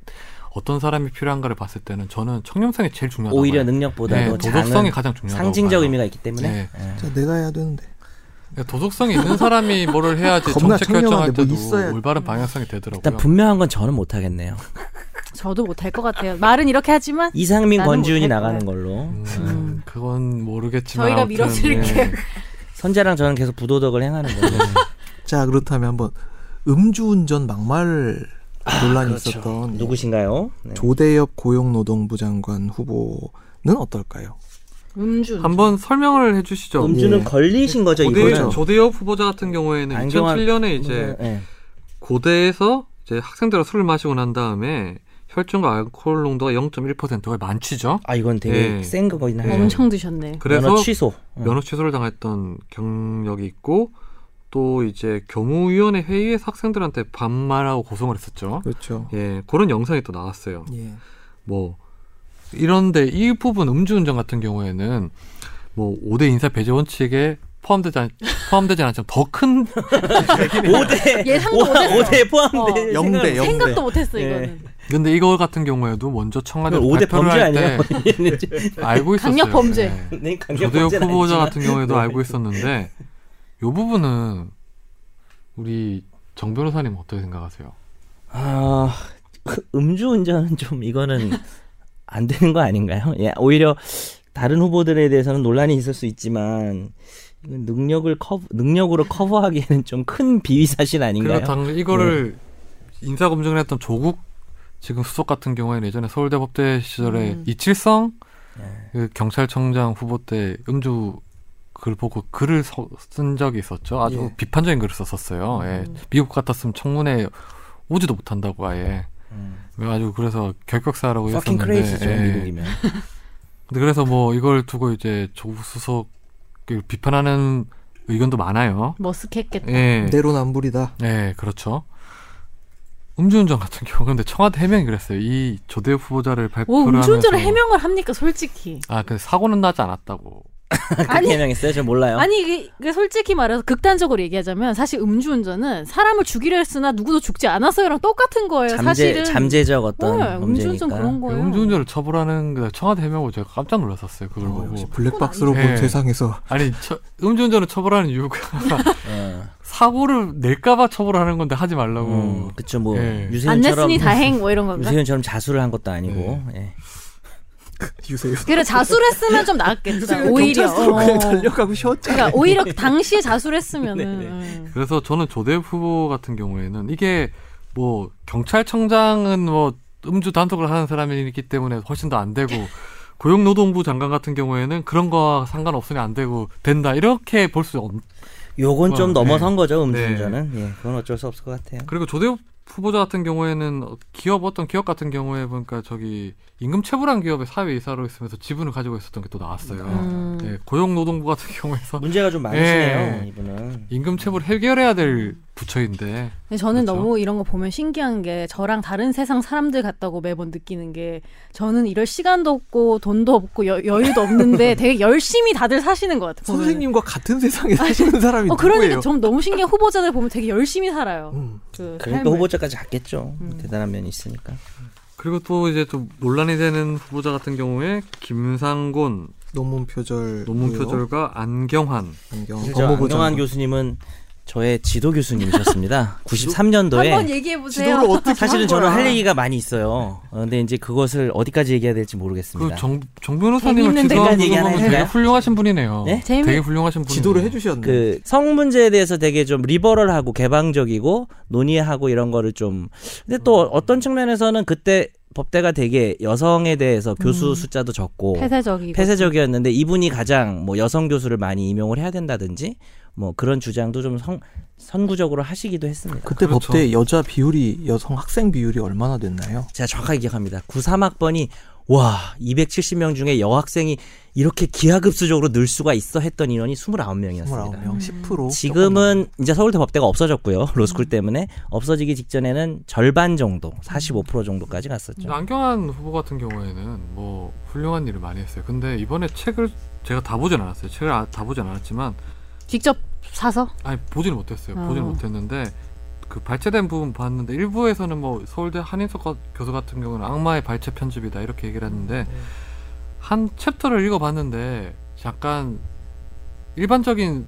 Speaker 1: 어떤 사람이 필요한가를 봤을 때는 저는 청렴성이 제일 중요하다고
Speaker 2: 오히려
Speaker 1: 봐요.
Speaker 2: 능력보다도
Speaker 1: 예,
Speaker 2: 장은
Speaker 1: 도덕성이 가장 중요하다고
Speaker 2: 상징적
Speaker 1: 봐요.
Speaker 2: 의미가 있기 때문에
Speaker 1: 예.
Speaker 2: 예.
Speaker 3: 자, 내가 해야 되는데.
Speaker 1: 그러니까 도덕성이 있는 사람이 뭐를 해야지
Speaker 3: 겁나
Speaker 1: 정책 결정할
Speaker 3: 청렴한데
Speaker 1: 때도
Speaker 3: 뭐 있어야-
Speaker 1: 올바른 방향성이 되더라고요.
Speaker 2: 음. 일단 분명한 건 저는 못하겠네요.
Speaker 4: 저도 못할 것 같아요. 말은 이렇게 하지만
Speaker 2: 이상민
Speaker 4: 나는
Speaker 2: 권지훈이
Speaker 4: 못할
Speaker 2: 나가는
Speaker 4: 거야.
Speaker 2: 걸로
Speaker 1: 음,
Speaker 4: 음.
Speaker 1: 그건 모르겠지만
Speaker 4: 저희가
Speaker 1: 아무튼,
Speaker 4: 밀어드릴게요.
Speaker 1: 예.
Speaker 2: 선재랑 저는 계속 부도덕을 행하는 거예요.
Speaker 1: 네.
Speaker 3: 자 그렇다면 한번 음주운전 막말 논란이
Speaker 2: 그렇죠.
Speaker 3: 있었던
Speaker 2: 누구신가요? 네.
Speaker 3: 조대엽 고용노동부 장관 후보는 어떨까요?
Speaker 4: 음주.
Speaker 1: 한번 설명을 해주시죠.
Speaker 2: 음주는
Speaker 3: 예.
Speaker 2: 걸리신 거죠
Speaker 1: 조대,
Speaker 2: 이거는.
Speaker 3: 그렇죠.
Speaker 1: 조대엽 후보자 같은 경우에는
Speaker 2: 안경환
Speaker 1: 2007년에 이제
Speaker 2: 예.
Speaker 1: 고대에서 이제 학생들과 술을 마시고 난 다음에 혈중과 알코올 농도가 0.1%가 만취죠.
Speaker 2: 아 이건 되게
Speaker 1: 예.
Speaker 2: 센 거긴 하죠.
Speaker 4: 엄청 드셨네.
Speaker 1: 그래서
Speaker 2: 면허 취소. 어.
Speaker 1: 면허 취소를 당했던 경력이 있고 또 이제 교무위원회 회의에서 학생들한테 반말하고 고성을 했었죠.
Speaker 3: 그렇죠.
Speaker 1: 예, 그런 영상이 또 나왔어요.
Speaker 3: 예.
Speaker 1: 뭐 이런데 이 부분 음주운전 같은 경우에는 뭐 5대 인사 배제 원칙에 포함되지 않, 포함되지 않지만 더큰
Speaker 2: 5대
Speaker 4: 예상도 못했어.
Speaker 2: 포함돼.
Speaker 3: 어. 영대, 영대.
Speaker 4: 생각도 못했어
Speaker 2: 예.
Speaker 4: 이거는.
Speaker 1: 근데 이거 같은 경우에도 먼저 청와대 발표를
Speaker 2: 5대 범죄
Speaker 1: 할 때
Speaker 2: 아니에요?
Speaker 1: 알고 있었어요.
Speaker 4: 강력 범죄.
Speaker 1: 예.
Speaker 2: 네, 강력
Speaker 1: 조대혁
Speaker 2: 범죄는
Speaker 1: 후보자
Speaker 2: 아니지만.
Speaker 1: 같은 경우에도
Speaker 2: 네.
Speaker 1: 알고 있었는데 요 부분은 우리 정 변호사님 어떻게 생각하세요?
Speaker 2: 아, 음주 운전은 좀 이거는 안 되는 거 아닌가요? 예, 오히려 다른 후보들에 대해서는 논란이 있을 수 있지만 이건 능력을 커 능력으로 커버하기에는 좀 큰 비위 사실 아닌가요? 네.
Speaker 1: 그러니까 당 이거를 인사 검증을 했던 조국 지금 수석 같은 경우에는 예전에 서울대 법대 시절에
Speaker 4: 음.
Speaker 1: 이칠성
Speaker 2: 예.
Speaker 1: 그 경찰청장 후보 때 음주 글 보고 글을 서- 쓴 적이 있었죠. 아주
Speaker 3: 예.
Speaker 1: 비판적인 글을 썼었어요. 예.
Speaker 4: 음.
Speaker 1: 미국 같았으면 청문회 오지도 못한다고 아예.
Speaker 2: 음.
Speaker 1: 그래가지고 그래서 결격사라고
Speaker 2: fucking
Speaker 1: 했었는데.
Speaker 2: crazy죠
Speaker 1: 예.
Speaker 2: 미국이면.
Speaker 1: 근데 그래서 뭐 이걸 두고 이제 조국 수석을 비판하는 의견도 많아요.
Speaker 4: 머쓱했겠다.
Speaker 1: 예.
Speaker 3: 내로남불이다.
Speaker 1: 네, 그렇죠. 음주운전 같은 경우는 근데 청와대 해명이 그랬어요. 이 조대호 후보자를
Speaker 4: 오,
Speaker 1: 발표를
Speaker 4: 음주운전을
Speaker 1: 하면서-
Speaker 4: 해명을 합니까, 솔직히.
Speaker 1: 아, 그 사고는 나지 않았다고.
Speaker 2: 그렇게 해명했어요? 저 몰라요.
Speaker 4: 아니, 이게- 이게 솔직히 말해서 극단적으로 얘기하자면 사실 음주운전은 사람을 죽이려 했으나 누구도 죽지 않았어요랑 똑같은 거예요,
Speaker 2: 잠재
Speaker 4: 사실은.
Speaker 2: 잠재적 어떤
Speaker 4: 네, 음주운전
Speaker 2: 범죄니까.
Speaker 4: 그런 거예요.
Speaker 1: 음주운전을 처벌하는 그 청와대 해명을 제가 깜짝 놀랐었어요. 그걸
Speaker 3: 어,
Speaker 1: 보고.
Speaker 3: 역시 블랙박스로
Speaker 1: 예.
Speaker 3: 본 세상에서
Speaker 1: 아니, 처- 음주운전을 처벌하는 이유가
Speaker 2: 어.
Speaker 1: 사고를 낼까봐 처벌하는 건데 하지 말라고.
Speaker 2: 음, 그쵸 뭐
Speaker 1: 예.
Speaker 4: 안
Speaker 2: 유세윤처럼
Speaker 4: 냈으니 다행, 뭐 이런 건가?
Speaker 2: 유세윤처럼 자수를 한 것도 아니고. 예.
Speaker 3: 유세요.
Speaker 4: 그래, 자수를 했으면 좀 낫겠다, 오히려.
Speaker 3: 경찰서로 그냥
Speaker 4: 어.
Speaker 3: 달려가고 네, 쉬었잖아.
Speaker 4: 그러니까 오히려 당시에 자수를 했으면은. 음.
Speaker 1: 그래서 저는 조대호 후보 같은 경우에는 이게 뭐 경찰청장은 뭐 음주 단속을 하는 사람이기 때문에 훨씬 더 안 되고 고용노동부 장관 같은 경우에는 그런 거와 상관없으니 안 되고 된다 이렇게 볼 수 없.
Speaker 2: 요건 좀
Speaker 1: 어,
Speaker 2: 넘어선
Speaker 1: 네.
Speaker 2: 거죠 음주운전은. 예, 그건 어쩔 수 없을 것 같아요.
Speaker 1: 그리고 조대호 후보자 같은 경우에는 어, 기업 어떤 기업 같은 경우에 보니까 저기 임금 체불한 기업의 사회 이사로 있으면서 지분을 가지고 있었던 게 또 나왔어요.
Speaker 3: 아,
Speaker 4: 음.
Speaker 3: 네.
Speaker 1: 예, 고용노동부 같은 경우에서
Speaker 2: 문제가 좀 많으시네요
Speaker 1: 예.
Speaker 2: 이분은.
Speaker 1: 임금 체불 해결해야 될 부처인데
Speaker 4: 근데 저는
Speaker 1: 그렇죠.
Speaker 4: 너무 이런 거 보면 신기한 게 저랑 다른 세상 사람들 같다고 매번 느끼는 게 저는 이럴 시간도 없고 돈도 없고 여, 유도 없는데 되게 열심히 다들 사시는 것 같아요. 보면은.
Speaker 3: 네. 선생님과 같은 세상에
Speaker 2: 아,
Speaker 3: 사시는 사람이
Speaker 4: 어
Speaker 3: 누구예요?
Speaker 4: 그러니까 좀 너무 신기한 후보자들 보면 되게 열심히 살아요.
Speaker 3: 음.
Speaker 4: 그
Speaker 2: 그러니까
Speaker 4: 삶을.
Speaker 2: 후보자까지 갔겠죠. 대단한 면이 있으니까.
Speaker 1: 그리고 또 이제 좀 논란이 되는 후보자 같은 경우에 김상곤
Speaker 3: 논문 표절,
Speaker 1: 논문 표절과 안경환
Speaker 3: 안경,
Speaker 2: 그죠.
Speaker 3: 어, 법무부
Speaker 2: 안동환
Speaker 3: 장관.
Speaker 2: 교수님은 저의 지도 교수님이셨습니다. 93년도에
Speaker 4: 한번 얘기해 보세요.
Speaker 3: 지도를 어떻게
Speaker 2: 사실은
Speaker 3: 한
Speaker 2: 저는
Speaker 3: 거야?
Speaker 2: 할 얘기가 많이 있어요. 어, 근데 이제 그것을 어디까지 얘기해야 될지 모르겠습니다. 그,
Speaker 1: 그정 변호사님을
Speaker 4: 재밌는
Speaker 1: 지도하는
Speaker 2: 데까지 얘기
Speaker 1: 거
Speaker 2: 하나
Speaker 1: 보면
Speaker 2: 해요?
Speaker 1: 되게 훌륭하신 분이네요.
Speaker 2: 네?
Speaker 4: 재밌-
Speaker 1: 되게 훌륭하신 분.
Speaker 3: 지도를 해주셨네.
Speaker 2: 그 성 문제에 대해서 되게 좀 리버럴하고 개방적이고 논의하고 이런 거를 좀 근데 또
Speaker 4: 음.
Speaker 2: 어떤 측면에서는 그때 법대가 되게 여성에 대해서 교수
Speaker 4: 음.
Speaker 2: 숫자도 적고
Speaker 4: 폐쇄적이고
Speaker 2: 폐쇄적이었는데 이분이 가장 뭐 여성 교수를 많이 임용을 해야 된다든지 뭐 그런 주장도 좀 성, 선구적으로 하시기도 했습니다.
Speaker 3: 그때
Speaker 1: 그렇죠.
Speaker 3: 법대 여자 비율이 여성 학생 비율이 얼마나 됐나요?
Speaker 2: 제가 정확하게 기억합니다. 93학번이 와 270명 중에 여학생이 이렇게 기하급수적으로 늘 수가 있어 했던 인원이 29명이었습니다.
Speaker 3: 29명, 10%.
Speaker 2: 음. 지금은 이제 서울대 법대가 없어졌고요. 로스쿨 때문에 없어지기 직전에는 절반 정도, 45% 정도까지
Speaker 1: 음.
Speaker 2: 갔었죠.
Speaker 1: 안경환 후보 같은 경우에는 뭐 훌륭한 일을 많이 했어요. 근데 이번에 책을 제가 다 보진 않았어요. 책을 아- 다 보진 않았지만
Speaker 4: 직접 사서
Speaker 1: 아니 보지는 못했어요.
Speaker 4: 어.
Speaker 1: 보지는 못했는데 그 발췌된 부분 봤는데 일부에서는 뭐 서울대 한인석 거- 교수 같은 경우는 악마의 발췌 편집이다 이렇게 얘기를
Speaker 2: 음,
Speaker 1: 했는데
Speaker 2: 네.
Speaker 1: 한 챕터를 읽어봤는데 약간 일반적인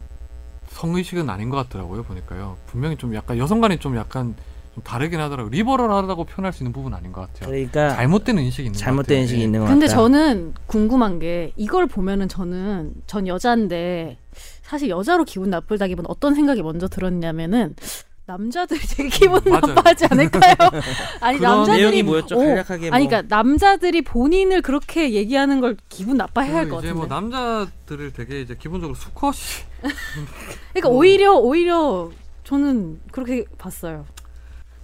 Speaker 1: 성의식은 아닌 것 같더라고요 보니까요 분명히 좀 약간 여성간이 좀 약간 좀 다르긴 하더라고요 리버럴하다고 표현할 수 있는 부분 은 아닌 것 같아요
Speaker 2: 그러니까
Speaker 1: 잘못된 인식이 있는
Speaker 2: 잘못된
Speaker 1: 것 같아요.
Speaker 2: 인식이
Speaker 1: 예.
Speaker 2: 있는 것 같다.
Speaker 4: 근데 저는 궁금한 게 이걸 보면은 저는 전 여자인데 사실 여자로 기분 나쁘다기보다 어떤 생각이 먼저 들었냐면은 남자들이 되게 기분
Speaker 1: 맞아요.
Speaker 4: 나빠하지 않을까요? 아니
Speaker 1: 그런
Speaker 4: 남자들이
Speaker 2: 내용이 뭐였죠?
Speaker 4: 오,
Speaker 2: 간략하게 뭐.
Speaker 4: 아니 그러니까 남자들이 본인을 그렇게 얘기하는 걸 기분 나빠해야 할
Speaker 1: 그리고
Speaker 4: 것 같은데.
Speaker 1: 이제 뭐 남자들을 되게 이제 기본적으로 수컷이
Speaker 4: 그러니까 오히려 오히려 저는 그렇게 봤어요.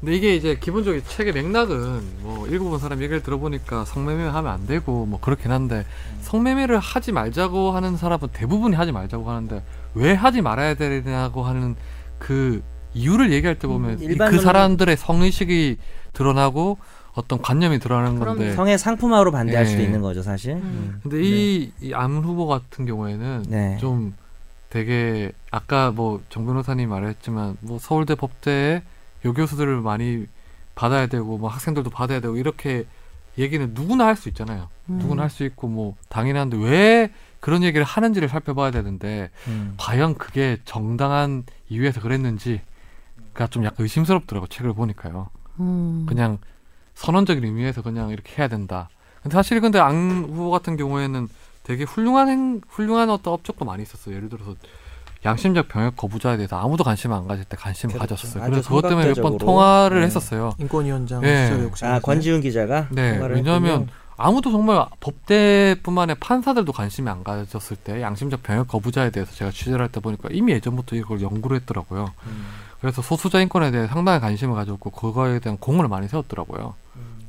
Speaker 1: 근데 이게 이제 기본적인 책의 맥락은 뭐 읽어본 사람 얘기를 들어보니까 성매매 하면 안 되고 뭐 그렇긴 한데
Speaker 2: 음.
Speaker 1: 성매매를 하지 말자고 하는 사람은 대부분이 하지 말자고 하는데 왜 하지 말아야 되냐고 하는 그 이유를 얘기할 때 보면
Speaker 2: 음,
Speaker 1: 이- 그
Speaker 2: 일반적으로-
Speaker 1: 사람들의 성의식이 드러나고 어떤 관념이 드러나는
Speaker 4: 그럼요.
Speaker 1: 건데
Speaker 2: 성의 상품화로 반대할
Speaker 1: 예.
Speaker 2: 수도 있는 거죠, 사실.
Speaker 4: 음.
Speaker 1: 근데 이, 이암 후보 같은 경우에는
Speaker 2: 네.
Speaker 1: 좀 되게 아까 뭐 정 변호사님 말했지만 뭐 서울대 법대에 여교수들을 많이 받아야 되고 뭐 학생들도 받아야 되고 이렇게 얘기는 누구나 할 수 있잖아요.
Speaker 4: 음.
Speaker 1: 누구나 할 수 있고 뭐 당연한데 왜 그런 얘기를 하는지를 살펴봐야 되는데
Speaker 2: 음.
Speaker 1: 과연 그게 정당한 이유에서 그랬는지가 좀 약간 의심스럽더라고 책을 보니까요.
Speaker 4: 음.
Speaker 1: 그냥 선언적인 의미에서 그냥 이렇게 해야 된다. 근데 사실 근데 안 후보 같은 경우에는 되게 훌륭한 행, 훌륭한 어떤 업적도 많이 있었어요. 예를 들어서 양심적 병역 거부자에 대해서 아무도 관심 안 가질 때 관심을
Speaker 2: 그렇죠.
Speaker 1: 가졌어요.
Speaker 2: 아주
Speaker 1: 그래서 그것 때문에 몇 번
Speaker 2: 선각자적으로.
Speaker 1: 통화를
Speaker 2: 네.
Speaker 1: 했었어요.
Speaker 3: 인권위원장
Speaker 1: 예.
Speaker 3: 시절 욕심.
Speaker 2: 아 권지훈 기자가
Speaker 1: 네,
Speaker 2: 통화를
Speaker 1: 왜냐하면
Speaker 2: 했군요.
Speaker 1: 아무도 정말 법대뿐만 아니라 판사들도 관심이 안 가졌을 때 양심적 병역 거부자에 대해서 제가 취재를 할 때 보니까 이미 예전부터 이걸 연구를 했더라고요.
Speaker 2: 음.
Speaker 1: 그래서 소수자 인권에 대해 상당히 관심을 가졌고 그거에 대한 공을 많이 세웠더라고요.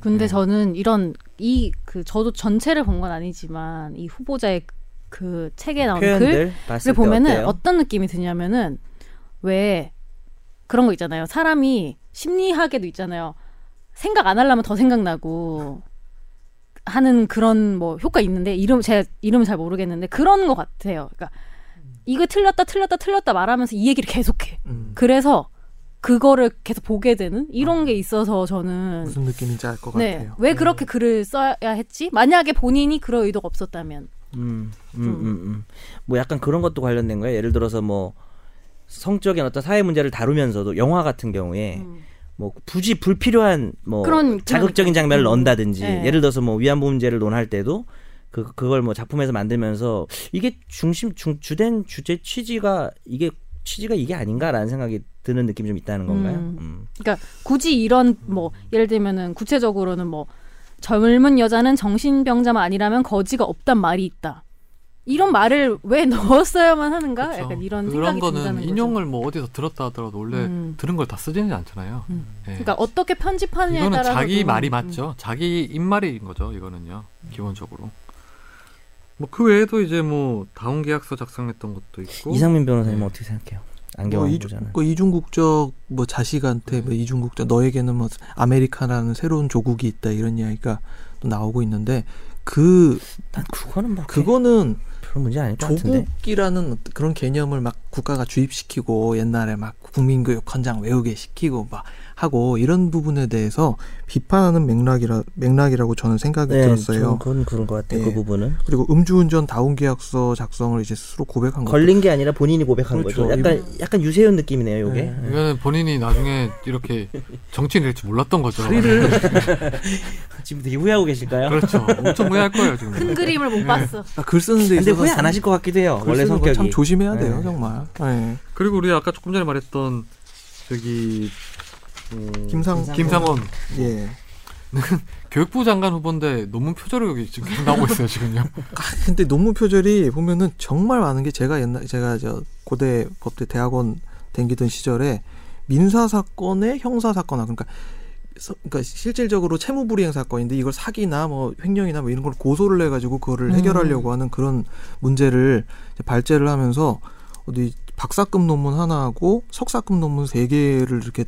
Speaker 4: 근데
Speaker 1: 네.
Speaker 4: 저는 이런 이 그 저도 전체를 본 건 아니지만 이 후보자의 그 책에 나온 글을
Speaker 2: 표현들 봤을 때
Speaker 4: 보면은
Speaker 2: 어때요?
Speaker 4: 어떤 느낌이 드냐면은 왜 그런 거 있잖아요. 사람이 심리학에도 있잖아요. 생각 안 하려면 더 생각나고 하는 그런 뭐 효과 있는데 이름 제 이름 잘 모르겠는데 그런 것 같아요. 그러니까 이거 틀렸다 틀렸다 틀렸다 말하면서 이 얘기를 계속해.
Speaker 3: 음,
Speaker 4: 그래서 그거를 계속 보게 되는
Speaker 1: 아.
Speaker 4: 이런 게 있어서 저는 네.
Speaker 3: 무슨 느낌인지 알 것
Speaker 2: 네.
Speaker 3: 같아요.
Speaker 1: 음.
Speaker 4: 왜 그렇게 글을 써야 했지? 만약에 본인이 그럴 의도가 없었다면.
Speaker 2: 음, 음, 음, 음. 뭐 약간 그런 것도 관련된 거예요. 예를 들어서 뭐 성적인 어떤 사회 문제를 다루면서도 영화 같은
Speaker 1: 네.
Speaker 2: 경우에
Speaker 4: 음.
Speaker 2: 뭐 굳이 불필요한 뭐
Speaker 4: 그런-
Speaker 2: 자극적인
Speaker 4: 그런- 음.
Speaker 2: 장면을 넣는다든지
Speaker 4: 네.
Speaker 2: 예를 들어서 뭐 위안부 문제를 논할 때도 그 그걸 뭐 작품에서 만들면서 이게 중심 중 주된 주제 취지가 이게 취지가 이게 아닌가라는 생각이 드는 느낌이 좀 있다는 건가요?
Speaker 4: 음.
Speaker 2: 음.
Speaker 4: 그러니까 굳이 이런 뭐 예를 들면은 구체적으로는 뭐 젊은 여자는 정신병자만 아니라면 거지가 없단 말이 있다. 이런 말을 왜 넣었어야만 하는가?
Speaker 1: 그쵸.
Speaker 4: 그러니까 약간 이런
Speaker 1: 그런
Speaker 4: 생각이 든다는
Speaker 1: 거는
Speaker 4: 거죠.
Speaker 1: 인용을 뭐 어디서 들었다 하더라도 원래
Speaker 4: 음.
Speaker 1: 들은 걸 다 쓰지는 않잖아요.
Speaker 4: 음.
Speaker 1: 예.
Speaker 4: 그러니까 어떻게 편집하느냐에 음.
Speaker 1: 이거는
Speaker 4: 따라서
Speaker 1: 자기 말이 맞죠. 자기 입말인 거죠. 이거는요.
Speaker 4: 음.
Speaker 1: 기본적으로. 뭐 그 외에도 이제 뭐 다운 계약서 작성했던 것도 있고.
Speaker 2: 이상민 변호사님 은
Speaker 1: 네.
Speaker 2: 어떻게 생각해요?
Speaker 3: 뭐
Speaker 2: 안경을
Speaker 3: 이중,
Speaker 2: 보잖아요.
Speaker 3: 그 이중국적 뭐 자식한테 뭐 이중국적 너에게는 뭐 아메리카라는 새로운 조국이 있다 이런 이야기가 또 나오고 있는데 그
Speaker 2: 난 그거는 뭐 그거
Speaker 3: 그거는
Speaker 2: 별 문제 아닐 것 같은데.
Speaker 3: 조국이라는 어떤 그런 개념을 막 국가가 주입시키고 옛날에 막 국민교육 헌장 외우게 시키고 막 하고 이런 부분에 대해서 비판하는 맥락이라 맥락이라고 저는 생각이 들었어요.
Speaker 2: 저는 네, 그건 그런 것 같아요.
Speaker 3: 예.
Speaker 2: 그 부분은
Speaker 3: 그리고 음주운전 다운 계약서 작성을 이제 스스로 고백한 거죠.
Speaker 2: 걸린 게 아니라 본인이 고백한
Speaker 3: 그렇죠.
Speaker 2: 거죠. 약간 약간 유세윤 느낌이네요. 이게
Speaker 3: 네.
Speaker 1: 이거는 본인이 나중에 이렇게 정치인 될지 몰랐던 거죠.
Speaker 2: 지금 되게 후회하고 계실까요?
Speaker 1: 그렇죠. 엄청 후회할 거예요 지금.
Speaker 4: 큰 그림을
Speaker 1: 네.
Speaker 4: 못 봤어.
Speaker 3: 아, 글 쓰는데
Speaker 2: 근데
Speaker 3: 있어서
Speaker 2: 후회 안 하실 것 같기도 해요.
Speaker 3: 글
Speaker 2: 원래
Speaker 3: 쓰는 거
Speaker 2: 성격이
Speaker 3: 참 조심해야 돼요,
Speaker 2: 네.
Speaker 3: 정말. 네.
Speaker 1: 그리고 우리 아까 조금 전에 말했던 저기 음,
Speaker 3: 김상
Speaker 2: 아, 네.
Speaker 1: 김상원
Speaker 3: 예.
Speaker 1: 교육부 장관 후보인데 논문 표절이 지금 계속 나오고 있어요 지금요.
Speaker 3: 아, 근데 논문 표절이 보면은 정말 많은 게 제가 옛날 제가 저 고대 법대 대학원 댕기던 시절에 민사 사건에 형사 사건아 그러니까 서- 그러니까 실질적으로 채무불이행 사건인데 이걸 사기나 뭐 횡령이나 뭐 이런 걸 고소를 해가지고 그거를 해결하려고 하는 그런 문제를 이제 발제를 하면서 어디 박사급 논문 하나하고 석사급 논문 세 개를 이렇게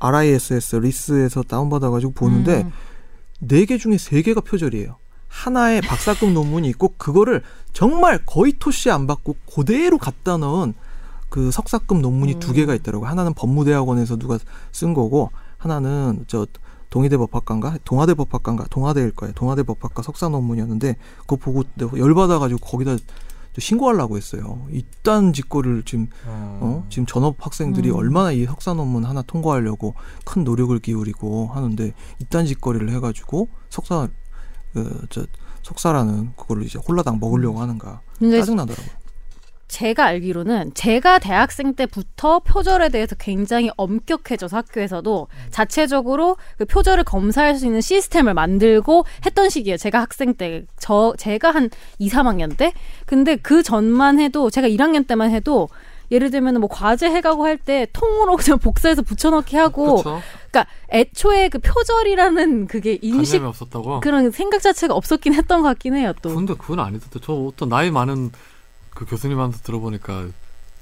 Speaker 3: RISS 리스에서 다운받아가지고 보는데
Speaker 4: 음.
Speaker 3: 네 개 중에 세 개가 표절이에요. 하나의 박사급 논문이 있고 그거를 정말 거의 토시 안 받고 그대로 갖다 넣은 그 석사급 논문이
Speaker 4: 음.
Speaker 3: 두 개가 있더라고요. 하나는 법무대학원에서 누가 쓴 거고 하나는 저 동의대 법학과인가 동아대 법학과인가 동아대일 거예요. 동아대 법학과 석사 논문이었는데 그거 보고 내가 열받아가지고 거기다 저 신고하려고 했어요. 이딴 짓거리를 지금 어? 지금 전업 학생들이
Speaker 4: 음.
Speaker 3: 얼마나 이 석사 논문 하나 통과하려고 큰 노력을 기울이고 하는데 이딴 짓거리를 해가지고 석사 그, 저 석사라는 그걸 이제 홀라당 먹으려고 하는가
Speaker 4: 근데
Speaker 3: 짜증나더라고. 요
Speaker 4: 제가 알기로는 제가 대학생 때부터 표절에 대해서 굉장히 엄격해져서 학교에서도
Speaker 1: 음.
Speaker 4: 자체적으로 그 표절을 검사할 수 있는 시스템을 만들고 했던 시기예요. 제가 학생 때, 저 제가 한 2, 3학년 때. 근데 그 전만 해도 제가 1학년 때만 해도 예를 들면 뭐 과제 해가고 할 때 통으로 그냥 복사해서 붙여넣기 하고
Speaker 1: 그렇죠.
Speaker 4: 그러니까 애초에 그 표절이라는 그게 인식
Speaker 1: 관념이 없었다고.
Speaker 4: 그런 생각 자체가 없었긴 했던 것 같긴 해요. 또
Speaker 1: 근데 그건 아니던데 저 어떤 나이 많은 그 교수님한테 들어보니까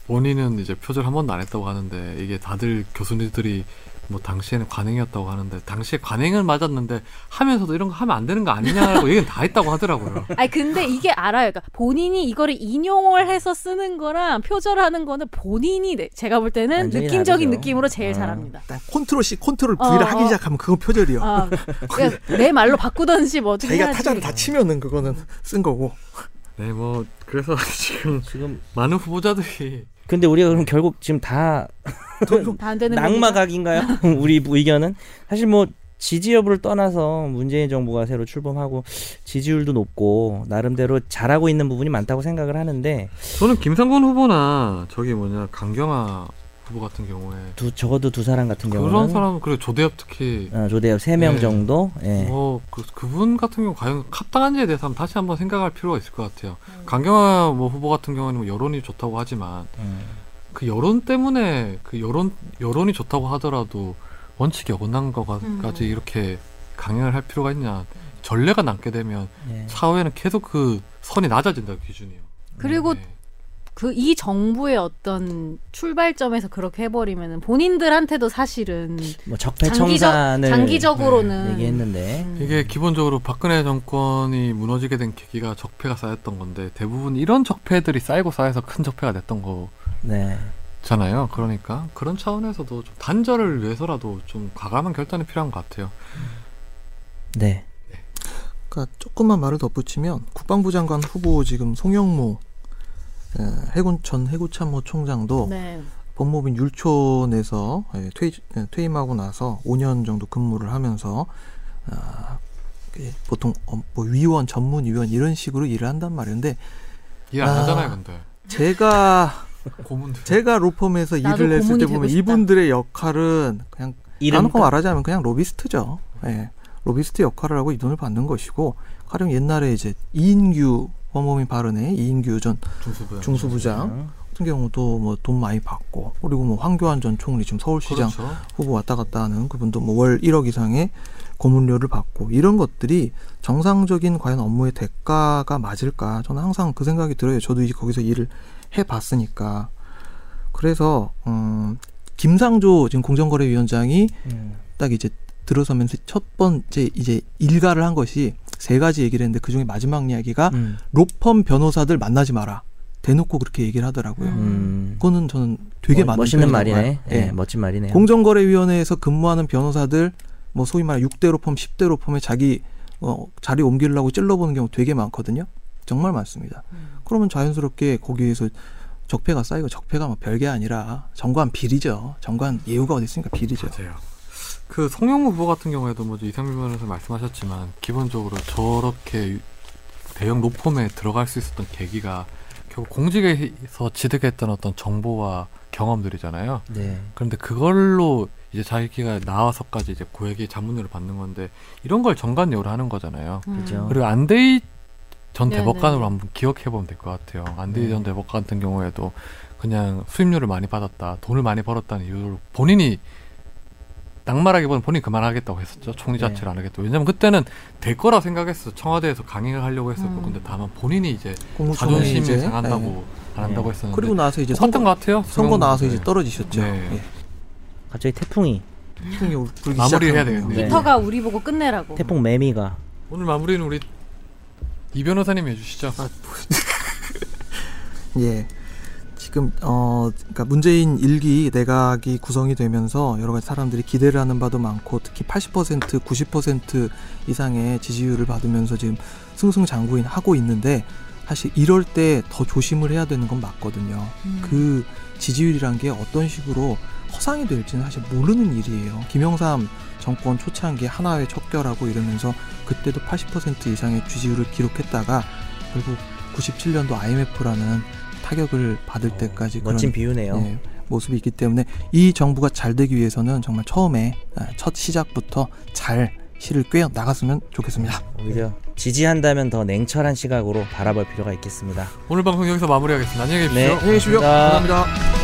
Speaker 1: 본인은 이제 표절 한 번도 안 했다고 하는데 이게 다들 교수님들이 뭐 당시에는 관행이었다고 하는데 당시에 관행은 맞았는데 하면서도 이런 거 하면 안 되는 거 아니냐고 얘기는 다 했다고 하더라고요.
Speaker 4: 아니 근데 이게 알아요. 그러니까 본인이 이거를 인용을 해서 쓰는 거랑 표절하는 거는 본인이 내- 제가 볼 때는
Speaker 2: 완전히
Speaker 4: 느낌적인
Speaker 2: 다르죠.
Speaker 4: 느낌으로 제일
Speaker 2: 아.
Speaker 4: 잘합니다.
Speaker 3: 컨트롤 C, 컨트롤 V를
Speaker 4: 어,
Speaker 3: 하기
Speaker 4: 어.
Speaker 3: 시작하면 그건 표절이요.
Speaker 4: 아, 그냥 내 말로 바꾸던지 뭐 어떻게
Speaker 3: 자기가
Speaker 4: 해야지.
Speaker 3: 타자를 다 치면은 그거는 쓴 거고.
Speaker 1: 네, 뭐 그래서 지금
Speaker 2: 지금
Speaker 1: 많은 후보자들이
Speaker 2: 근데 우리가 그럼 결국 지금 다
Speaker 4: 다안 되는 분이다.
Speaker 2: 낙마각인가요? 우리 의견은 사실 뭐 지지 여부를 떠나서 문재인 정부가 새로 출범하고 지지율도 높고 나름대로 잘하고 있는 부분이 많다고 생각을 하는데
Speaker 1: 저는 김상곤 후보나 저기 뭐냐 강경화 후보 같은 경우에
Speaker 2: 두, 적어도 두 사람 같은 경우는
Speaker 1: 그런 사람 그리고 조대엽 특히
Speaker 2: 어, 조대엽 세 명
Speaker 1: 네.
Speaker 2: 정도 예.
Speaker 1: 뭐 그, 그분 같은 경우 과연 합당한지에 대해서 한번 다시 한번 생각할 필요가 있을 것 같아요. 강경화 뭐 후보 같은 경우는 뭐 여론이 좋다고 하지만
Speaker 2: 음.
Speaker 1: 그 여론 때문에 그 여론 여론이 좋다고 하더라도 원칙이 어긋난 것까지
Speaker 4: 음.
Speaker 1: 이렇게 강행을 할 필요가 있냐? 전례가 남게 되면
Speaker 3: 네.
Speaker 2: 예.
Speaker 1: 사회는 계속 그 선이 낮아진다 기준이요.
Speaker 4: 그리고
Speaker 1: 네.
Speaker 4: 그 이 정부의 어떤 출발점에서 그렇게 해버리면 본인들한테도 사실은
Speaker 2: 뭐 적폐청산을
Speaker 4: 장기적으로는
Speaker 2: 네. 얘기했는데
Speaker 4: 음.
Speaker 1: 이게 기본적으로 박근혜 정권이 무너지게 된 계기가 적폐가 쌓였던 건데 대부분 이런 적폐들이 쌓이고 쌓여서 큰 적폐가 됐던
Speaker 2: 네.
Speaker 1: 거잖아요. 그러니까 그런 차원에서도 좀 단절을 위해서라도 좀 과감한 결단이 필요한 것 같아요.
Speaker 2: 네.
Speaker 3: 그러니까 조금만 말을 덧붙이면 국방부 장관 후보 지금 송영무 에, 해군 전 해군참모 총장도
Speaker 4: 네.
Speaker 3: 법무부인 율촌에서 예, 퇴, 예, 퇴임하고 나서 5년 정도 근무를 하면서 아, 그 보통 어, 뭐 위원 전문 위원 이런 식으로 일을 한단 말이에요. 근데
Speaker 1: 이해 안
Speaker 3: 아.
Speaker 1: 하잖아요, 근데
Speaker 3: 제가
Speaker 1: 고문들.
Speaker 3: 제가 로펌에서
Speaker 4: 나도
Speaker 3: 일을 했을
Speaker 4: 고문이
Speaker 3: 때
Speaker 4: 되고
Speaker 3: 보면
Speaker 4: 싶다.
Speaker 3: 이분들의 역할은 그냥
Speaker 2: 이름
Speaker 3: 나놓고 말하자면 그냥 로비스트죠. 예. 로비스트 역할을 하고 이 돈을 받는 것이고 가령 옛날에 이제 이인규 법무부인 발언에 이인규 전
Speaker 1: 중수부장.
Speaker 3: 중수부장
Speaker 1: 네.
Speaker 3: 같은 경우도 뭐 돈 많이 받고 그리고 뭐 황교안 전 총리 지금 서울시장
Speaker 1: 그렇죠.
Speaker 3: 후보 왔다 갔다 하는 그분도 뭐 월 1억 이상의 고문료를 받고 이런 것들이 정상적인 과연 업무의 대가가 맞을까 저는 항상 그 생각이 들어요. 저도 이제 거기서 일을 해봤으니까 그래서 음, 김상조 지금 공정거래위원장이
Speaker 2: 음.
Speaker 3: 딱 이제 들어서면서 첫 번째 이제 일가를 한 것이 세 가지 얘기를 했는데 그 중에 마지막 이야기가
Speaker 2: 음.
Speaker 3: 로펌 변호사들 만나지 마라 대놓고 그렇게 얘기를 하더라고요.
Speaker 4: 음.
Speaker 2: 음.
Speaker 3: 그거는 저는 뭐, 되게
Speaker 2: 멋-
Speaker 3: 많은
Speaker 2: 멋있는
Speaker 3: 표현인
Speaker 2: 말이네.
Speaker 3: 거예요.
Speaker 2: 예,
Speaker 3: 예.
Speaker 2: 멋진 말이네요.
Speaker 3: 공정거래위원회에서 근무하는 변호사들 뭐 소위 말해 6대 로펌, 10대 로펌에 자기 어, 자리 옮기려고 찔러보는 경우 되게 많거든요. 정말 많습니다. 그러면 자연스럽게 거기에서 적폐가 쌓이고 적폐가 뭐 별게 아니라 정관 비리죠. 정관 예우가 어디 있습니까? 비리죠.
Speaker 1: 맞아요. 그 송영무 후보 같은 경우에도 뭐 이상민 변호사 말씀하셨지만 기본적으로 저렇게 유- 대형 로펌에 들어갈 수 있었던 계기가 결국 공직에서 취득했던 어떤 정보와 경험들이잖아요.
Speaker 2: 네.
Speaker 1: 그런데 그걸로 이제 자기가 나와서까지 이제 고액의 자문료를 받는 건데 이런 걸 정관료를 하는 거잖아요.
Speaker 4: 음.
Speaker 2: 그죠.
Speaker 1: 그리고 안대희 전
Speaker 4: 네,
Speaker 1: 대법관으로
Speaker 4: 네.
Speaker 1: 한번 기억해 보면 될 것 같아요.
Speaker 3: 네.
Speaker 1: 안대희
Speaker 2: 음.
Speaker 1: 전 대법관 같은 경우에도 그냥 수임료를 많이 받았다, 돈을 많이 벌었다는 이유로 본인이 낙마라기보다는 본인이 그만하겠다고 했었죠. 총리
Speaker 2: 네.
Speaker 1: 자체를 안 하겠다. 왜냐면 그때는 될 거라 생각했어. 청와대에서 강행을 하려고 했었고,
Speaker 4: 음.
Speaker 1: 근데 다만 본인이 이제
Speaker 3: 공무총에
Speaker 1: 자존심이
Speaker 3: 이제,
Speaker 1: 상한다고
Speaker 3: 예.
Speaker 1: 안 한다고 했었는데.
Speaker 3: 그리고 나서 이제
Speaker 1: 똑같은
Speaker 3: 선거,
Speaker 1: 것 같아요.
Speaker 3: 선거 나와서
Speaker 1: 네.
Speaker 3: 이제 떨어지셨죠.
Speaker 1: 네.
Speaker 2: 갑자기 태풍이
Speaker 3: 예. 풍이 울- 불기
Speaker 1: 마무리를 해야
Speaker 3: 시작하거든요.
Speaker 2: 되겠네요.
Speaker 4: 터가 우리 보고 끝내라고.
Speaker 2: 태풍 매미가
Speaker 1: 오늘 마무리는 우리 이 변호사님 해주시죠.
Speaker 3: 아. 예. 지금 어 그러니까 문재인 일기 내각이 구성이 되면서 여러 가지 사람들이 기대를 하는 바도 많고 특히 80% 90% 이상의 지지율을 받으면서 지금 승승장구인 하고 있는데 사실 이럴 때 더 조심을 해야 되는 건 맞거든요.
Speaker 4: 음.
Speaker 3: 그 지지율이란 게 어떤 식으로 허상이 될지는 사실 모르는 일이에요. 김영삼 정권 초창기에 하나의 척결하고 이러면서 그때도 80% 이상의 지지율을 기록했다가 결국 97년도 IMF라는 타격을 받을
Speaker 2: 어,
Speaker 3: 때까지 그런
Speaker 2: 멋진 비유네요.
Speaker 3: 예, 모습이 있기 때문에 이 정부가 잘 되기 위해서는 정말 처음에 아, 첫 시작부터 잘 실을 꿰어 나갔으면 좋겠습니다.
Speaker 2: 오히려 지지한다면 더 냉철한 시각으로 바라볼 필요가 있겠습니다.
Speaker 1: 오늘 방송 여기서 마무리하겠습니다. 안녕히 계십시오.
Speaker 2: 네. 안녕히 계십시오. 감사합니다.
Speaker 3: 감사합니다.